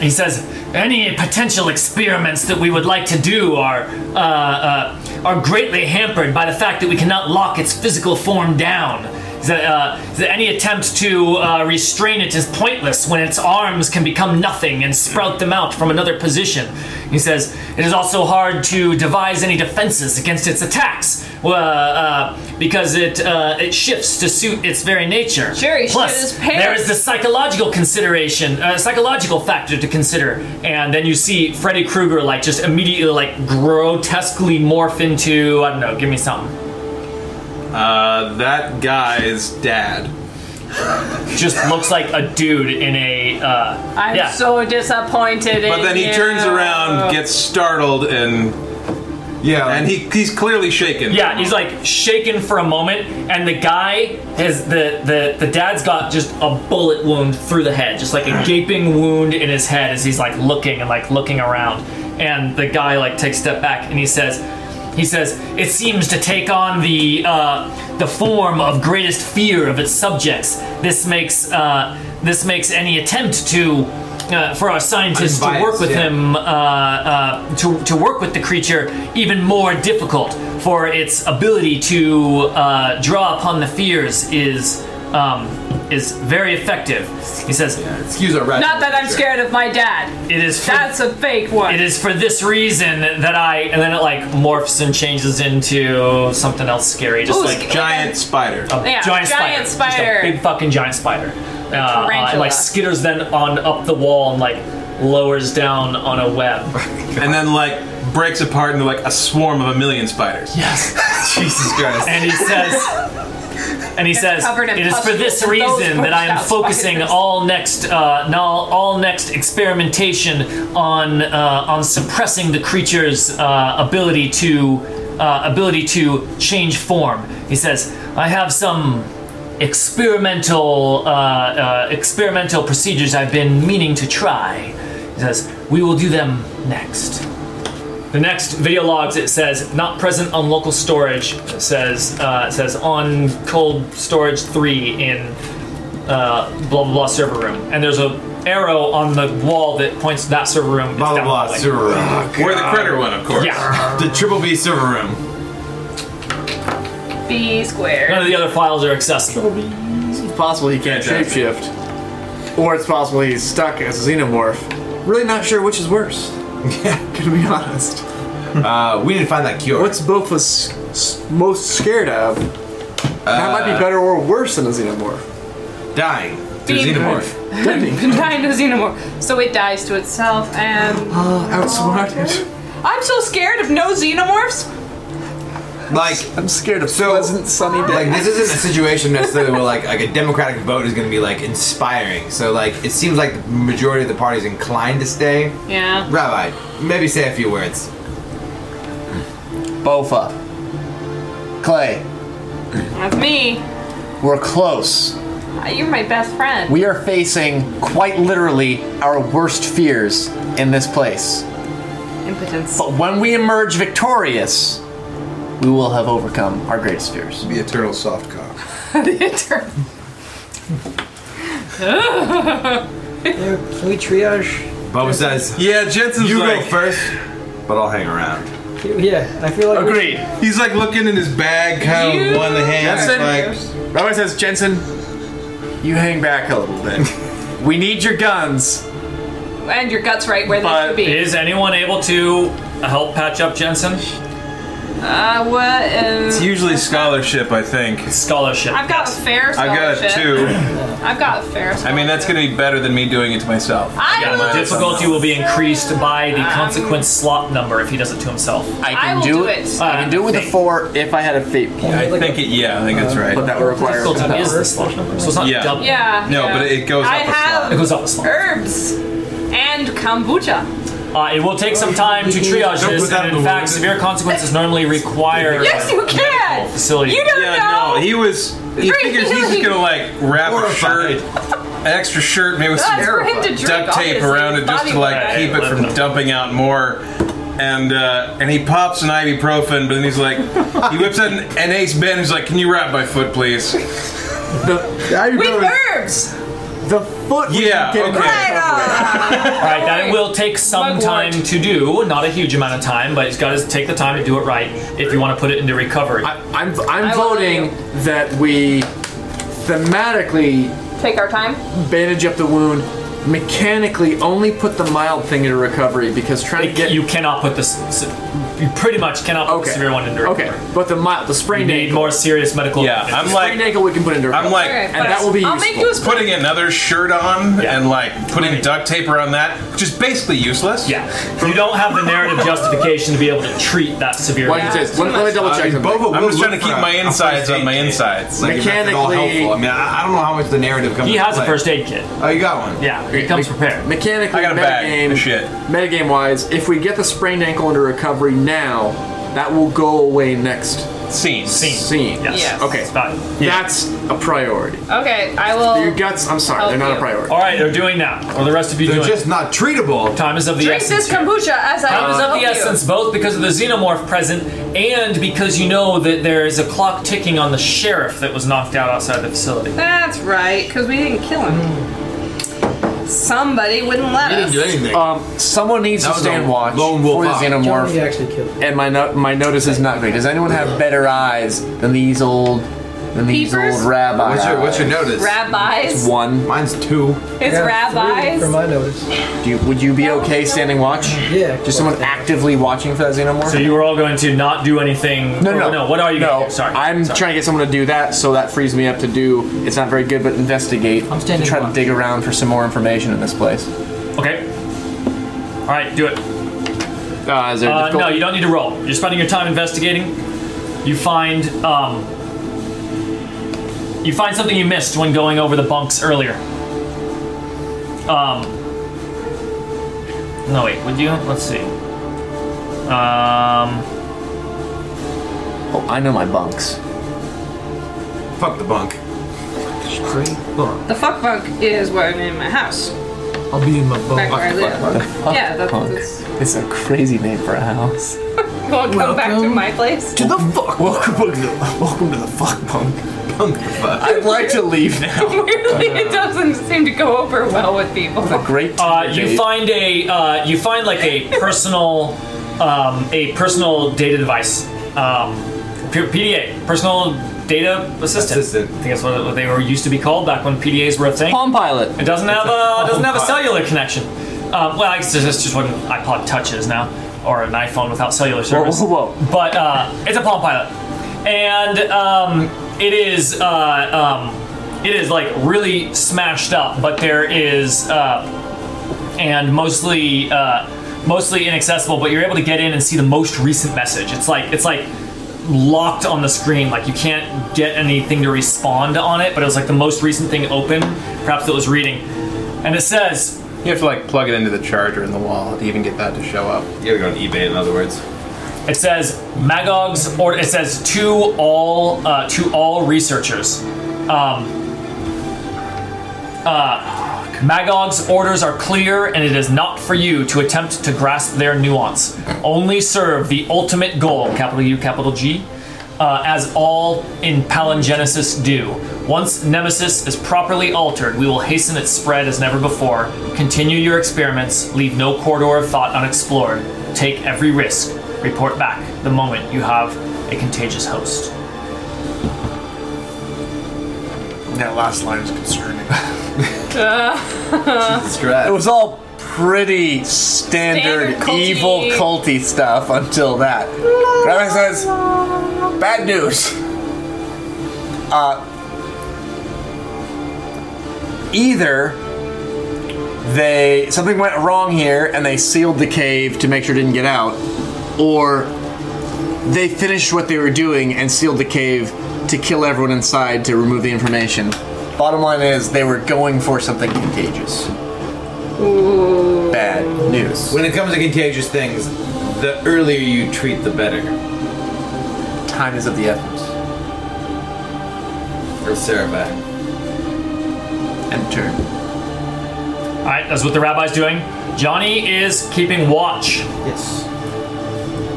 S2: he says any potential experiments that we would like to do are uh, uh, are greatly hampered by the fact that we cannot lock its physical form down. That, uh, that any attempt to uh, restrain it is pointless when its arms can become nothing and sprout them out from another position. He says, It is also hard to devise any defenses against its attacks uh, uh, because it, uh, it shifts to suit its very nature.
S15: Sure, he
S2: Plus,
S15: shit his pants.
S2: there is the psychological consideration, uh, psychological factor to consider. And then you see Freddy Krueger, like, just immediately, like, grotesquely morph into, I don't know, give me something.
S3: Uh, that guy's dad.
S2: Just looks like a dude in a. Uh,
S15: I'm
S2: yeah.
S15: so disappointed.
S3: But
S15: in
S3: then he
S15: you.
S3: turns around, gets startled, and yeah, and he he's clearly shaken.
S2: Yeah, he's like shaken for a moment, and the guy has the the the dad's got just a bullet wound through the head, just like a gaping wound in his head as he's like looking and like looking around, and the guy like takes a step back and he says. He says, it seems to take on the uh, the form of greatest fear of its subjects. This makes uh, this makes any attempt to uh, for our scientists to work
S6: Unbiased,
S2: with
S6: yeah.
S2: him um, uh, uh, to, to work with the creature even more difficult, for its ability to uh, draw upon the fears is um, is very effective. He says,
S6: "Excuse our
S15: Not that I'm scared of my dad.
S2: It is. For,
S15: That's a fake one.
S2: it is for this reason that I, and then it like morphs and changes into something else scary, just
S15: Ooh,
S2: like
S15: sc-
S3: giant spider.
S2: a
S15: Yeah,
S2: giant,
S15: giant
S2: spider,
S15: spider.
S2: Just a big fucking giant spider. Uh, uh, it
S15: tarantula.
S2: like skitters then on up the wall and like lowers down on a web.
S3: and then like breaks apart into like a swarm of a million spiders.
S2: Yes.
S3: Jesus Christ.
S2: And he says, and he says,
S15: covered in
S2: "It is for this
S15: pustules and those
S2: reason that I am
S15: pushed out
S2: focusing
S15: spiders."
S2: all next, uh, now- all next experimentation on uh, on suppressing the creature's uh, ability to uh, ability to change form." He says, "I have some." Experimental uh, uh, experimental procedures I've been meaning to try. He says we will do them next. The next video logs it says not present on local storage. It says uh, it says on cold storage three in uh, blah blah blah server room. And there's a arrow on the wall that points to that server room. Blah blah blah
S6: server room.
S3: Where the critter went, of course.
S2: Yeah.
S6: The triple B server room.
S15: B squared.
S2: None of the other files are accessible.
S8: It's possible he can't shapeshift, or it's possible he's stuck as a xenomorph. Really not sure which is worse. Yeah, to be honest.
S6: Uh, we didn't find that cure.
S8: What's both of us s- most scared of? that might be better or worse than a xenomorph.
S6: Dying to
S15: Being-
S6: xenomorph.
S15: Dying to xenomorph. So it dies to itself and. Oh,
S8: outsmarted.
S15: I'm so scared of no xenomorphs.
S6: Like
S8: I'm scared of pleasant sunny
S6: Like
S8: days.
S6: this isn't a situation necessarily where like like a democratic vote is going to be like inspiring. So like it seems like the majority of the party is inclined to stay.
S15: Yeah.
S6: Rabbi, maybe say a few words.
S8: Bofa. Clay,
S15: That's me.
S8: we're close.
S15: Uh, You're my best friend.
S8: We are facing quite literally our worst fears in this place.
S15: Impotence.
S8: But when we emerge victorious, we will have overcome our greatest fears.
S16: The eternal soft cock.
S15: the eternal.
S9: Can we triage?
S6: Bubba says,
S3: "Yeah, Jensen's
S6: you
S3: like-
S6: go first, but I'll hang around."
S9: Yeah, I feel like.
S8: Agreed.
S3: He's like looking in his bag, kind of one hand, like
S8: Jensen, Robert Oh, says, Jensen, you hang back a little bit. we need your guns.
S15: And your gut's right where they should be.
S2: Is anyone able to help patch up Jensen?
S7: Uh, what is?
S3: It's usually scholarship, I think.
S2: Scholarship.
S7: I've got a fair
S3: I've got
S7: scholarship.
S3: a two.
S7: I've got a fair.
S3: I mean, that's going to be better than me doing it to myself.
S7: I
S2: Yeah, the difficulty will be increased by the consequence slot number if he does it to himself.
S8: I can do it. I can do it with a four if I had a fate point.
S3: I think it, yeah, I think that's right.
S8: But that would require.
S2: difficulty is the slot number, so it's not
S3: yeah.
S2: double.
S7: Yeah. yeah. I have
S2: It goes up a slot.
S7: Herbs and kombucha.
S2: Uh, it will take some time to triage this, and in fact, severe consequences normally require.
S7: Yes, you can.
S2: Facility.
S7: You don't know.
S3: he was. He
S7: Drink
S3: figures he's just
S7: healing.
S3: gonna like wrap a shirt, an extra shirt, maybe with some
S7: That's for him to drink,
S3: duct tape
S7: obviously.
S3: around it, just
S7: Body
S3: to like
S7: fluid.
S3: keep it from dumping out more. And uh, and he pops an ibuprofen, but then he's like, he whips out an, an ace band. He's like, "Can you wrap my foot, please?"
S7: With herbs.
S8: The foot.
S3: Yeah. Okay.
S2: Alright, that will take some time to do. Not a huge amount of time, but he's got to take the time to do it right if you want to put it into recovery. I,
S8: I'm, I'm voting that we thematically
S7: Take our time.
S8: bandage up the wound. Mechanically, only put the mild thing into recovery because trying to get
S2: you cannot put this. You pretty much cannot put the severe one into recovery.
S8: Okay, but the mild, the sprained
S2: You need
S8: ankle.
S2: more serious medical.
S3: Yeah,
S2: attention.
S3: I'm like
S8: ankle we can put into.
S3: I'm like,
S2: Okay, And fine. that will be I'll make useful. you a spray.
S3: putting another shirt on and like putting duct tape around that, which is basically useless.
S2: Yeah, you don't have the narrative justification to be able to treat that severe.
S3: Why is
S2: injury.
S3: this? Let- let me double check something. I'm just trying to keep my insides on my insides.
S6: Like, if that's at all helpful. I mean, I, I don't know how much the narrative comes.
S8: He
S6: into
S8: has a
S6: play.
S8: first aid kit.
S6: Oh, you got one.
S2: Yeah,
S8: Me- Mechanically,
S6: I got a bag
S8: metagame,
S6: of shit.
S8: metagame wise, if we get the sprained ankle into recovery now, that will go away next
S3: scene.
S8: Scene.
S7: Yes. Yes.
S8: Okay. That's a priority.
S7: Okay, I will.
S8: Your guts. I'm sorry, they're not a priority.
S2: All right, they're doing now. Or the rest of you.
S8: They're
S2: doing
S8: just
S6: not treatable.
S2: Time is of the
S7: Drink
S2: essence. Uh,
S7: this kombucha as I
S2: Time is of
S7: help
S2: the
S7: you.
S2: essence, both because of the xenomorph present and because you know that there is a clock ticking on the sheriff that was knocked out outside the facility.
S7: That's right, because we didn't kill him. Somebody wouldn't let us.
S8: Um, someone needs
S7: That
S8: to
S7: was
S8: stand
S7: a
S8: watch
S7: lone wolf
S8: for the
S7: op. Johnny
S8: xenomorph.
S7: actually
S8: And my no- my notice is not great. Does anyone have better eyes than these old than these
S7: Peepers?
S8: old rabbi?
S6: What's your- what's your
S8: eyes?
S6: notice?
S7: Rabbis?
S8: One.
S6: Mine's two.
S7: It's rabbis.
S8: my notice. Do you, would you be okay standing watch? Yeah. Just someone actively watching for that xenomorph.
S2: So you were all going to not do anything.
S8: No,
S2: or
S8: no,
S2: no. What are you?
S8: No,
S2: Gonna do? Sorry.
S8: I'm trying to get someone to do that, so that frees me up to do. It's not very good, but investigate. I'm standing. To try to dig around for some more information in this place.
S2: Okay. All right, do it.
S8: Uh, is there a
S2: Uh, no,
S8: difficulty?
S2: you don't need to roll. You're spending your time investigating. You find um, you find something you missed when going over the bunks earlier. Um, no wait, would you? Let's see. Um,
S8: oh, I know my bunks.
S6: Fuck the bunk.
S8: Straight bunk.
S7: The fuck bunk is what I'm in my house.
S8: I'll be in my
S7: bunk. Back where I live. Yeah, that's- that's-
S8: It's a crazy name for a house.
S7: Welcome, back to my place.
S8: To the fuck. Welcome, welcome to the fuck punk. Punk the fuck. I'd like to leave now.
S7: Weirdly, it doesn't seem to go over well with people.
S8: great.
S2: Uh, you
S7: date.
S2: find a uh, you find like a personal um, a personal data device, um, P- PDA, personal data assistant. I think that's what they were used to be called back when PDAs were a thing.
S8: Palm Pilot.
S2: It doesn't have a doesn't have a
S8: Palm Pilot.
S2: cellular connection. Um, well, I guess that's just what an iPod Touch is now, or an iPhone without cellular service.
S8: whoa,
S2: But uh, it's a Palm Pilot, and um, it is uh, um, it is like really smashed up. But there is. Uh, and mostly uh, mostly inaccessible. But you're able to get in and see the most recent message. It's like it's like locked on the screen. Like you can't get anything to respond on it. But it was like the most recent thing open. Perhaps it was reading, and it says.
S3: You have to like plug it into the charger in the wall to even get that to show up. You gotta go on eBay, in other words.
S2: It says Magog's or it says to all uh, to all researchers. Um, uh, Magog's orders are clear, and it is not for you to attempt to grasp their nuance. Only serve the ultimate goal, capital U, capital G, uh, as all in palingenesis do. Once Nemesis is properly altered, we will hasten its spread as never before. Continue your experiments, leave no corridor of thought unexplored. Take every risk. Report back the moment you have a contagious host.
S4: That last line is concerning.
S7: Uh,
S8: It was all pretty standard,
S15: Standard culty.
S8: evil culty stuff until that. Grandma says, "Bad news. Uh, either they something went wrong here and they sealed the cave to make sure it didn't get out, or they finished what they were doing and sealed the cave to kill everyone inside to remove the information. Bottom line is they were going for something contagious. Bad news.
S6: When it comes to contagious things, the earlier you treat, the better.
S8: Time is of the essence.
S6: For Sarah.
S8: End turn.
S2: All right, that's what the rabbi's doing. Johnny is keeping watch. Yes.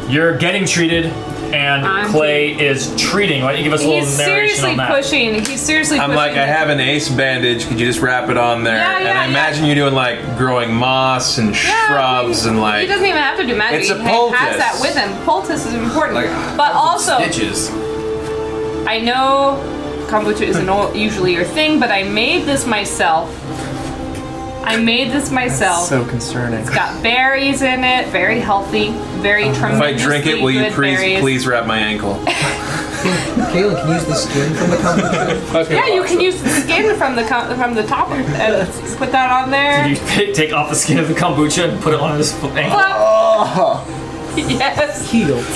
S2: You're getting treated, and
S7: I'm
S2: Clay is treating. Why don't you give us a little
S7: He's
S2: narration
S7: seriously
S2: on that?
S7: pushing. He's seriously
S3: I'm
S7: pushing.
S3: like, I have an ace bandage. Could you just wrap it on there?
S7: Yeah,
S3: and
S7: yeah,
S3: I imagine you doing like growing moss and shrubs and
S7: He
S3: like.
S7: doesn't even have to do magic.
S3: It's a
S7: he ha- has
S3: poultice.
S7: that with him. Poultice is important.
S3: Like,
S7: but also,
S6: Stitches.
S7: I know kombucha isn't all- usually your thing, but I made this myself. I made this myself.
S8: So concerning.
S7: it's got berries in it. Very healthy. Very
S3: If I
S7: tremendously
S3: drink it, will you
S7: good berries.
S3: please please wrap my ankle?
S9: Kayla can use the skin from the company.
S3: Okay.
S7: Yeah, you can use the skin from the co- from the top and put that on there.
S2: You pick- take off the skin of the kombucha and put it on his foot.
S8: Oh.
S7: Yes.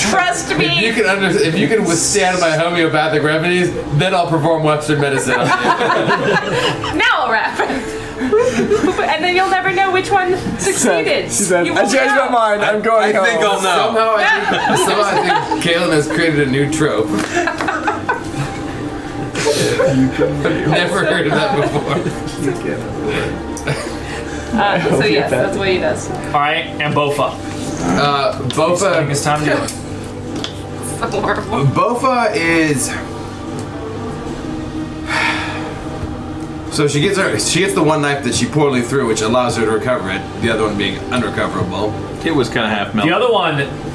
S7: Trust me.
S16: If you can under, if you can withstand my homeopathic remedies, then I'll perform Western medicine.
S7: now I'll wrap. and then you'll never know which one succeeded.
S8: She said,
S7: You
S8: I
S7: won't
S8: changed my
S7: know." Ah,
S8: mind. I'm going
S16: I
S8: home.
S16: think I'll know. Somehow I think- somehow I think Caleb has created a new trope. I've never heard of that before.
S7: Uh, so yes, that's what he does.
S2: All right, and Bofa.
S16: Uh, Bofa.
S2: It's time to.
S6: Bofa is. So she gets her. She gets the one knife that she poorly threw, which allows her to recover it. The other one being unrecoverable.
S3: It was kind of half melted.
S2: The other one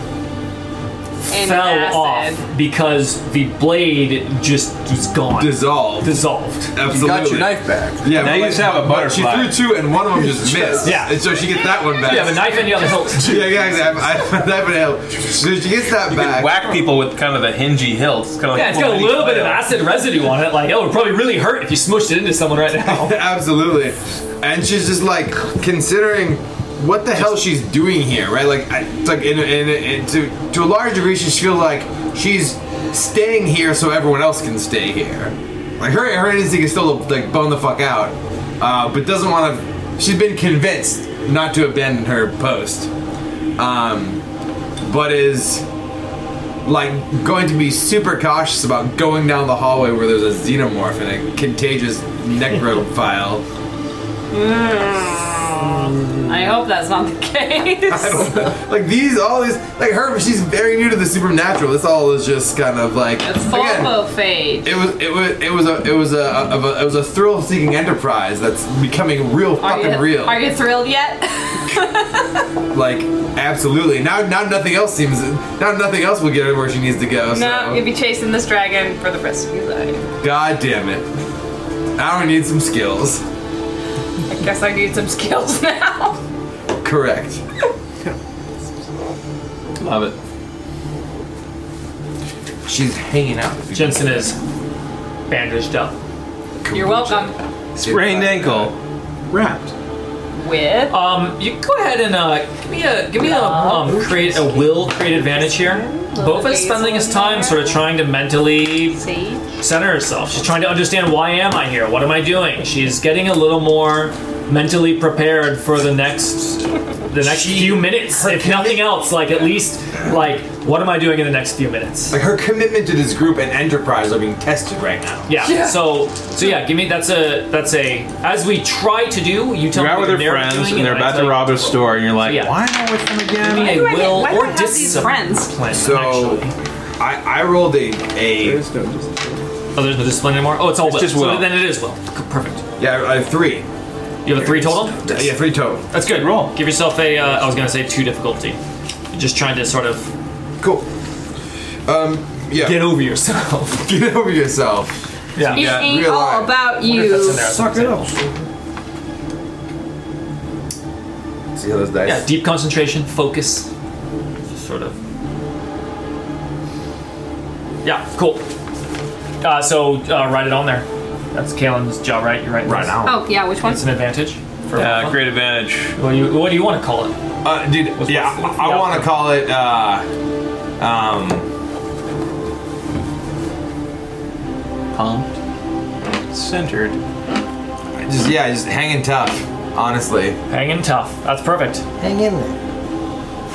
S2: fell off because the blade just was gone.
S6: Dissolved.
S2: Dissolved.
S6: Absolutely. Yeah, but like- but She threw two, and one of them just missed.
S2: Yeah.
S6: And so she gets that one back.
S2: Yeah, the knife and the other hilt.
S6: yeah, yeah, exactly. I, I, knife and hilt. So she gets that
S3: You
S6: back.
S3: can whack people with kind of the hingy hilt. It's kind of like
S2: Yeah, it's got a
S3: mini
S2: little bit of
S3: flail.
S2: acid residue on it. Like, it would probably really hurt if you smushed it into someone right now.
S6: Absolutely. And she's just like considering what the hell she's doing here, right? Like, I, it's like in, in, in, to to a large degree, she feels like she's staying here so everyone else can stay here. Like her her instinct is still to, like bone the fuck out, uh, but doesn't want to. She's been convinced not to abandon her post, um, but is like going to be super cautious about going down the hallway where there's a xenomorph and a contagious necrophile.
S7: Mm, I hope that's not the case.
S6: I don't know. Like these, all these, like her. She's very new to the supernatural. This all is just kind of like again.
S7: Fulfophage.
S6: It was it was it was a it was a, of a it was a thrill-seeking enterprise that's becoming real fucking
S7: you,
S6: real.
S7: Are you thrilled yet?
S6: like absolutely. Now now nothing else seems now nothing else will get her where she needs to go.
S7: no,
S6: so.
S7: you'll be chasing this dragon for the rest of your life.
S6: God damn it! I don't need some skills.
S7: I guess I need some skills now.
S6: Correct. Love it. She's hanging out.
S2: Jensen is bandaged up.
S7: You're welcome.
S3: sprained ankle, wrapped.
S7: With
S2: um, you go ahead and uh, give me a give me a um, create a will create advantage here. Bofa's spending his time sort of trying to mentally center herself. She's trying to understand why am I here? What am I doing? She's getting a little more mentally prepared for the next the next few minutes, if nothing else. Like at least like what am I doing in the next few minutes?
S6: Like her commitment to this group and enterprise are being tested right now.
S2: Yeah. So so yeah, give me that's a that's a as we try to do, you tell
S3: You're out
S2: me
S3: with
S2: what
S3: your
S2: they're
S3: friends,
S2: doing
S3: and they're
S2: I
S3: about
S2: tell
S3: to
S2: you-
S3: rob a store, and you're like,
S2: Yeah.
S3: "Why am I with them again?"
S2: Give me a
S7: Why do I get-
S2: will
S7: why do
S2: or
S7: I have these friends?
S6: So I, I rolled a a.
S2: Oh, there's no discipline anymore. Oh, it's all
S6: It's
S2: will.
S6: just
S2: So
S6: will.
S2: then it is will. C- Perfect.
S6: Yeah, I have three.
S2: You have a three total.
S6: Yeah, three total.
S2: That's good. Roll. Give yourself a. Uh, I was gonna say two difficulty. You're just trying to sort of.
S6: Cool. Um. Yeah.
S2: Get over yourself.
S6: Get over yourself.
S2: Yeah.
S7: It ain't
S6: real
S7: all
S6: life.
S7: about
S6: Wonder if
S7: you.
S6: that's in there. Suck it up. see how those dice.
S2: Yeah, deep concentration, focus. Just sort of. Yeah, cool. Uh, so uh, write it on there. That's Kalen's job, right? You're right. Right now.
S7: Oh, yeah, which one?
S2: It's an advantage. For
S3: Uh,
S2: Alpha.
S3: great advantage.
S2: What do you, what do you want to call it?
S6: Uh, dude, yeah, I, want to call it. Uh, um, um, Pumped,
S3: centered.
S6: Just yeah, just hanging tough. Honestly,
S2: hanging tough. That's perfect.
S9: Hang in there.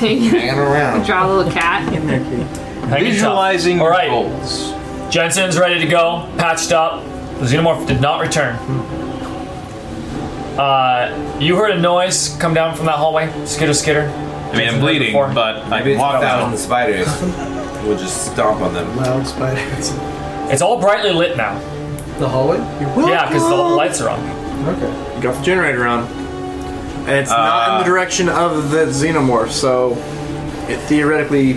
S6: Hanging around.
S7: Draw a little cat.
S9: In there, kid.
S3: Visualizing
S2: All right. goals. Jensen's ready to go, patched up. The xenomorph did not return. Uh, you heard a noise come down from that hallway. Skitter, skitter.
S3: I mean, I'm bleeding, but I
S6: Maybe
S3: can
S6: it's
S3: walk
S6: out
S3: out.
S6: on the spiders. we'll just stomp on them.
S9: Wild spiders.
S2: It's all brightly lit now.
S9: The hallway?
S2: Yeah, because the lights are on.
S9: Okay.
S8: You got the generator on. And it's not in the direction of the xenomorph, so it theoretically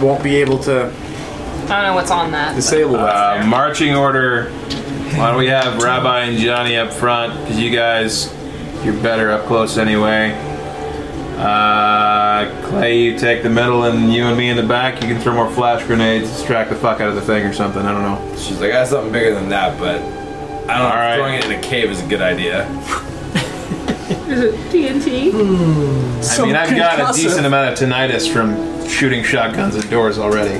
S8: won't be able to
S7: I don't know what's on that.
S8: disable that.
S3: Uh, marching order. Why don't we have Rabbi and Johnny up front? Because you guys, you're better up close anyway. Uh, Clay, you take the middle, and you and me in the back. You can throw more flash grenades, distract the fuck out of the thing or something. I don't know.
S6: She's like, I got something bigger than that, but I don't know.
S3: right.
S6: Throwing it in a cave is a good idea.
S7: Is it TNT?
S3: I mean, I've got a decent amount of tinnitus from shooting shotguns at doors already.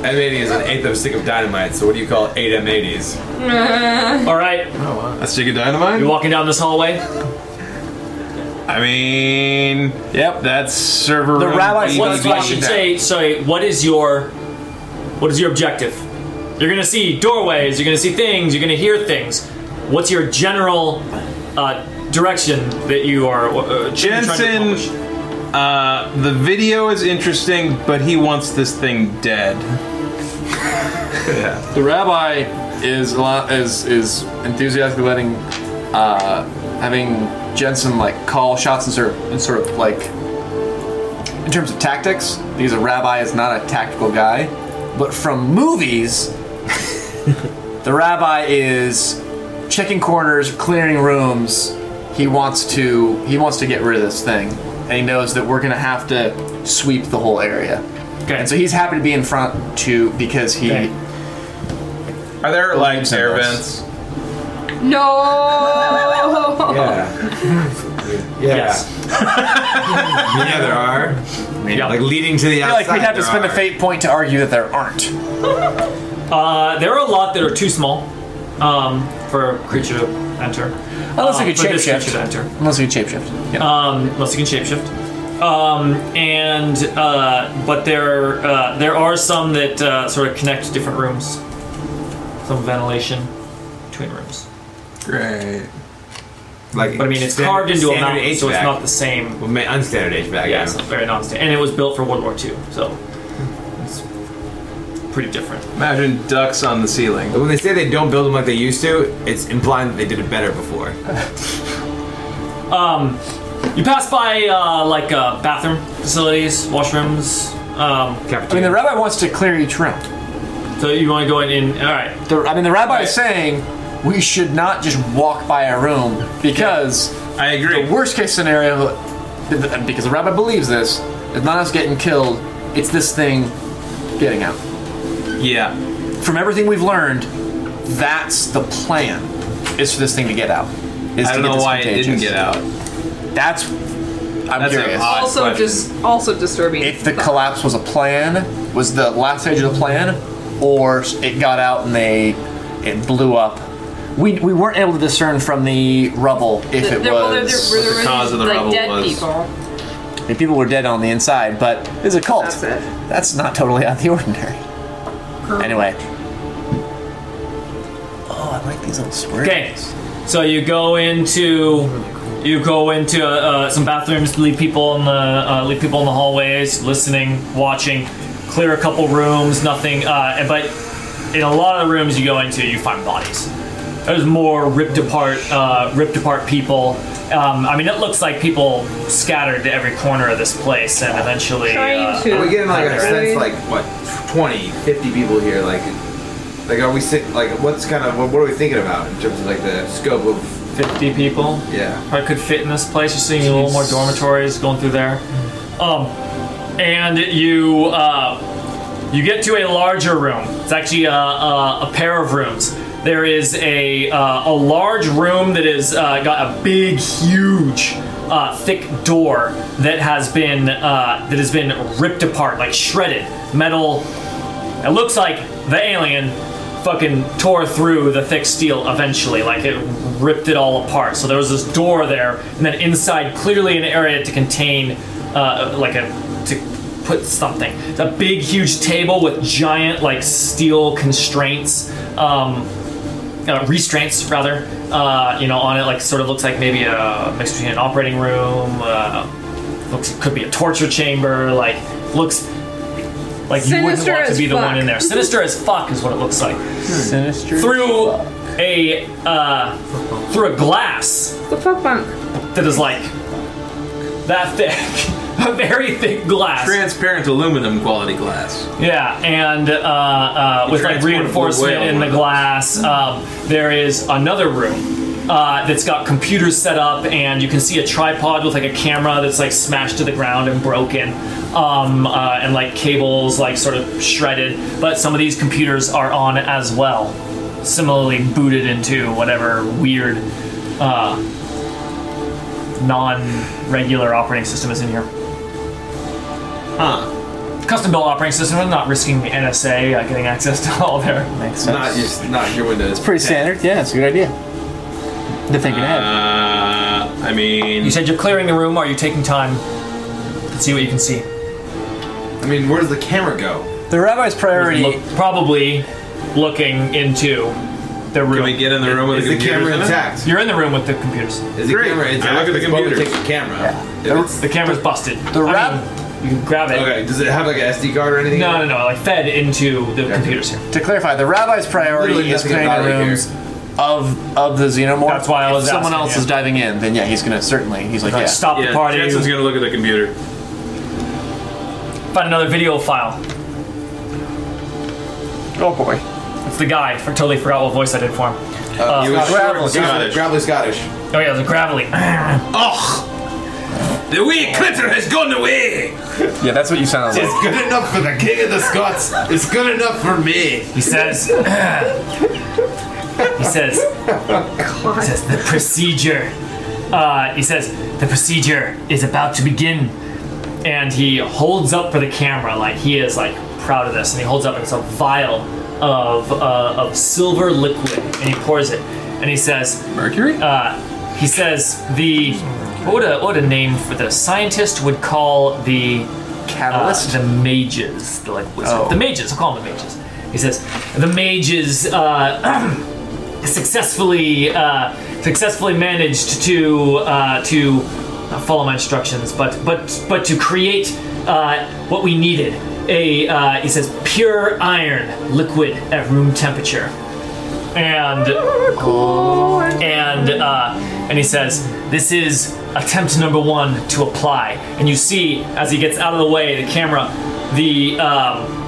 S6: M80 is an eighth of a stick of dynamite, so what do you call eight M80s?
S2: All right.
S6: Oh, wow.
S3: A stick of dynamite?
S2: You're walking down this hallway.
S3: I mean, yep, that's server.
S2: The
S3: room
S2: rabbi. What,
S3: DVD.
S2: I should say. Sorry. What is your, what is your objective? You're gonna see doorways. You're gonna see things. You're gonna hear things. What's your general uh, direction that you are? Uh, trying to
S3: Jensen, uh, the video is interesting, but he wants this thing dead.
S8: The rabbi is a lot, is is enthusiastically letting uh, having Jensen like call shots and sort of, and sort of like in terms of tactics because a rabbi is not a tactical guy, but from movies, the rabbi is checking corners, clearing rooms. He wants to he wants to get rid of this thing, and he knows that we're gonna have to sweep the whole area.
S2: Okay.
S8: And so he's happy to be in front too because he.
S2: Okay.
S3: Are there like air vents?
S7: No!
S6: Yeah. Yes. yeah, there are. Like leading to the
S8: I feel
S6: outside.
S8: like we'd have to spend a fate point to argue that there aren't.
S2: Uh, there are a lot that are too small um, for a creature to enter.
S8: Unless
S2: uh,
S8: you could
S2: for this
S8: shapeshift.
S2: creature to enter.
S8: Unless you could shapeshift.
S2: Um, unless you can shapeshift. Um, and uh, but there uh, there are some that uh, sort of connect to different rooms. Some ventilation between rooms.
S6: Great. Like,
S2: But I mean, it's carved into a
S6: standard
S2: mountain, so it's
S6: HVAC.
S2: not the same.
S6: Well, ma- unstandard HVAC.
S2: Yeah, it's not very non-standard, and it was built for World War II, so it's pretty different.
S3: Imagine ducks on the ceiling.
S6: When they say they don't build them like they used to, it's implying that they did it better before.
S2: Um, you pass by uh, like uh, bathroom facilities, washrooms. Um,
S8: I mean, the rabbi wants to clear each room.
S2: So you want to go in? in all right.
S8: The, I mean, the rabbi is saying we should not just walk by a room because
S3: I agree.
S8: The worst case scenario, because the rabbi believes this, is not us getting killed. It's this thing getting out.
S3: Yeah.
S8: From everything we've learned, that's the plan. Is for this thing to get out. Is
S3: I don't
S8: to get
S3: know
S8: this
S3: why it didn't
S8: contagious.
S3: get out.
S8: That's. I'm
S3: That's an
S8: curious.
S3: odd
S7: also,
S3: question.
S7: dis- also disturbing.
S8: if the collapse was a plan, was the last stage of the plan, or it got out and they it blew up. We, we weren't able to discern from the rubble if
S7: There-
S8: it
S7: there- well, there-
S8: was
S7: there- there was, uh, like, dead people.
S8: If people were dead on the inside, but it's a cult. That's
S7: it.
S8: That's not totally out of the ordinary. Anyway. Oh, I like these little squares.
S2: Okay, so you go into you go into uh, some bathrooms, leave people in the uh, leave people in the hallways, listening, watching, clear a couple rooms, nothing. Uh, and- but in a lot of the rooms you go into, you find bodies. There's more ripped apart, uh, ripped apart people. Um, I mean, it looks like people scattered to every corner of this place, and eventually uh,
S6: We're getting like a
S2: there.
S6: sense like what 20, 50 people here. Like, like are we sit like what's kind of what, what are we thinking about in terms of like the scope of
S2: 50 people.
S6: Yeah.
S2: I could fit in this place. You're seeing a little more dormitories going through there. Um, and you uh, you get to a larger room. It's actually a, a, a pair of rooms. There is a uh, a large room that is uh, got a big, huge, uh, thick door that has been uh, that has been ripped apart, like shredded metal. It looks like the alien fucking tore through the thick steel eventually, like it ripped it all apart. So there was this door there, and then inside, clearly an area to contain, uh, like a to put something. It's a big, huge table with giant, like steel constraints, um, uh, restraints rather. Uh, you know, on it, like sort of looks like maybe a mix between an operating room. Uh, looks could be a torture chamber. Like looks. Like you wouldn't
S15: Sinister
S2: want to
S15: as
S2: be the one
S15: fuck.
S2: in there. Sinister as fuck is what it looks like. Sinister. Through a uh, through a glass.
S7: The fuck bunk.
S2: That is like that thick. A very thick glass.
S3: Transparent aluminum quality glass.
S2: Yeah, and uh, uh,
S3: You
S2: with like
S3: transported
S2: reinforcement
S3: the whale
S2: in
S3: one
S2: the
S3: of those.
S2: glass, um, there is another room uh, that's got computers set up, and you can see a tripod with like a camera that's like smashed to the ground and broken, um, uh, and like cables like sort of shredded. But some of these computers are on as well, similarly booted into whatever weird. Uh, non-regular operating system is in here. Huh. Custom built operating system. I'm not risking the NSA uh, getting access to all their. Makes
S3: Not just not your Windows.
S11: It's pretty standard. Yeah, it's a good idea. They're thinking ahead.
S3: Uh, I mean,
S2: You said you're clearing the room. Are you taking time to see what you can see?
S6: I mean, where does the camera go?
S11: The rabbi's priority
S2: probably looking into the room. Can we
S3: get in the room with
S6: Is the the computers camera in it? intact?
S2: You're in the room with the computers.
S6: Is the Great. camera I intact? look at the It's what would computers. take the camera. If
S2: The,
S6: it's-
S2: the camera's busted.
S11: The
S2: rab. you can grab it.
S6: Okay, does it have, like, a SD card or anything?
S2: No, no, no. Like fed into the computers here.
S8: To clarify, the rabbi's priority
S2: Literally
S8: is
S2: nothing
S8: clearing the
S2: about it
S8: rooms of of the xenomorph. That's why
S2: I was
S8: If someone
S2: asking,
S8: else
S2: yeah.
S8: is diving in, then yeah, he's gonna certainly. He's like,
S2: Like,
S8: yeah.
S2: stop the Yeah, party. Jensen's
S3: gonna look at the computer.
S2: Find another video file.
S11: Oh boy.
S2: It's the guy. I totally forgot what voice I did for him.
S6: he was Gravelly short Scottish. Gravelly
S2: Scottish. Oh yeah, it was a gravelly.
S3: Ugh! The wee clitter has gone away!
S8: Yeah, that's what you sound like.
S16: It's good enough for the king of the Scots. It's good enough for me.
S2: He says. he says, he says the procedure. Uh, he says the procedure is about to begin, and he holds up for the camera like he is like proud of this, and he holds up it's a vial of uh, of silver liquid, and he pours it, and he says
S3: mercury.
S2: Uh, he says the what would a what would a name for the scientist would call the catalyst Uh, the mages the like wizard-
S11: Oh.
S2: the mages I'll call them the mages. He says the mages. Uh, successfully uh, successfully managed to uh, to not follow my instructions, but but but to create uh, what we needed. A uh, he says pure iron liquid at room temperature, and and uh, and he says this is attempt number one to apply. And you see as he gets out of the way, the camera, the. Um,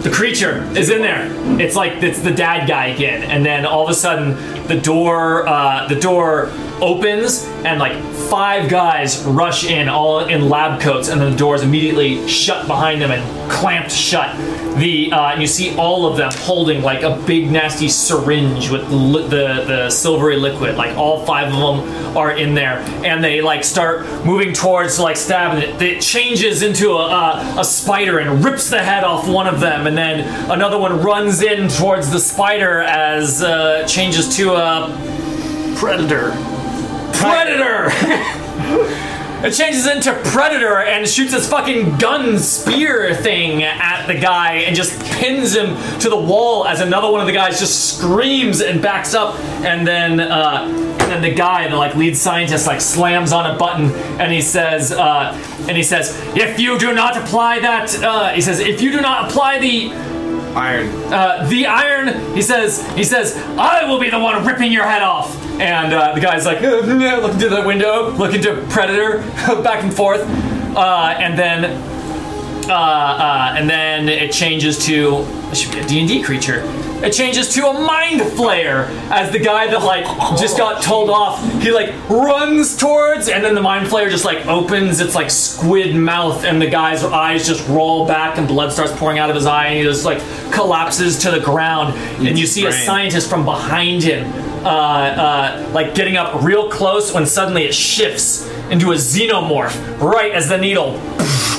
S2: the creature is in there. It's like it's the dad guy again, and then all of a sudden the door uh, the door opens and like five guys rush in all in lab coats, and then the door is immediately shut behind them and clamped shut. The uh, and you see all of them holding like a big nasty syringe with li- the the silvery liquid. Like all five of them are in there, and they like start moving towards to like stab, and it, it changes into a, a a spider and rips the head off one of them, and then another one runs in towards the spider as uh, changes to a predator. Predator. It changes into Predator and shoots his fucking gun spear thing at the guy and just pins him to the wall as another one of the guys just screams and backs up and then uh, and then the guy, the like lead scientist, like slams on a button and he says uh, and he says, if you do not apply that, uh, he says, if you do not apply the
S6: Iron.
S2: uh, the iron. He says. He says. I will be the one ripping your head off. And uh, the guy's like, "Uh, uh, looking through the window, looking to Predator, back and forth. Uh, and then Uh, uh, and then it changes to it should be a D&D creature. It changes to a mind flayer as the guy that like just got told off. He like runs towards, and then the mind flayer just like opens its like squid mouth, and the guy's eyes just roll back, and blood starts pouring out of his eye, and he just like collapses to the ground. and you see a
S3: brain.
S2: scientist from behind him, uh, uh, like getting up real close when suddenly it shifts into a xenomorph right as the needle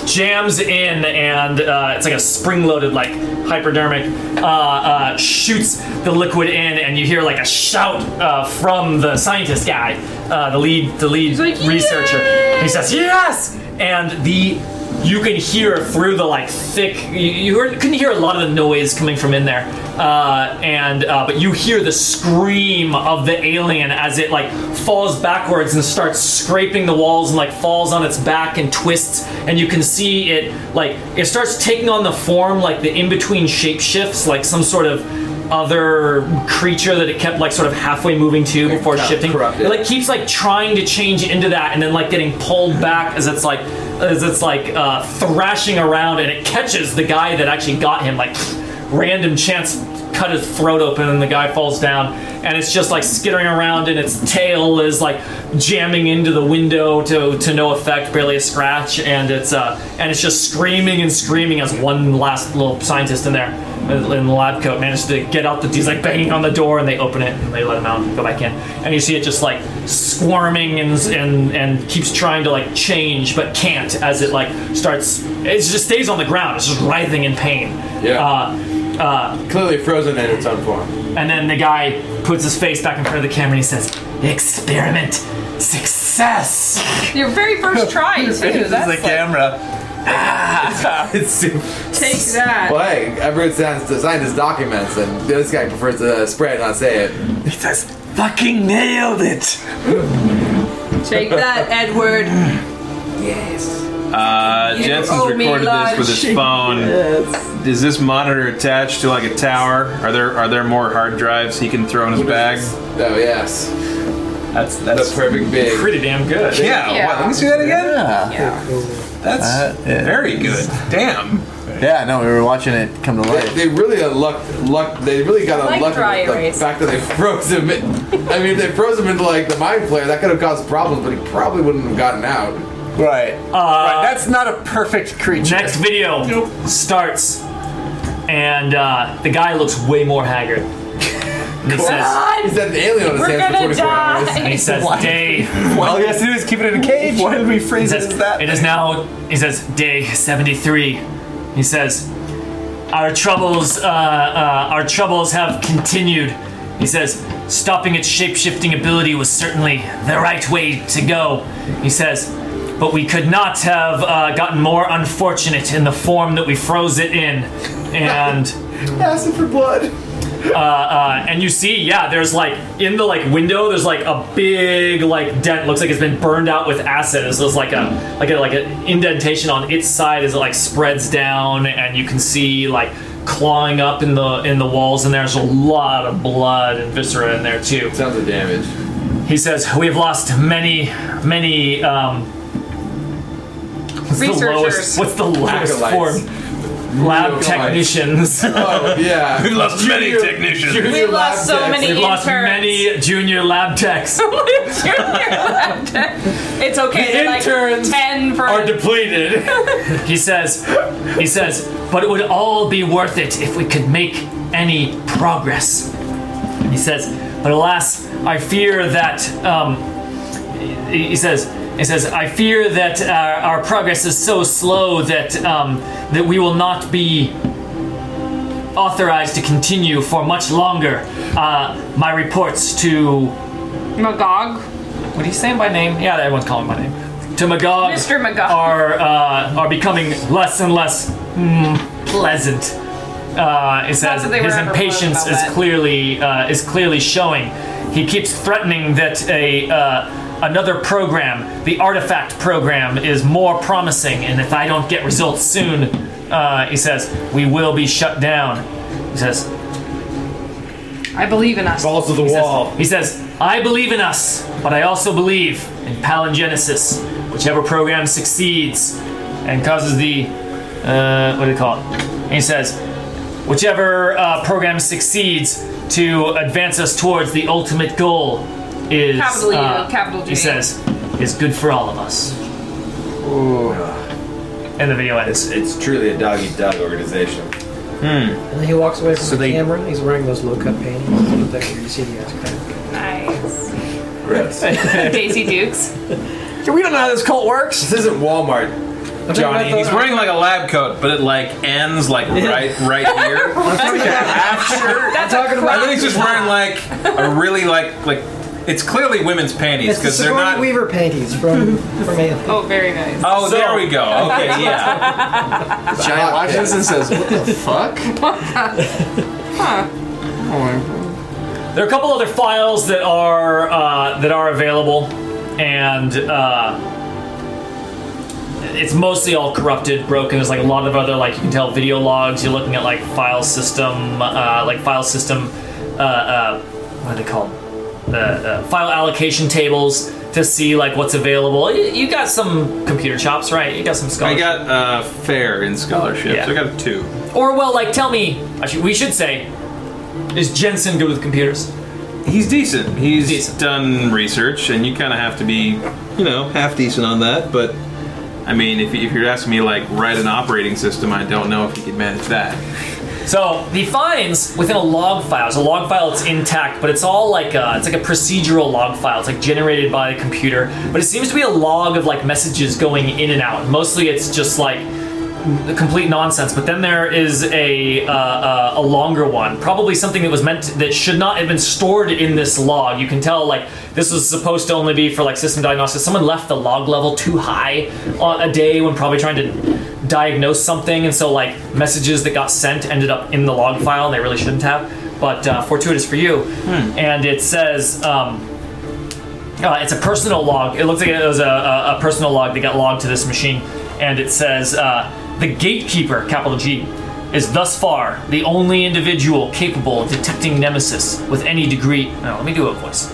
S2: jams in, and uh, it's like a spring loaded, like hypodermic, uh, uh, shoots the liquid in, and you hear like a shout uh, from the scientist guy, uh, the lead, the lead researcher. He says, Yes! And the you can hear through the like thick you, you heard, couldn't hear a lot of the noise coming from in there uh, and uh, but you hear the scream of the alien as it like falls backwards and starts scraping the walls and like falls on its back and twists and you can see it like it starts taking on the form like the in-between shapeshifts like some sort of other creature that it kept like sort of halfway moving to before shifting it like keeps like trying to change into that and then like getting pulled back as it's like as it's like uh, thrashing around and it catches the guy that actually got him like random chance cut his throat open and the guy falls down and it's just like skittering around and its tail is like jamming into the window to, to no effect barely a scratch and it's uh and it's just screaming and screaming as one last little scientist in there in the lab coat managed to get out the he's like banging on the door and they open it and they let him out and go back in and you see it just like squirming and and and keeps trying to like change but can't as it like starts it just stays on the ground it's just writhing in pain
S16: Yeah.
S2: uh, uh,
S16: Clearly frozen in its own form.
S2: and then the guy puts his face back in front of the camera and he says, Experiment success!
S7: Your very first try, too. That's like,
S16: camera.
S10: it's
S7: take that.
S10: Well, hey, everyone sounds designed his documents, and this guy prefers to spray it, not say it. He says, "Fucking nailed it."
S7: Take that, Edward.
S10: Yes.
S3: Uh,
S7: You
S3: Jensen's
S7: owe Oh, me
S3: recorded this with his
S7: lunch.
S3: phone. Is this monitor attached to like a tower? Are there are there more hard drives he can throw in his bag?
S10: Oh yes.
S3: That's that's
S10: perfect big.
S2: Pretty damn good.
S3: Yeah.
S10: Yeah.
S3: wow, let me see that again. That's very good. Damn.
S8: Yeah, no, we were watching it come to life.
S10: They really lucked, luck. They really got
S8: Like
S10: unlucky
S8: dry
S10: with the
S8: erase.
S10: fact that they froze him. In, I mean, if they froze him into like the mind flare. That could have caused problems, but he probably wouldn't have gotten out.
S8: Right.
S2: Uh,
S8: That's not a perfect creature.
S2: Next video starts, and uh, the guy looks way more haggard. And he
S10: Cool.
S2: says,
S10: He's had an alien on his
S2: We're
S10: hands for
S2: gonna
S10: 24 hours.
S2: die. And he says,
S10: Why?
S2: Dave.
S10: All he has to do is keep it in a cage. Why did we freeze
S2: He says, It is now, he says, day 73. He says, our troubles, uh, uh, our troubles have continued. He says, stopping its shapeshifting ability was certainly the right way to go. He says, but we could not have uh, gotten more unfortunate in the form that we froze it in. And
S10: Acid for blood.
S2: uh, uh, and you see, yeah, there's like in the like window, there's like a big like dent. Looks like it's been burned out with acid. It's just like a like a like an indentation on its side as it like spreads down, and you can see like clawing up in the in the walls. And there's a lot of blood and viscera in there too.
S10: Sounds of damage.
S2: He says we've lost many many. Um, what's The
S10: Researchers.
S2: lowest, what's the lowest
S10: Acolytes.
S2: form? Lab technicians.
S10: Oh, yeah.
S3: We've lost many technicians.
S10: Junior
S7: We lost so many
S2: We've lost
S7: interns.
S2: many junior lab techs.
S7: it's okay.
S2: The
S7: they're like
S2: interns
S7: ten for
S2: are depleted. he says, he says, but it would all be worth it if we could make any progress. He says, but alas, I fear that um, he he says he says I fear that uh, our, our progress is so slow that um, that we will not be authorized to continue for much longer. Uh, my reports to
S7: Magog.
S2: What are you saying by name? Yeah, everyone's calling my name. To Magog,
S7: Mr. Magog.
S2: are uh, are becoming less and less mm, pleasant. Uh, it says
S7: that they were
S2: his
S7: ever
S2: impatience is
S7: pleasant about that.
S2: clearly uh, is clearly showing. He keeps threatening that a uh, another program, the artifact program, is more promising, and if I don't get results soon, uh, he says we will be shut down. He says
S7: I believe in us.
S2: Balls
S16: of the
S2: he
S16: wall.
S2: Says, he says, I believe in us, but I also believe in palingenesis. Whichever program succeeds and causes the uh, what do they call it? And he says, whichever uh, program succeeds to advance us towards the ultimate goal is
S7: Capital U,
S2: uh,
S7: capital G.
S2: He says is good for all of us. And the video ends.
S10: It's, truly a dog eat dog organization.
S2: Hmm.
S9: And then he walks away from
S10: So
S9: the
S10: they-
S9: camera. He's wearing those low cut panties. that you see the ass crack.
S7: Nice.
S10: Gross.
S7: Daisy Dukes.
S10: we don't know how this cult works. This isn't Walmart.
S3: Johnny, he's wearing like a lab coat, but it like ends like right right here.
S7: That's a
S3: I think he's just wearing like a really like like it's clearly women's panties
S9: It's the
S3: because they're
S9: Sigourney
S3: not.
S9: Weaver panties from from Alien.
S7: Oh, very nice.
S3: Oh, there we go. Okay, yeah.
S8: Giant watches and says, "What the fuck?"
S7: huh.
S2: There are a couple other files that are uh, that are available, and uh, it's mostly all corrupted, broken. There's like a lot of other like you can tell video logs. You're looking at like file system, uh, like file system. Uh, uh, what are they called? Uh, uh, file allocation tables to see like what's available. You, you got some computer chops, right? You got some
S3: I
S2: scholarship.
S3: got uh, fair in scholarships.
S2: Yeah.
S3: I got a two.
S2: Or well, like tell me. I should, we should say, is Jensen good with computers?
S3: He's decent. He's done research, and you kind of have to be, you know, half decent on that. But I mean, if, if you're asking me like write an operating system, I don't know if he could manage that.
S2: So he finds within a log file. It's a log file. It's intact, but it's all like a, it's like a procedural log file. It's like generated by the computer, but it seems to be a log of like messages going in and out. Mostly, it's just like n- complete nonsense. But then there is a uh, uh, a longer one, probably something that was meant that should not have been stored in this log. You can tell like this was supposed to only be for like system diagnosis. Someone left the log level too high on a day when probably trying to diagnose something, and so like messages that got sent ended up in the log file and they really shouldn't have. But uh, fortuitous for you, and it says. Um, uh, it's a personal log. It looks like it was a, a, a personal log that got logged to this machine, and it says uh, the gatekeeper, capital G, is thus far the only individual capable of detecting nemesis with any degree. No, let me do a voice.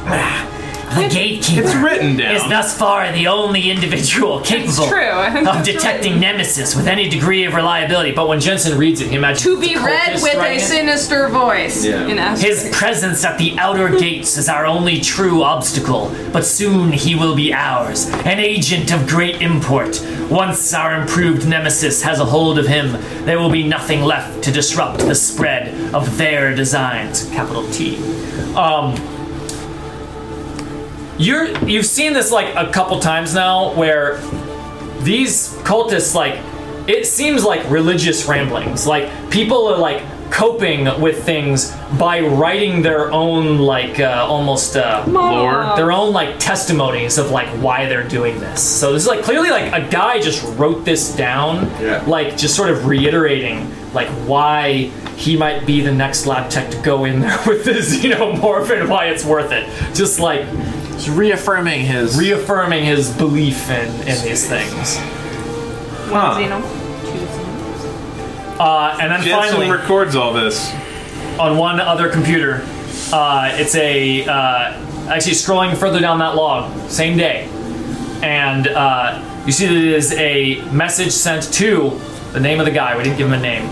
S2: The gatekeeper.
S3: It's written down.
S2: Is thus far the only individual capable
S7: true.
S2: of detecting nemesis with any degree of reliability. But when Jensen reads it, he imagines
S7: To be read with a sinister voice. In
S2: his presence at the outer gates is our only true obstacle, but soon he will be ours, an agent of great import. Once our improved nemesis has a hold of him, there will be nothing left to disrupt the spread of their designs. Capital T. Um, you're you've seen this like a couple times now, where these cultists like it seems like religious ramblings like people are like coping with things by writing their own like uh, almost uh,
S7: Lore.
S2: their own like testimonies of like why they're doing this so this is like clearly like a guy just wrote this down
S10: Yeah.
S2: like just sort of reiterating like why he might be the next lab tech to go in there with this you know morphin why it's worth it just like
S8: He's reaffirming his
S2: reaffirming his belief in in these things Huh. Uh, and then
S3: Jensen
S2: finally,
S3: records all this
S2: on one other computer. Uh, it's a uh, actually scrolling further down that log, same day, and uh, you see that it is a message sent to the name of the guy. We didn't give him a name.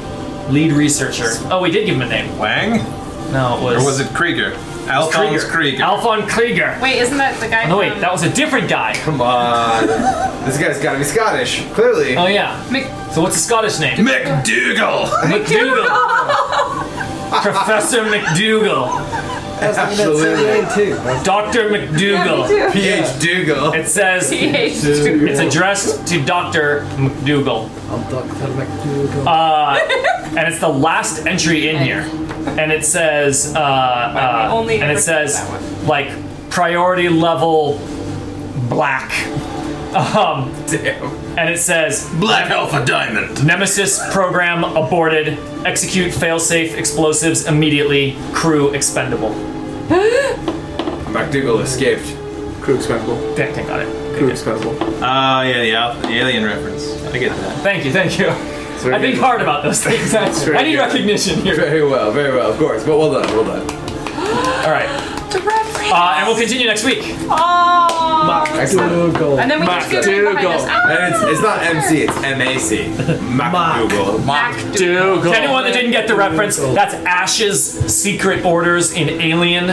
S2: Lead researcher. Oh, we did give him a name.
S3: Wang.
S2: No, it was.
S3: Or was it Krieger? Alphonse Krieger.
S2: Alphon Krieger.
S7: Wait, isn't that the guy?
S2: No, wait, that was a different guy.
S10: Come on. this guy's got to be Scottish, clearly.
S2: Oh yeah. so what's the Scottish name?
S3: McDougal.
S2: McDougal. Professor McDougal.
S9: That's the- that's Alien too.
S2: Dr.
S9: Yeah,
S2: McDougal.
S9: me too. PH
S2: Dougal. It says
S9: PH Dougal.
S2: it's addressed to Dr. McDougal.
S9: I'm Dr. McDougal.
S2: Uh, and it's the last entry in here. And it says, uh, uh,
S7: only
S2: and
S7: ever
S2: it says, like, priority level black. Um, And it says,
S3: Black Alpha Diamond.
S2: Nemesis program aborted. Execute failsafe explosives immediately. Crew expendable.
S10: MacDougall escaped.
S8: Crew expendable.
S2: Thank thank God. it.
S8: Crew expendable.
S3: Ah, yeah, the, al- the alien reference. I get that.
S2: Thank you, thank you. I think
S10: good.
S2: hard about those things.
S10: It's very
S2: I need
S10: good.
S2: recognition here.
S10: Very well, very well, of course. But well done, well done.
S2: All right.
S7: The reference.
S2: Uh, and we'll continue next week.
S7: Oh.
S10: Macdougall.
S7: And then we just go right behind us. Ah!
S10: And it's, it's not MC, it's MAC. MacDougal.
S2: To anyone that didn't get the reference, that's Ash's secret orders in Alien.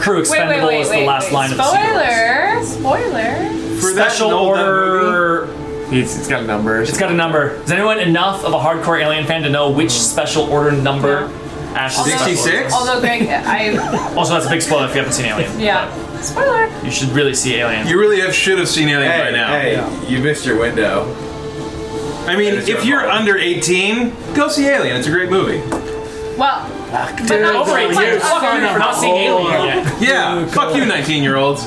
S2: Crew Expendable is the last line of the sequel.
S7: Spoiler. Spoiler.
S2: Special order. It's, it's got a number. It's got a number. Is anyone enough of a hardcore alien fan to know which special order number Ash
S7: Although- Although Greg, I
S2: Also, that's a big spoiler if you haven't seen Alien.
S7: yeah. Spoiler.
S2: You should really see Alien.
S3: You really have, should have seen Alien
S2: Hey,
S3: by now.
S2: hey,
S3: you missed your window. I mean, if you're under 18, go see Alien. It's a great movie.
S7: Well. But not
S2: Over
S7: so
S2: eighteen.
S7: much.
S2: Fuck you for not seeing Alien yet.
S3: Yeah, fuck you, 19 year olds.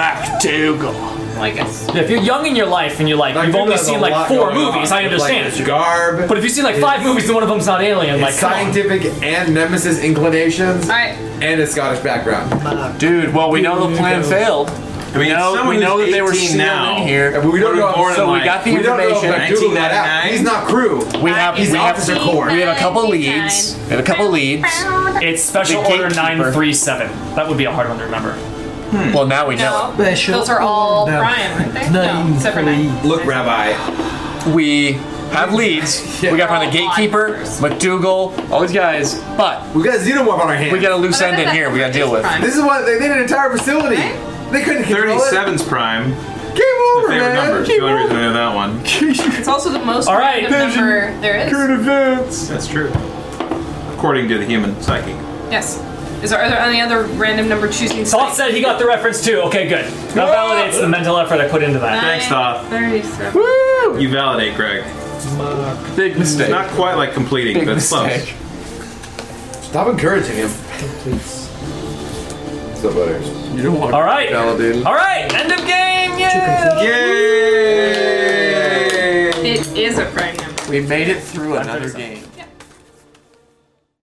S2: MacDougal. I guess. Yeah, if you're young in your life and you're like, you've only
S10: has a
S2: seen
S10: lot
S2: like four
S10: going on.
S2: movies, I
S10: Like,
S2: understand.
S10: it's Garb.
S2: But if you've seen like five movies and one of them's not Alien, like,
S10: It's
S2: come on.
S10: scientific and nemesis inclinations
S7: Alright.
S10: and a Scottish background.
S8: Dude, well, we know the plan failed.
S10: I mean,
S8: We know-
S10: someone
S8: we know
S10: who's
S8: that they were
S10: 18
S8: sealed in here.
S10: And we don't
S8: They were
S10: know.
S8: born
S10: so
S8: in,
S10: we
S8: like,
S10: got the
S8: we don't know
S10: information.
S8: if Google that out.
S10: He's not crew.
S8: We have
S10: He's
S8: we have
S10: Officer Core.
S8: We have a couple leads. We have a couple leads.
S2: It's Special Order 937. That would be a hard one to remember.
S8: Well, now we
S2: know
S7: Those are all prime, aren't they? No, except for nine.
S8: Look, Rabbi, we have leads. We got to find the gatekeeper, McDougal, all these guys. But
S10: we got Xenomorph on our hands.
S8: We got a loose
S10: But
S8: end in
S10: that-
S8: here. We got to deal with.
S10: This is what they did an entire facility. They couldn't control it.
S3: 37's prime.
S10: Game over,
S3: Favorite
S10: man.
S3: number. The only reason I know that one.
S7: It's also the most
S2: All right,
S7: random number there is.
S3: Current events. That's true. According to the human psyche.
S7: Yes. Is there, are there any other random number choosing?
S2: Thoth said he got the reference too. Okay, good. That validates the mental effort I put into that.
S3: Thanks, Thoth.
S7: Thirty-seven.
S3: You validate, Greg. Big mistake. It's not quite like completing,
S10: Big
S3: but it's
S10: mistake.
S3: close.
S10: Stop encouraging him. So butters. You don't want
S2: All right.
S10: validated.
S2: All right. End of game.
S10: Yay!
S7: It is a prime number.
S8: We made it through another game.